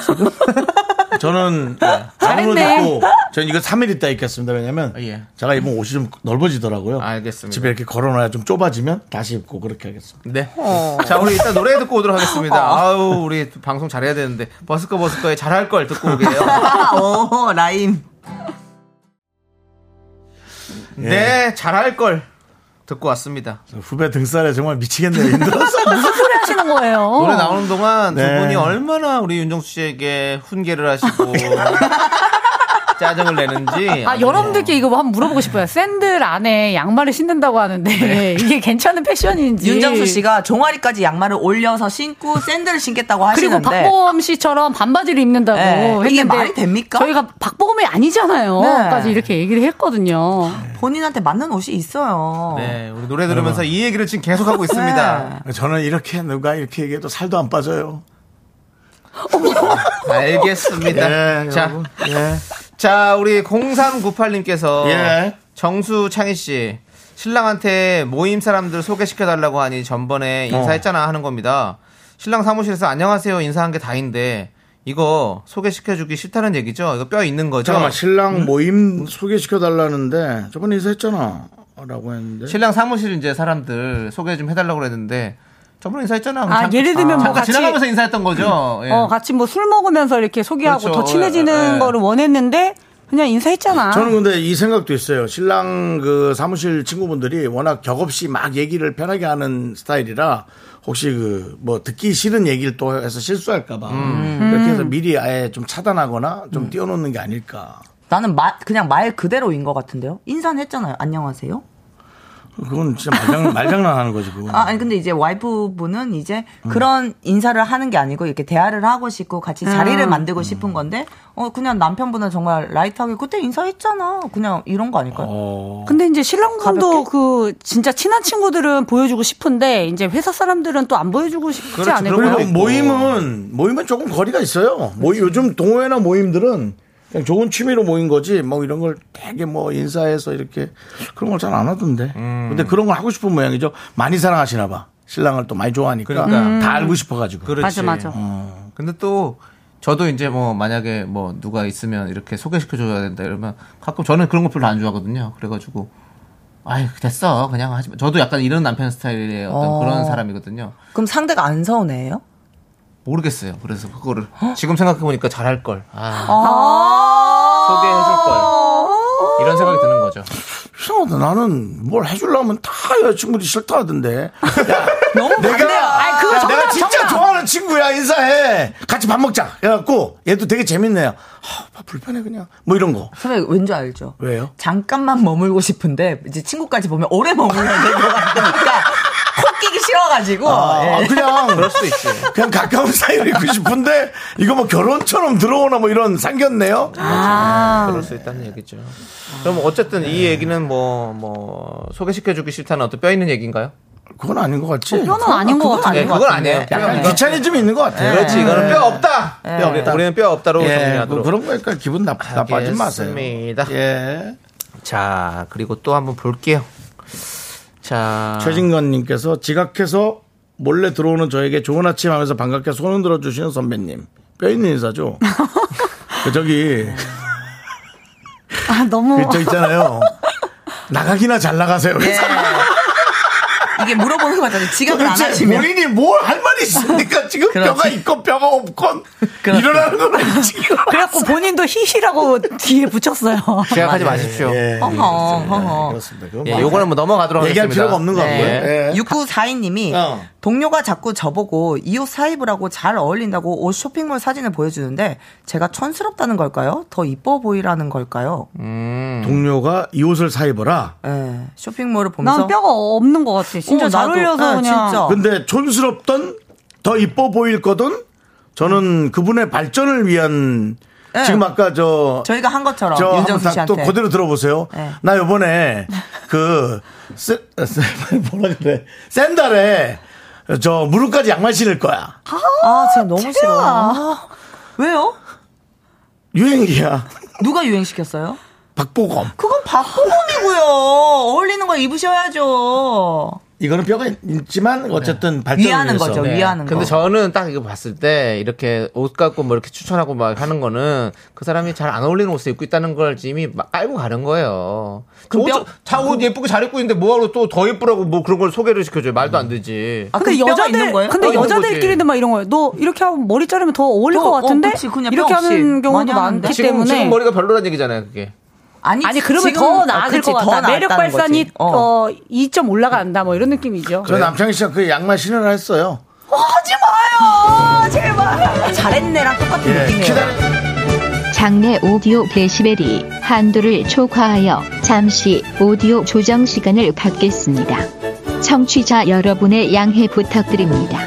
Speaker 1: 저는 다른 옷
Speaker 10: 잘했네.
Speaker 1: 입고 저는 이거 3일 있다 입겠습니다. 왜냐면 제가 입은 옷이 좀 넓어지더라고요.
Speaker 2: 아, 예. 알겠습니다.
Speaker 1: 집에 이렇게 걸어놔야 좀 좁아지면 다시 입고 그렇게 하겠습니다.
Speaker 2: 네.
Speaker 1: 어.
Speaker 2: 자, 우리 일단 노래 듣고 오도록 하겠습니다. 아우, 우리 방송 잘해야 되는데. 버스커 버스커의 잘할 걸 듣고 오게요.
Speaker 10: 어, 라임.
Speaker 1: 예.
Speaker 2: 네, 잘할 걸 듣고 왔습니다.
Speaker 1: 후배 등살에 정말 미치겠네요. 힘들어.
Speaker 12: 무슨 소리 하시는 거예요?
Speaker 2: 노래 나오는 동안
Speaker 1: 어. 네.
Speaker 2: 두 분이 얼마나 우리 윤정수 씨에게 훈계를 하시고 짜증을 내는지.
Speaker 12: 아, 여러분들께 이거 한번 물어보고 싶어요. 샌들 안에 양말을 신는다고 하는데 이게 괜찮은 패션인지.
Speaker 10: 윤정수 씨가 종아리까지 양말을 올려서 신고 샌들을 신겠다고 뭐
Speaker 12: 그리고
Speaker 10: 하시는데
Speaker 12: 박보검 씨처럼 반바지를 입는다고
Speaker 10: 네,
Speaker 12: 했는데
Speaker 10: 이게 말이 됩니까?
Speaker 12: 저희가 박보검이 아니잖아요.까지
Speaker 10: 네.
Speaker 12: 이렇게 얘기를 했거든요.
Speaker 10: 본인한테 맞는 옷이 있어요.
Speaker 2: 네, 우리 노래 들으면서 이 얘기를 지금 계속하고 있습니다.
Speaker 1: 저는 이렇게 누가 이렇게 얘기해도 살도 안 빠져요.
Speaker 2: 알겠습니다.
Speaker 1: 예,
Speaker 2: 자,
Speaker 1: 네. 여러분. 예.
Speaker 2: 자, 우리 0398님께서
Speaker 1: 예.
Speaker 2: 정수 창희 씨 신랑한테 모임 사람들 소개시켜 달라고 하니 전번에
Speaker 1: 어.
Speaker 2: 인사했잖아 하는 겁니다. 신랑 사무실에서 안녕하세요 인사한 게 다인데 이거 소개시켜 주기 싫다는 얘기죠? 이거 뼈 있는 거죠?
Speaker 1: 잠깐만 신랑 모임 소개시켜 달라는데 저번에 인사했잖아라고 했는데
Speaker 2: 신랑 사무실 이제 사람들 소개 좀 해달라고 그랬는데 저번에 인사했잖아.
Speaker 12: 아, 예를 들면 뭐
Speaker 2: 잠깐
Speaker 12: 같이-
Speaker 2: 지나가면서 인사했던 거죠. 예.
Speaker 12: 어, 같이 뭐 술 먹으면서 이렇게 소개하고
Speaker 1: 그렇죠.
Speaker 12: 더
Speaker 10: 네,
Speaker 12: 친해지는
Speaker 1: 예, 예.
Speaker 12: 거를 원했는데 그냥 인사했잖아.
Speaker 1: 저는 근데 이 생각도 있어요. 신랑 그 사무실 친구분들이 워낙 격없이 막 얘기를 편하게 하는 스타일이라 혹시 그 뭐 듣기 싫은 얘기를 또 해서 실수할까봐
Speaker 10: 음.
Speaker 1: 그렇게 해서 미리 아예 좀 차단하거나 좀 띄워놓는 게 아닐까.
Speaker 10: 나는 마- 그냥 말 그대로인 것 같은데요. 인사는 했잖아요. 안녕하세요.
Speaker 1: 그건 진짜 말장, 말장난하는 거지 그건.
Speaker 10: 아, 아니 근데 이제 와이프분은 이제 그런 인사를 하는 게 아니고 이렇게 대화를 하고 싶고 같이 자리를
Speaker 12: 음.
Speaker 10: 만들고 싶은 건데 어 그냥 남편분은 정말 라이트하게 그때 인사했잖아. 그냥 이런 거 아닐까요?
Speaker 12: 근데 이제 신랑분도 그 진짜 친한 친구들은 보여주고 싶은데 이제 회사 사람들은 또 안 보여주고 싶지
Speaker 10: 그렇죠.
Speaker 12: 않을까요? 그렇죠.
Speaker 1: 그리고 모임은 모임은 조금 거리가 있어요. 모 요즘 동호회나 모임들은 그냥 좋은 취미로 모인 거지 뭐 이런 걸 되게 뭐 인사해서 이렇게 그런 걸 잘 안 하던데.
Speaker 2: 음.
Speaker 1: 근데 그런 걸 하고 싶은 모양이죠. 많이 사랑하시나 봐. 신랑을 또 많이 좋아하니까
Speaker 2: 그러니까. 음.
Speaker 1: 다 알고 싶어가지고.
Speaker 2: 그렇지.
Speaker 12: 맞아, 맞아.
Speaker 2: 근데 또 저도 이제 뭐 만약에 뭐 누가 있으면 이렇게 소개시켜 줘야 된다 이러면 가끔 저는 그런 거 별로 안 좋아하거든요. 그래가지고 아이 됐어 그냥 하지 마. 저도 약간 이런 남편 스타일의 어떤
Speaker 10: 어.
Speaker 2: 그런 사람이거든요.
Speaker 10: 그럼 상대가 안 서운해요?
Speaker 2: 모르겠어요. 그래서 그거를 지금 생각해 보니까 잘할 걸. 아,
Speaker 10: 아.
Speaker 2: 소개해줄 걸. 이런 생각이 드는 거죠.
Speaker 1: 이상하다. 나는 뭘 해주려면 다 여자친구들이 싫다 하던데.
Speaker 10: 너무
Speaker 1: 내가,
Speaker 12: 아니, 그거
Speaker 1: 야,
Speaker 12: 정답,
Speaker 1: 내가 진짜
Speaker 12: 정답.
Speaker 1: 좋아하는 친구야. 인사해. 같이 밥 먹자. 그래갖고 얘도 되게 재밌네요. 아, 밥 불편해 그냥. 뭐 이런 거.
Speaker 10: 선배님 왠지 알죠?
Speaker 1: 왜요?
Speaker 10: 잠깐만 머물고 싶은데 이제 친구까지 보면 오래 머물러야 될것 같으니까 코 끼기 싫어가지고
Speaker 1: 아,
Speaker 10: 예.
Speaker 1: 그냥
Speaker 2: 그럴 수도 있지.
Speaker 1: 그냥 가까운 사이로 있고 싶은데 이거 뭐 결혼처럼 들어오나 뭐 이런 상겼네요.
Speaker 2: 그럴 수 있다는 얘기죠. 그럼 어쨌든 이 얘기는 뭐 뭐 소개시켜주기 싫다는 어떤 뼈 있는 얘기인가요?
Speaker 1: 그건 아닌 것 같지.
Speaker 12: 뼈는 아닌 것 같아요.
Speaker 2: 네, 그건 아니에요.
Speaker 1: 약간
Speaker 2: 뼈가-
Speaker 1: 귀차니즘이 있는 것 같아요.
Speaker 2: 그렇지 이거는 뼈 없다.
Speaker 1: 예.
Speaker 2: 뼈 없다. 우리는 뼈 없다로
Speaker 1: 예, 뭐
Speaker 2: 정리하도록.
Speaker 1: 그런 거니까 기분 나빠, 나빠하지 마세요.
Speaker 2: 하겠습니다.
Speaker 1: 예.
Speaker 2: 자 그리고 또 한번 볼게요. 자
Speaker 1: 최진건님께서 지각해서 몰래 들어오는 저에게 좋은 아침 하면서 반갑게 손을 들어주시는 선배님. 뼈 있는 인사죠. 그 저기,
Speaker 12: 아, 너무
Speaker 1: 그 저 있잖아요. 나가기나 잘 나가세요.
Speaker 10: 예. 이게 물어보는 거 같아요. 지각을 안
Speaker 1: 도대체
Speaker 10: 하시면
Speaker 1: 본인이 뭘 할 말이 있습니까? 지금 뼈가 있건 뼈가 없건 일어나는 건 아니지.
Speaker 12: 그래갖고 본인도 히히라고 뒤에 붙였어요.
Speaker 2: 시작하지 마십시오. 예,
Speaker 10: 허허, 허허.
Speaker 1: 네, 그렇습니다. 그건
Speaker 2: 예, 요거는 뭐 넘어가도록
Speaker 1: 얘기할
Speaker 2: 하겠습니다.
Speaker 1: 필요가 없는 것 같고요. 예.
Speaker 10: 6942님이
Speaker 1: 어.
Speaker 10: 동료가 자꾸 저보고 이 옷 사입으라고 잘 어울린다고 옷 쇼핑몰 사진을 보여주는데 제가 촌스럽다는 걸까요? 더 이뻐 보이라는 걸까요?
Speaker 1: 음. 동료가 이 옷을 사 입어라.
Speaker 10: 예, 쇼핑몰을 보면서
Speaker 12: 난 뼈가 없는 것 같아. 진짜
Speaker 10: 어,
Speaker 12: 잘
Speaker 10: 나도.
Speaker 12: 어울려서
Speaker 10: 예,
Speaker 12: 그냥.
Speaker 10: 진짜.
Speaker 1: 근데 촌스럽던 더 이뻐 보일 거든 저는 그분의 발전을 위한
Speaker 10: 네.
Speaker 1: 지금 아까 저
Speaker 10: 저희가 한 것처럼
Speaker 1: 저
Speaker 10: 윤정수
Speaker 1: 한번 다- 또
Speaker 10: 씨한테.
Speaker 1: 그대로 들어보세요.
Speaker 10: 네.
Speaker 1: 나 요번에 그 세, 세, 뭐라 그래 샌달에 저 무릎까지 양말 신을 거야.
Speaker 10: 아, 진짜 너무 싫어. 아, 왜요?
Speaker 1: 유행이야.
Speaker 10: 누가 유행시켰어요?
Speaker 1: 박보검.
Speaker 10: 그건 박보검이고요. 어울리는 거 입으셔야죠.
Speaker 1: 이거는 뼈가 있지만 어쨌든 발전을
Speaker 10: 네. 위하는
Speaker 1: 위해서. 네.
Speaker 10: 거죠. 위하는
Speaker 2: 네. 근데
Speaker 10: 거.
Speaker 2: 저는 딱 이거 봤을 때 이렇게 옷 갖고 뭐 이렇게 추천하고 막 하는 거는 그 사람이 잘 안 어울리는 옷을 입고 있다는 걸 이미 막 깔고 가는 거예요. 뭐
Speaker 10: 그럼 뼈-
Speaker 2: 자옷 예쁘게 잘 입고 있는데 뭐하러 또 더 예쁘라고 뭐 그런 걸 소개를 시켜줘요. 말도 안 되지.
Speaker 10: 아,
Speaker 12: 근데 여자들 근데
Speaker 2: 뼈가 있는
Speaker 12: 여자들끼리도 막 이런 거예요. 너 이렇게 하면 머리 자르면 더 어울릴
Speaker 10: 어,
Speaker 12: 것 같은데
Speaker 10: 어, 그치. 그냥 뼈
Speaker 12: 이렇게
Speaker 10: 없이
Speaker 12: 하는 경우도
Speaker 10: 많이 하는데.
Speaker 12: 많기
Speaker 2: 지금,
Speaker 12: 때문에
Speaker 2: 지금 머리가 별로란 얘기잖아요, 그게.
Speaker 10: 아니,
Speaker 12: 아니 그러면
Speaker 10: 지금-
Speaker 12: 더
Speaker 10: 아,
Speaker 12: 나아질
Speaker 10: 그치,
Speaker 12: 것
Speaker 10: 더
Speaker 12: 같다. 매력
Speaker 10: 나았다는
Speaker 12: 발산이
Speaker 10: 거지. 어.
Speaker 12: 어. 2점 올라간다 뭐 이런 느낌이죠.
Speaker 1: 저 남창희 씨가 그 양말 신으라 했어요.
Speaker 10: 하지 마요. 제발. 잘했네랑 똑같은
Speaker 1: 예,
Speaker 10: 느낌이에요.
Speaker 13: 장내 오디오 데시벨이 한도를 초과하여 잠시 오디오 조정 시간을 갖겠습니다. 청취자 여러분의 양해 부탁드립니다.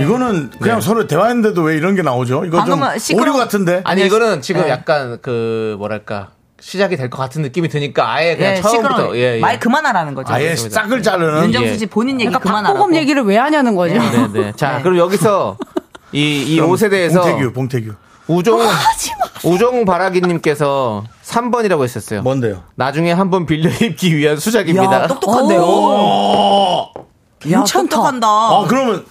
Speaker 1: 이거는 그냥 서로 대화했는데도 왜 이런 게 나오죠? 이거 좀
Speaker 10: 네. 방금은 네. 시끄러운-
Speaker 1: 오류 같은데.
Speaker 2: 아니 이거는 지금
Speaker 1: 예.
Speaker 2: 약간 그 뭐랄까 시작이 될 것 같은 느낌이 드니까 아예 그냥
Speaker 10: 예,
Speaker 2: 처음부터
Speaker 10: 시끄러워.
Speaker 2: 예, 예.
Speaker 10: 말 그만하라는 거죠.
Speaker 2: 아예 예. 싹을
Speaker 1: 자르는
Speaker 10: 윤정수 씨 본인 얘기
Speaker 12: 그러니까
Speaker 10: 그만하라고.
Speaker 12: 박보검 얘기를 왜 하냐는 거죠.
Speaker 2: 네, 네. 자, 그럼 여기서 이, 이
Speaker 1: 그럼
Speaker 2: 옷에 대해서
Speaker 1: 봉태규, 봉태규.
Speaker 2: 우종 우종 바라기님께서 3번이라고 했었어요.
Speaker 1: 뭔데요?
Speaker 2: 나중에 한번 빌려 입기 위한 수작입니다. 어,
Speaker 10: 야, 똑똑한데요.
Speaker 1: 오.
Speaker 10: 괜찮다. 똑똑한다.
Speaker 1: 아, 그러면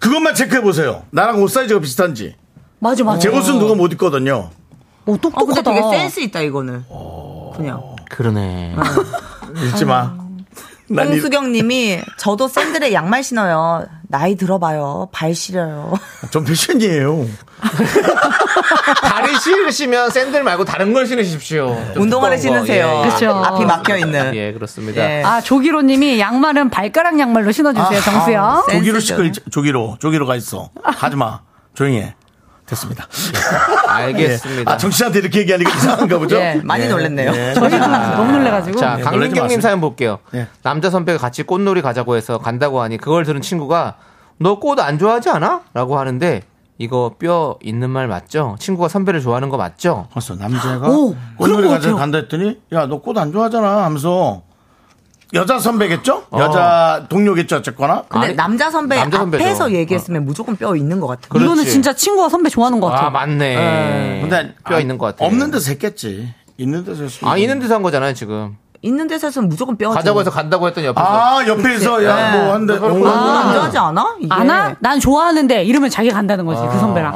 Speaker 1: 그것만 체크해 보세요. 나랑 옷 사이즈가 비슷한지.
Speaker 12: 맞아 맞아.
Speaker 1: 제 옷은 누가 못 입거든요.
Speaker 12: 오,
Speaker 10: 어, 근데
Speaker 12: 똑똑하다.
Speaker 10: 되게 센스 있다 이거는. 그냥.
Speaker 2: 그러네.
Speaker 1: 읽지 마.
Speaker 10: 아.
Speaker 1: 난 이-
Speaker 10: 홍수경님이 저도 샌들에 양말 신어요. 나이 들어봐요. 발 시려요.
Speaker 1: 전 패션이에요.
Speaker 2: 다리 신으시면 샌들 말고 다른 걸 신으십시오. 좀
Speaker 10: 운동화를
Speaker 2: 두꺼운 거.
Speaker 10: 신으세요.
Speaker 2: 예, 예.
Speaker 12: 그쵸.
Speaker 10: 앞이 막혀 있는.
Speaker 2: 예, 그렇습니다.
Speaker 10: 예.
Speaker 12: 아 조기로님이 양말은 발가락 양말로 신어주세요,
Speaker 1: 아,
Speaker 12: 정수야.
Speaker 1: 아, 조기로 시끌 조기로 조기로 가 있어. 하지 마. 조용히 해. 됐습니다.
Speaker 2: 알겠습니다.
Speaker 1: 예. 아, 정치한테 이렇게 얘기하니까 이상한가 보죠?
Speaker 10: 예, 많이 놀랬네요.
Speaker 12: 저희가 너무 놀래가지고.
Speaker 2: 자,
Speaker 1: 예, 놀라지
Speaker 2: 강민경님
Speaker 1: 마세요. 네.
Speaker 2: 사연 볼게요. 남자 선배가 같이 꽃놀이 가자고 해서 간다고 하니 그걸 들은 친구가 너 꽃 안 좋아하지 않아? 라고 하는데 이거 뼈 있는 말 맞죠? 친구가 선배를 좋아하는 거 맞죠?
Speaker 1: 벌써 남자가
Speaker 2: 오,
Speaker 1: 꽃놀이
Speaker 2: 그런 거
Speaker 1: 가자
Speaker 2: 같아요.
Speaker 1: 간다 했더니 야 너 꽃 안 좋아하잖아 하면서 여자 선배겠죠?
Speaker 2: 어. 그
Speaker 1: 여자 동료겠죠 어쨌거나
Speaker 10: 근데 남자 선배
Speaker 1: 남자 선배죠.
Speaker 10: 앞에서 얘기했으면 무조건 뼈 있는 것 같아요.
Speaker 1: 그렇지. 이거는 진짜
Speaker 12: 친구가 선배 좋아하는 것
Speaker 2: 같아요. 아, 맞네.
Speaker 1: 예. 근데
Speaker 2: 예. 뼈 있는 것 같아요.
Speaker 1: 없는 데서 했겠지. 있는 데서 했으면
Speaker 2: 아, 있는 데서 한 거잖아요, 지금.
Speaker 10: 있는 데서는 무조건 뼈.
Speaker 2: 가자고 해서 간다고 했더니 옆에서.
Speaker 1: 아 옆에서
Speaker 2: 네.
Speaker 1: 야뭐 한데
Speaker 10: 안 좋아하지 않아? 이게.
Speaker 12: 아나? 난 좋아하는데 이러면 자기가 간다는 거지
Speaker 10: 아.
Speaker 12: 그 선배랑.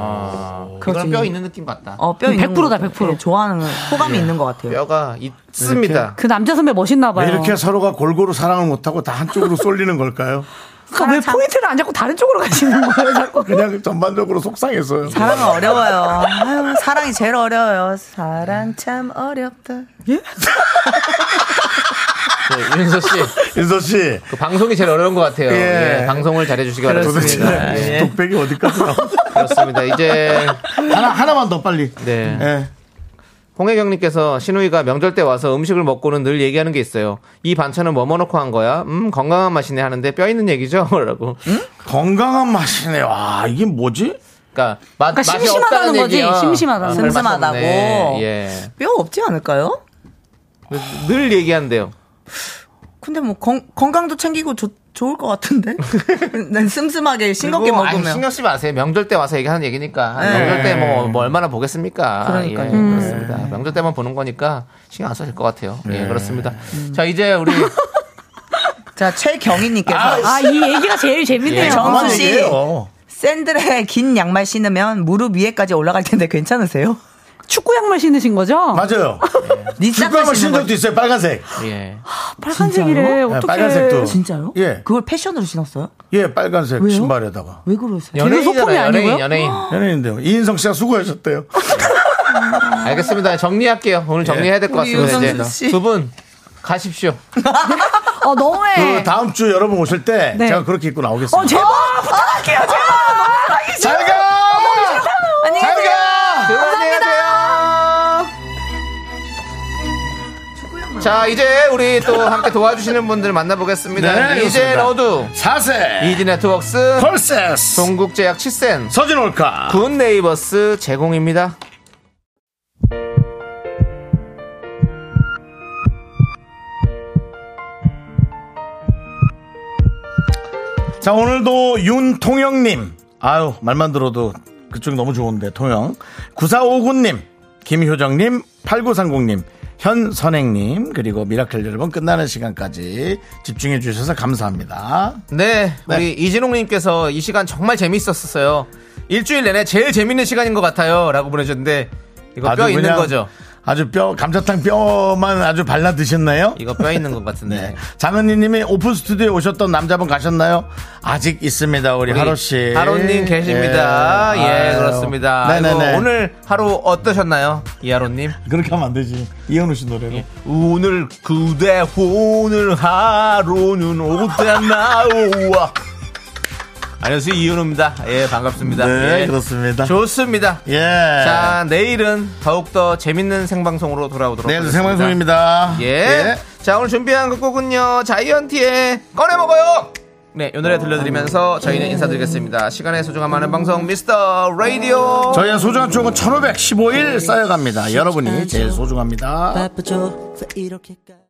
Speaker 2: 이거는 뼈 있는 느낌 같다.
Speaker 10: 어, 네. 뼈 있는
Speaker 12: 100% 다,
Speaker 10: 거 같아요. 예, 좋아하는 호감이 있는 것 같아요.
Speaker 2: 뼈가 있습니다.
Speaker 12: 그 남자 선배 멋있나
Speaker 1: 왜
Speaker 12: 봐요.
Speaker 1: 네, 이렇게 서로가 골고루 사랑을 못하고 다 한쪽으로 쏠리는 걸까요?
Speaker 12: 그러니까 왜 포인트를 안 잡고 다른 쪽으로 가시는 거예요, 자꾸?
Speaker 1: 그냥 전반적으로 속상해서요.
Speaker 10: 사랑은 어려워요. 아유, 사랑이 제일 어려워요. 사랑 참 어렵다.
Speaker 2: 네, 윤서 씨.
Speaker 1: 윤서 씨.
Speaker 2: 그 방송이 제일 어려운 것 같아요.
Speaker 1: 예.
Speaker 2: 예, 방송을 잘해주시기
Speaker 1: 도대체
Speaker 2: 바랍니다. 예.
Speaker 1: 독백이 어디까지 나오지?
Speaker 2: 그렇습니다. 이제
Speaker 1: 하나 하나만 더 빨리.
Speaker 2: 네.
Speaker 1: 예.
Speaker 2: 홍혜경님께서 신우이가 명절 때 와서 음식을 먹고는 늘 얘기하는 게 있어요. 이 반찬은 뭐 먹어놓고 한 거야? 음 건강한 맛이네 하는데 뼈 있는 얘기죠? 라고.
Speaker 1: 건강한 맛이네. 와 이게 뭐지?
Speaker 2: 그러니까 맛
Speaker 12: 그러니까
Speaker 2: 맛이
Speaker 12: 심심하다는
Speaker 2: 없다는
Speaker 12: 거지.
Speaker 2: 얘기야. 아,
Speaker 12: 심심하다는
Speaker 2: 별 맛
Speaker 10: 슴슴하다고.
Speaker 2: 없네. 예.
Speaker 10: 뼈 없지 않을까요?
Speaker 2: 늘 얘기한대요.
Speaker 10: 근데 뭐 건, 건강도 챙기고 좋- 좋을 것 같은데? 난 슴슴하게 싱겁게
Speaker 2: 그리고 아니,
Speaker 10: 먹으면.
Speaker 2: 신경 쓰지 마세요. 명절 때 와서 얘기하는 얘기니까
Speaker 10: 네.
Speaker 2: 명절 때 뭐 얼마나 보겠습니까?
Speaker 10: 그러니까요.
Speaker 2: 예,
Speaker 12: 음.
Speaker 2: 그렇습니다. 명절 때만 보는 거니까 신경 안 써질 것 같아요. 예, 그렇습니다. 자 이제 우리
Speaker 10: 자, 최경희님께서.
Speaker 12: 아, 이 얘기가 제일 재밌네요.
Speaker 10: 예, 정수 씨.
Speaker 1: 얘기해요.
Speaker 10: 샌들에 긴 양말 신으면 무릎 위에까지 올라갈 텐데 괜찮으세요?
Speaker 12: 축구 양말 신으신 거죠?
Speaker 1: 맞아요.
Speaker 10: 니
Speaker 1: 축구
Speaker 10: 짝을
Speaker 1: 한번
Speaker 10: 신는
Speaker 1: 신은
Speaker 10: 거-
Speaker 1: 적도 있어요. 빨간색.
Speaker 2: 예.
Speaker 12: 아, 빨간색이래.
Speaker 1: 네,
Speaker 12: 어떻게?
Speaker 1: 빨간색도.
Speaker 10: 진짜요?
Speaker 1: 예.
Speaker 10: 그걸 패션으로 신었어요?
Speaker 1: 예, 빨간색
Speaker 10: 왜요?
Speaker 1: 신발에다가.
Speaker 10: 왜 그러세요?
Speaker 12: 소품이
Speaker 2: 연예인이잖아요. 연예인
Speaker 12: 아니고요?
Speaker 2: 연예인.
Speaker 1: 연예인인데요. 이인성 씨가 수고하셨대요.
Speaker 2: 알겠습니다. 정리할게요. 오늘 정리해야 될 것
Speaker 10: 우리
Speaker 2: 같습니다.
Speaker 10: 윤성수
Speaker 2: 이제
Speaker 10: 씨.
Speaker 2: 두 분 가십시오.
Speaker 12: 어 너무해.
Speaker 1: 그 다음 주 여러분 오실 때
Speaker 12: 네.
Speaker 1: 제가 그렇게 입고 나오겠습니다.
Speaker 12: 어 제발 부탁할게요. 제발.
Speaker 1: 잘 가! 잘 가!
Speaker 2: 감사합니다.
Speaker 10: 축구 양말.
Speaker 2: 자, 이제 우리 또 함께 도와주시는 분들 만나보겠습니다.
Speaker 1: 네,
Speaker 2: 이제
Speaker 1: 좋습니다.
Speaker 2: 러두.
Speaker 1: 4세.
Speaker 2: 이지 네트웍스.
Speaker 1: 펄세스.
Speaker 2: 동국제약 치센.
Speaker 1: 서진 올카.
Speaker 2: 굿 네이버스 제공입니다.
Speaker 1: 자 오늘도 윤통영님 아유 말만 들어도 그쪽 너무 좋은데 통영 9459님 김효정님 8930님 현선행님 그리고 미라클 여러분 끝나는 시간까지 집중해 주셔서 감사합니다
Speaker 2: 네, 우리 이진홍님께서 이 시간 정말 재밌었어요. 일주일 내내 제일 재밌는 시간인 것 같아요. 라고 보내주셨는데, 이거
Speaker 1: 아주
Speaker 2: 뼈 있는
Speaker 1: 그냥
Speaker 2: 거죠?
Speaker 1: 아주 뼈 감자탕 뼈만 아주 발라 드셨나요? 네.
Speaker 2: 이거 뼈 있는 것 같은데.
Speaker 1: 장은희님이 오픈 스튜디오에 오셨던 남자분 가셨나요? 아직 있습니다 우리,
Speaker 2: 우리
Speaker 1: 하로 씨.
Speaker 2: 하로님 계십니다. 예,
Speaker 1: 아유.
Speaker 2: 그렇습니다.
Speaker 1: 네네네.
Speaker 2: 아이고, 오늘 하루 어떠셨나요, 이하로님?
Speaker 1: 그렇게 하면 안 되지. 이현우 씨 노래로.
Speaker 2: 오늘 그대 오늘 하루는 어땠나요? 안녕하세요, 이현우입니다. 예, 반갑습니다.
Speaker 1: 네,
Speaker 2: 예.
Speaker 1: 그렇습니다.
Speaker 2: 좋습니다.
Speaker 1: 예.
Speaker 2: 자, 내일은 더욱더 재밌는 생방송으로 돌아오도록
Speaker 1: 내일
Speaker 2: 하겠습니다.
Speaker 1: 생방송입니다.
Speaker 2: 예.
Speaker 1: 예.
Speaker 2: 자, 오늘 준비한 곡은요, 자이언티의 꺼내 먹어요! 네, 이 노래 들려드리면서 저희는 인사드리겠습니다. 시간의 소중함 많은 방송, 미스터 라디오.
Speaker 1: 저희의 소중한 추억은
Speaker 2: 예.
Speaker 1: 1515일 쌓여갑니다. 여러분이 제일 소중합니다.
Speaker 15: 바쁘죠. 그래서 이렇게까지.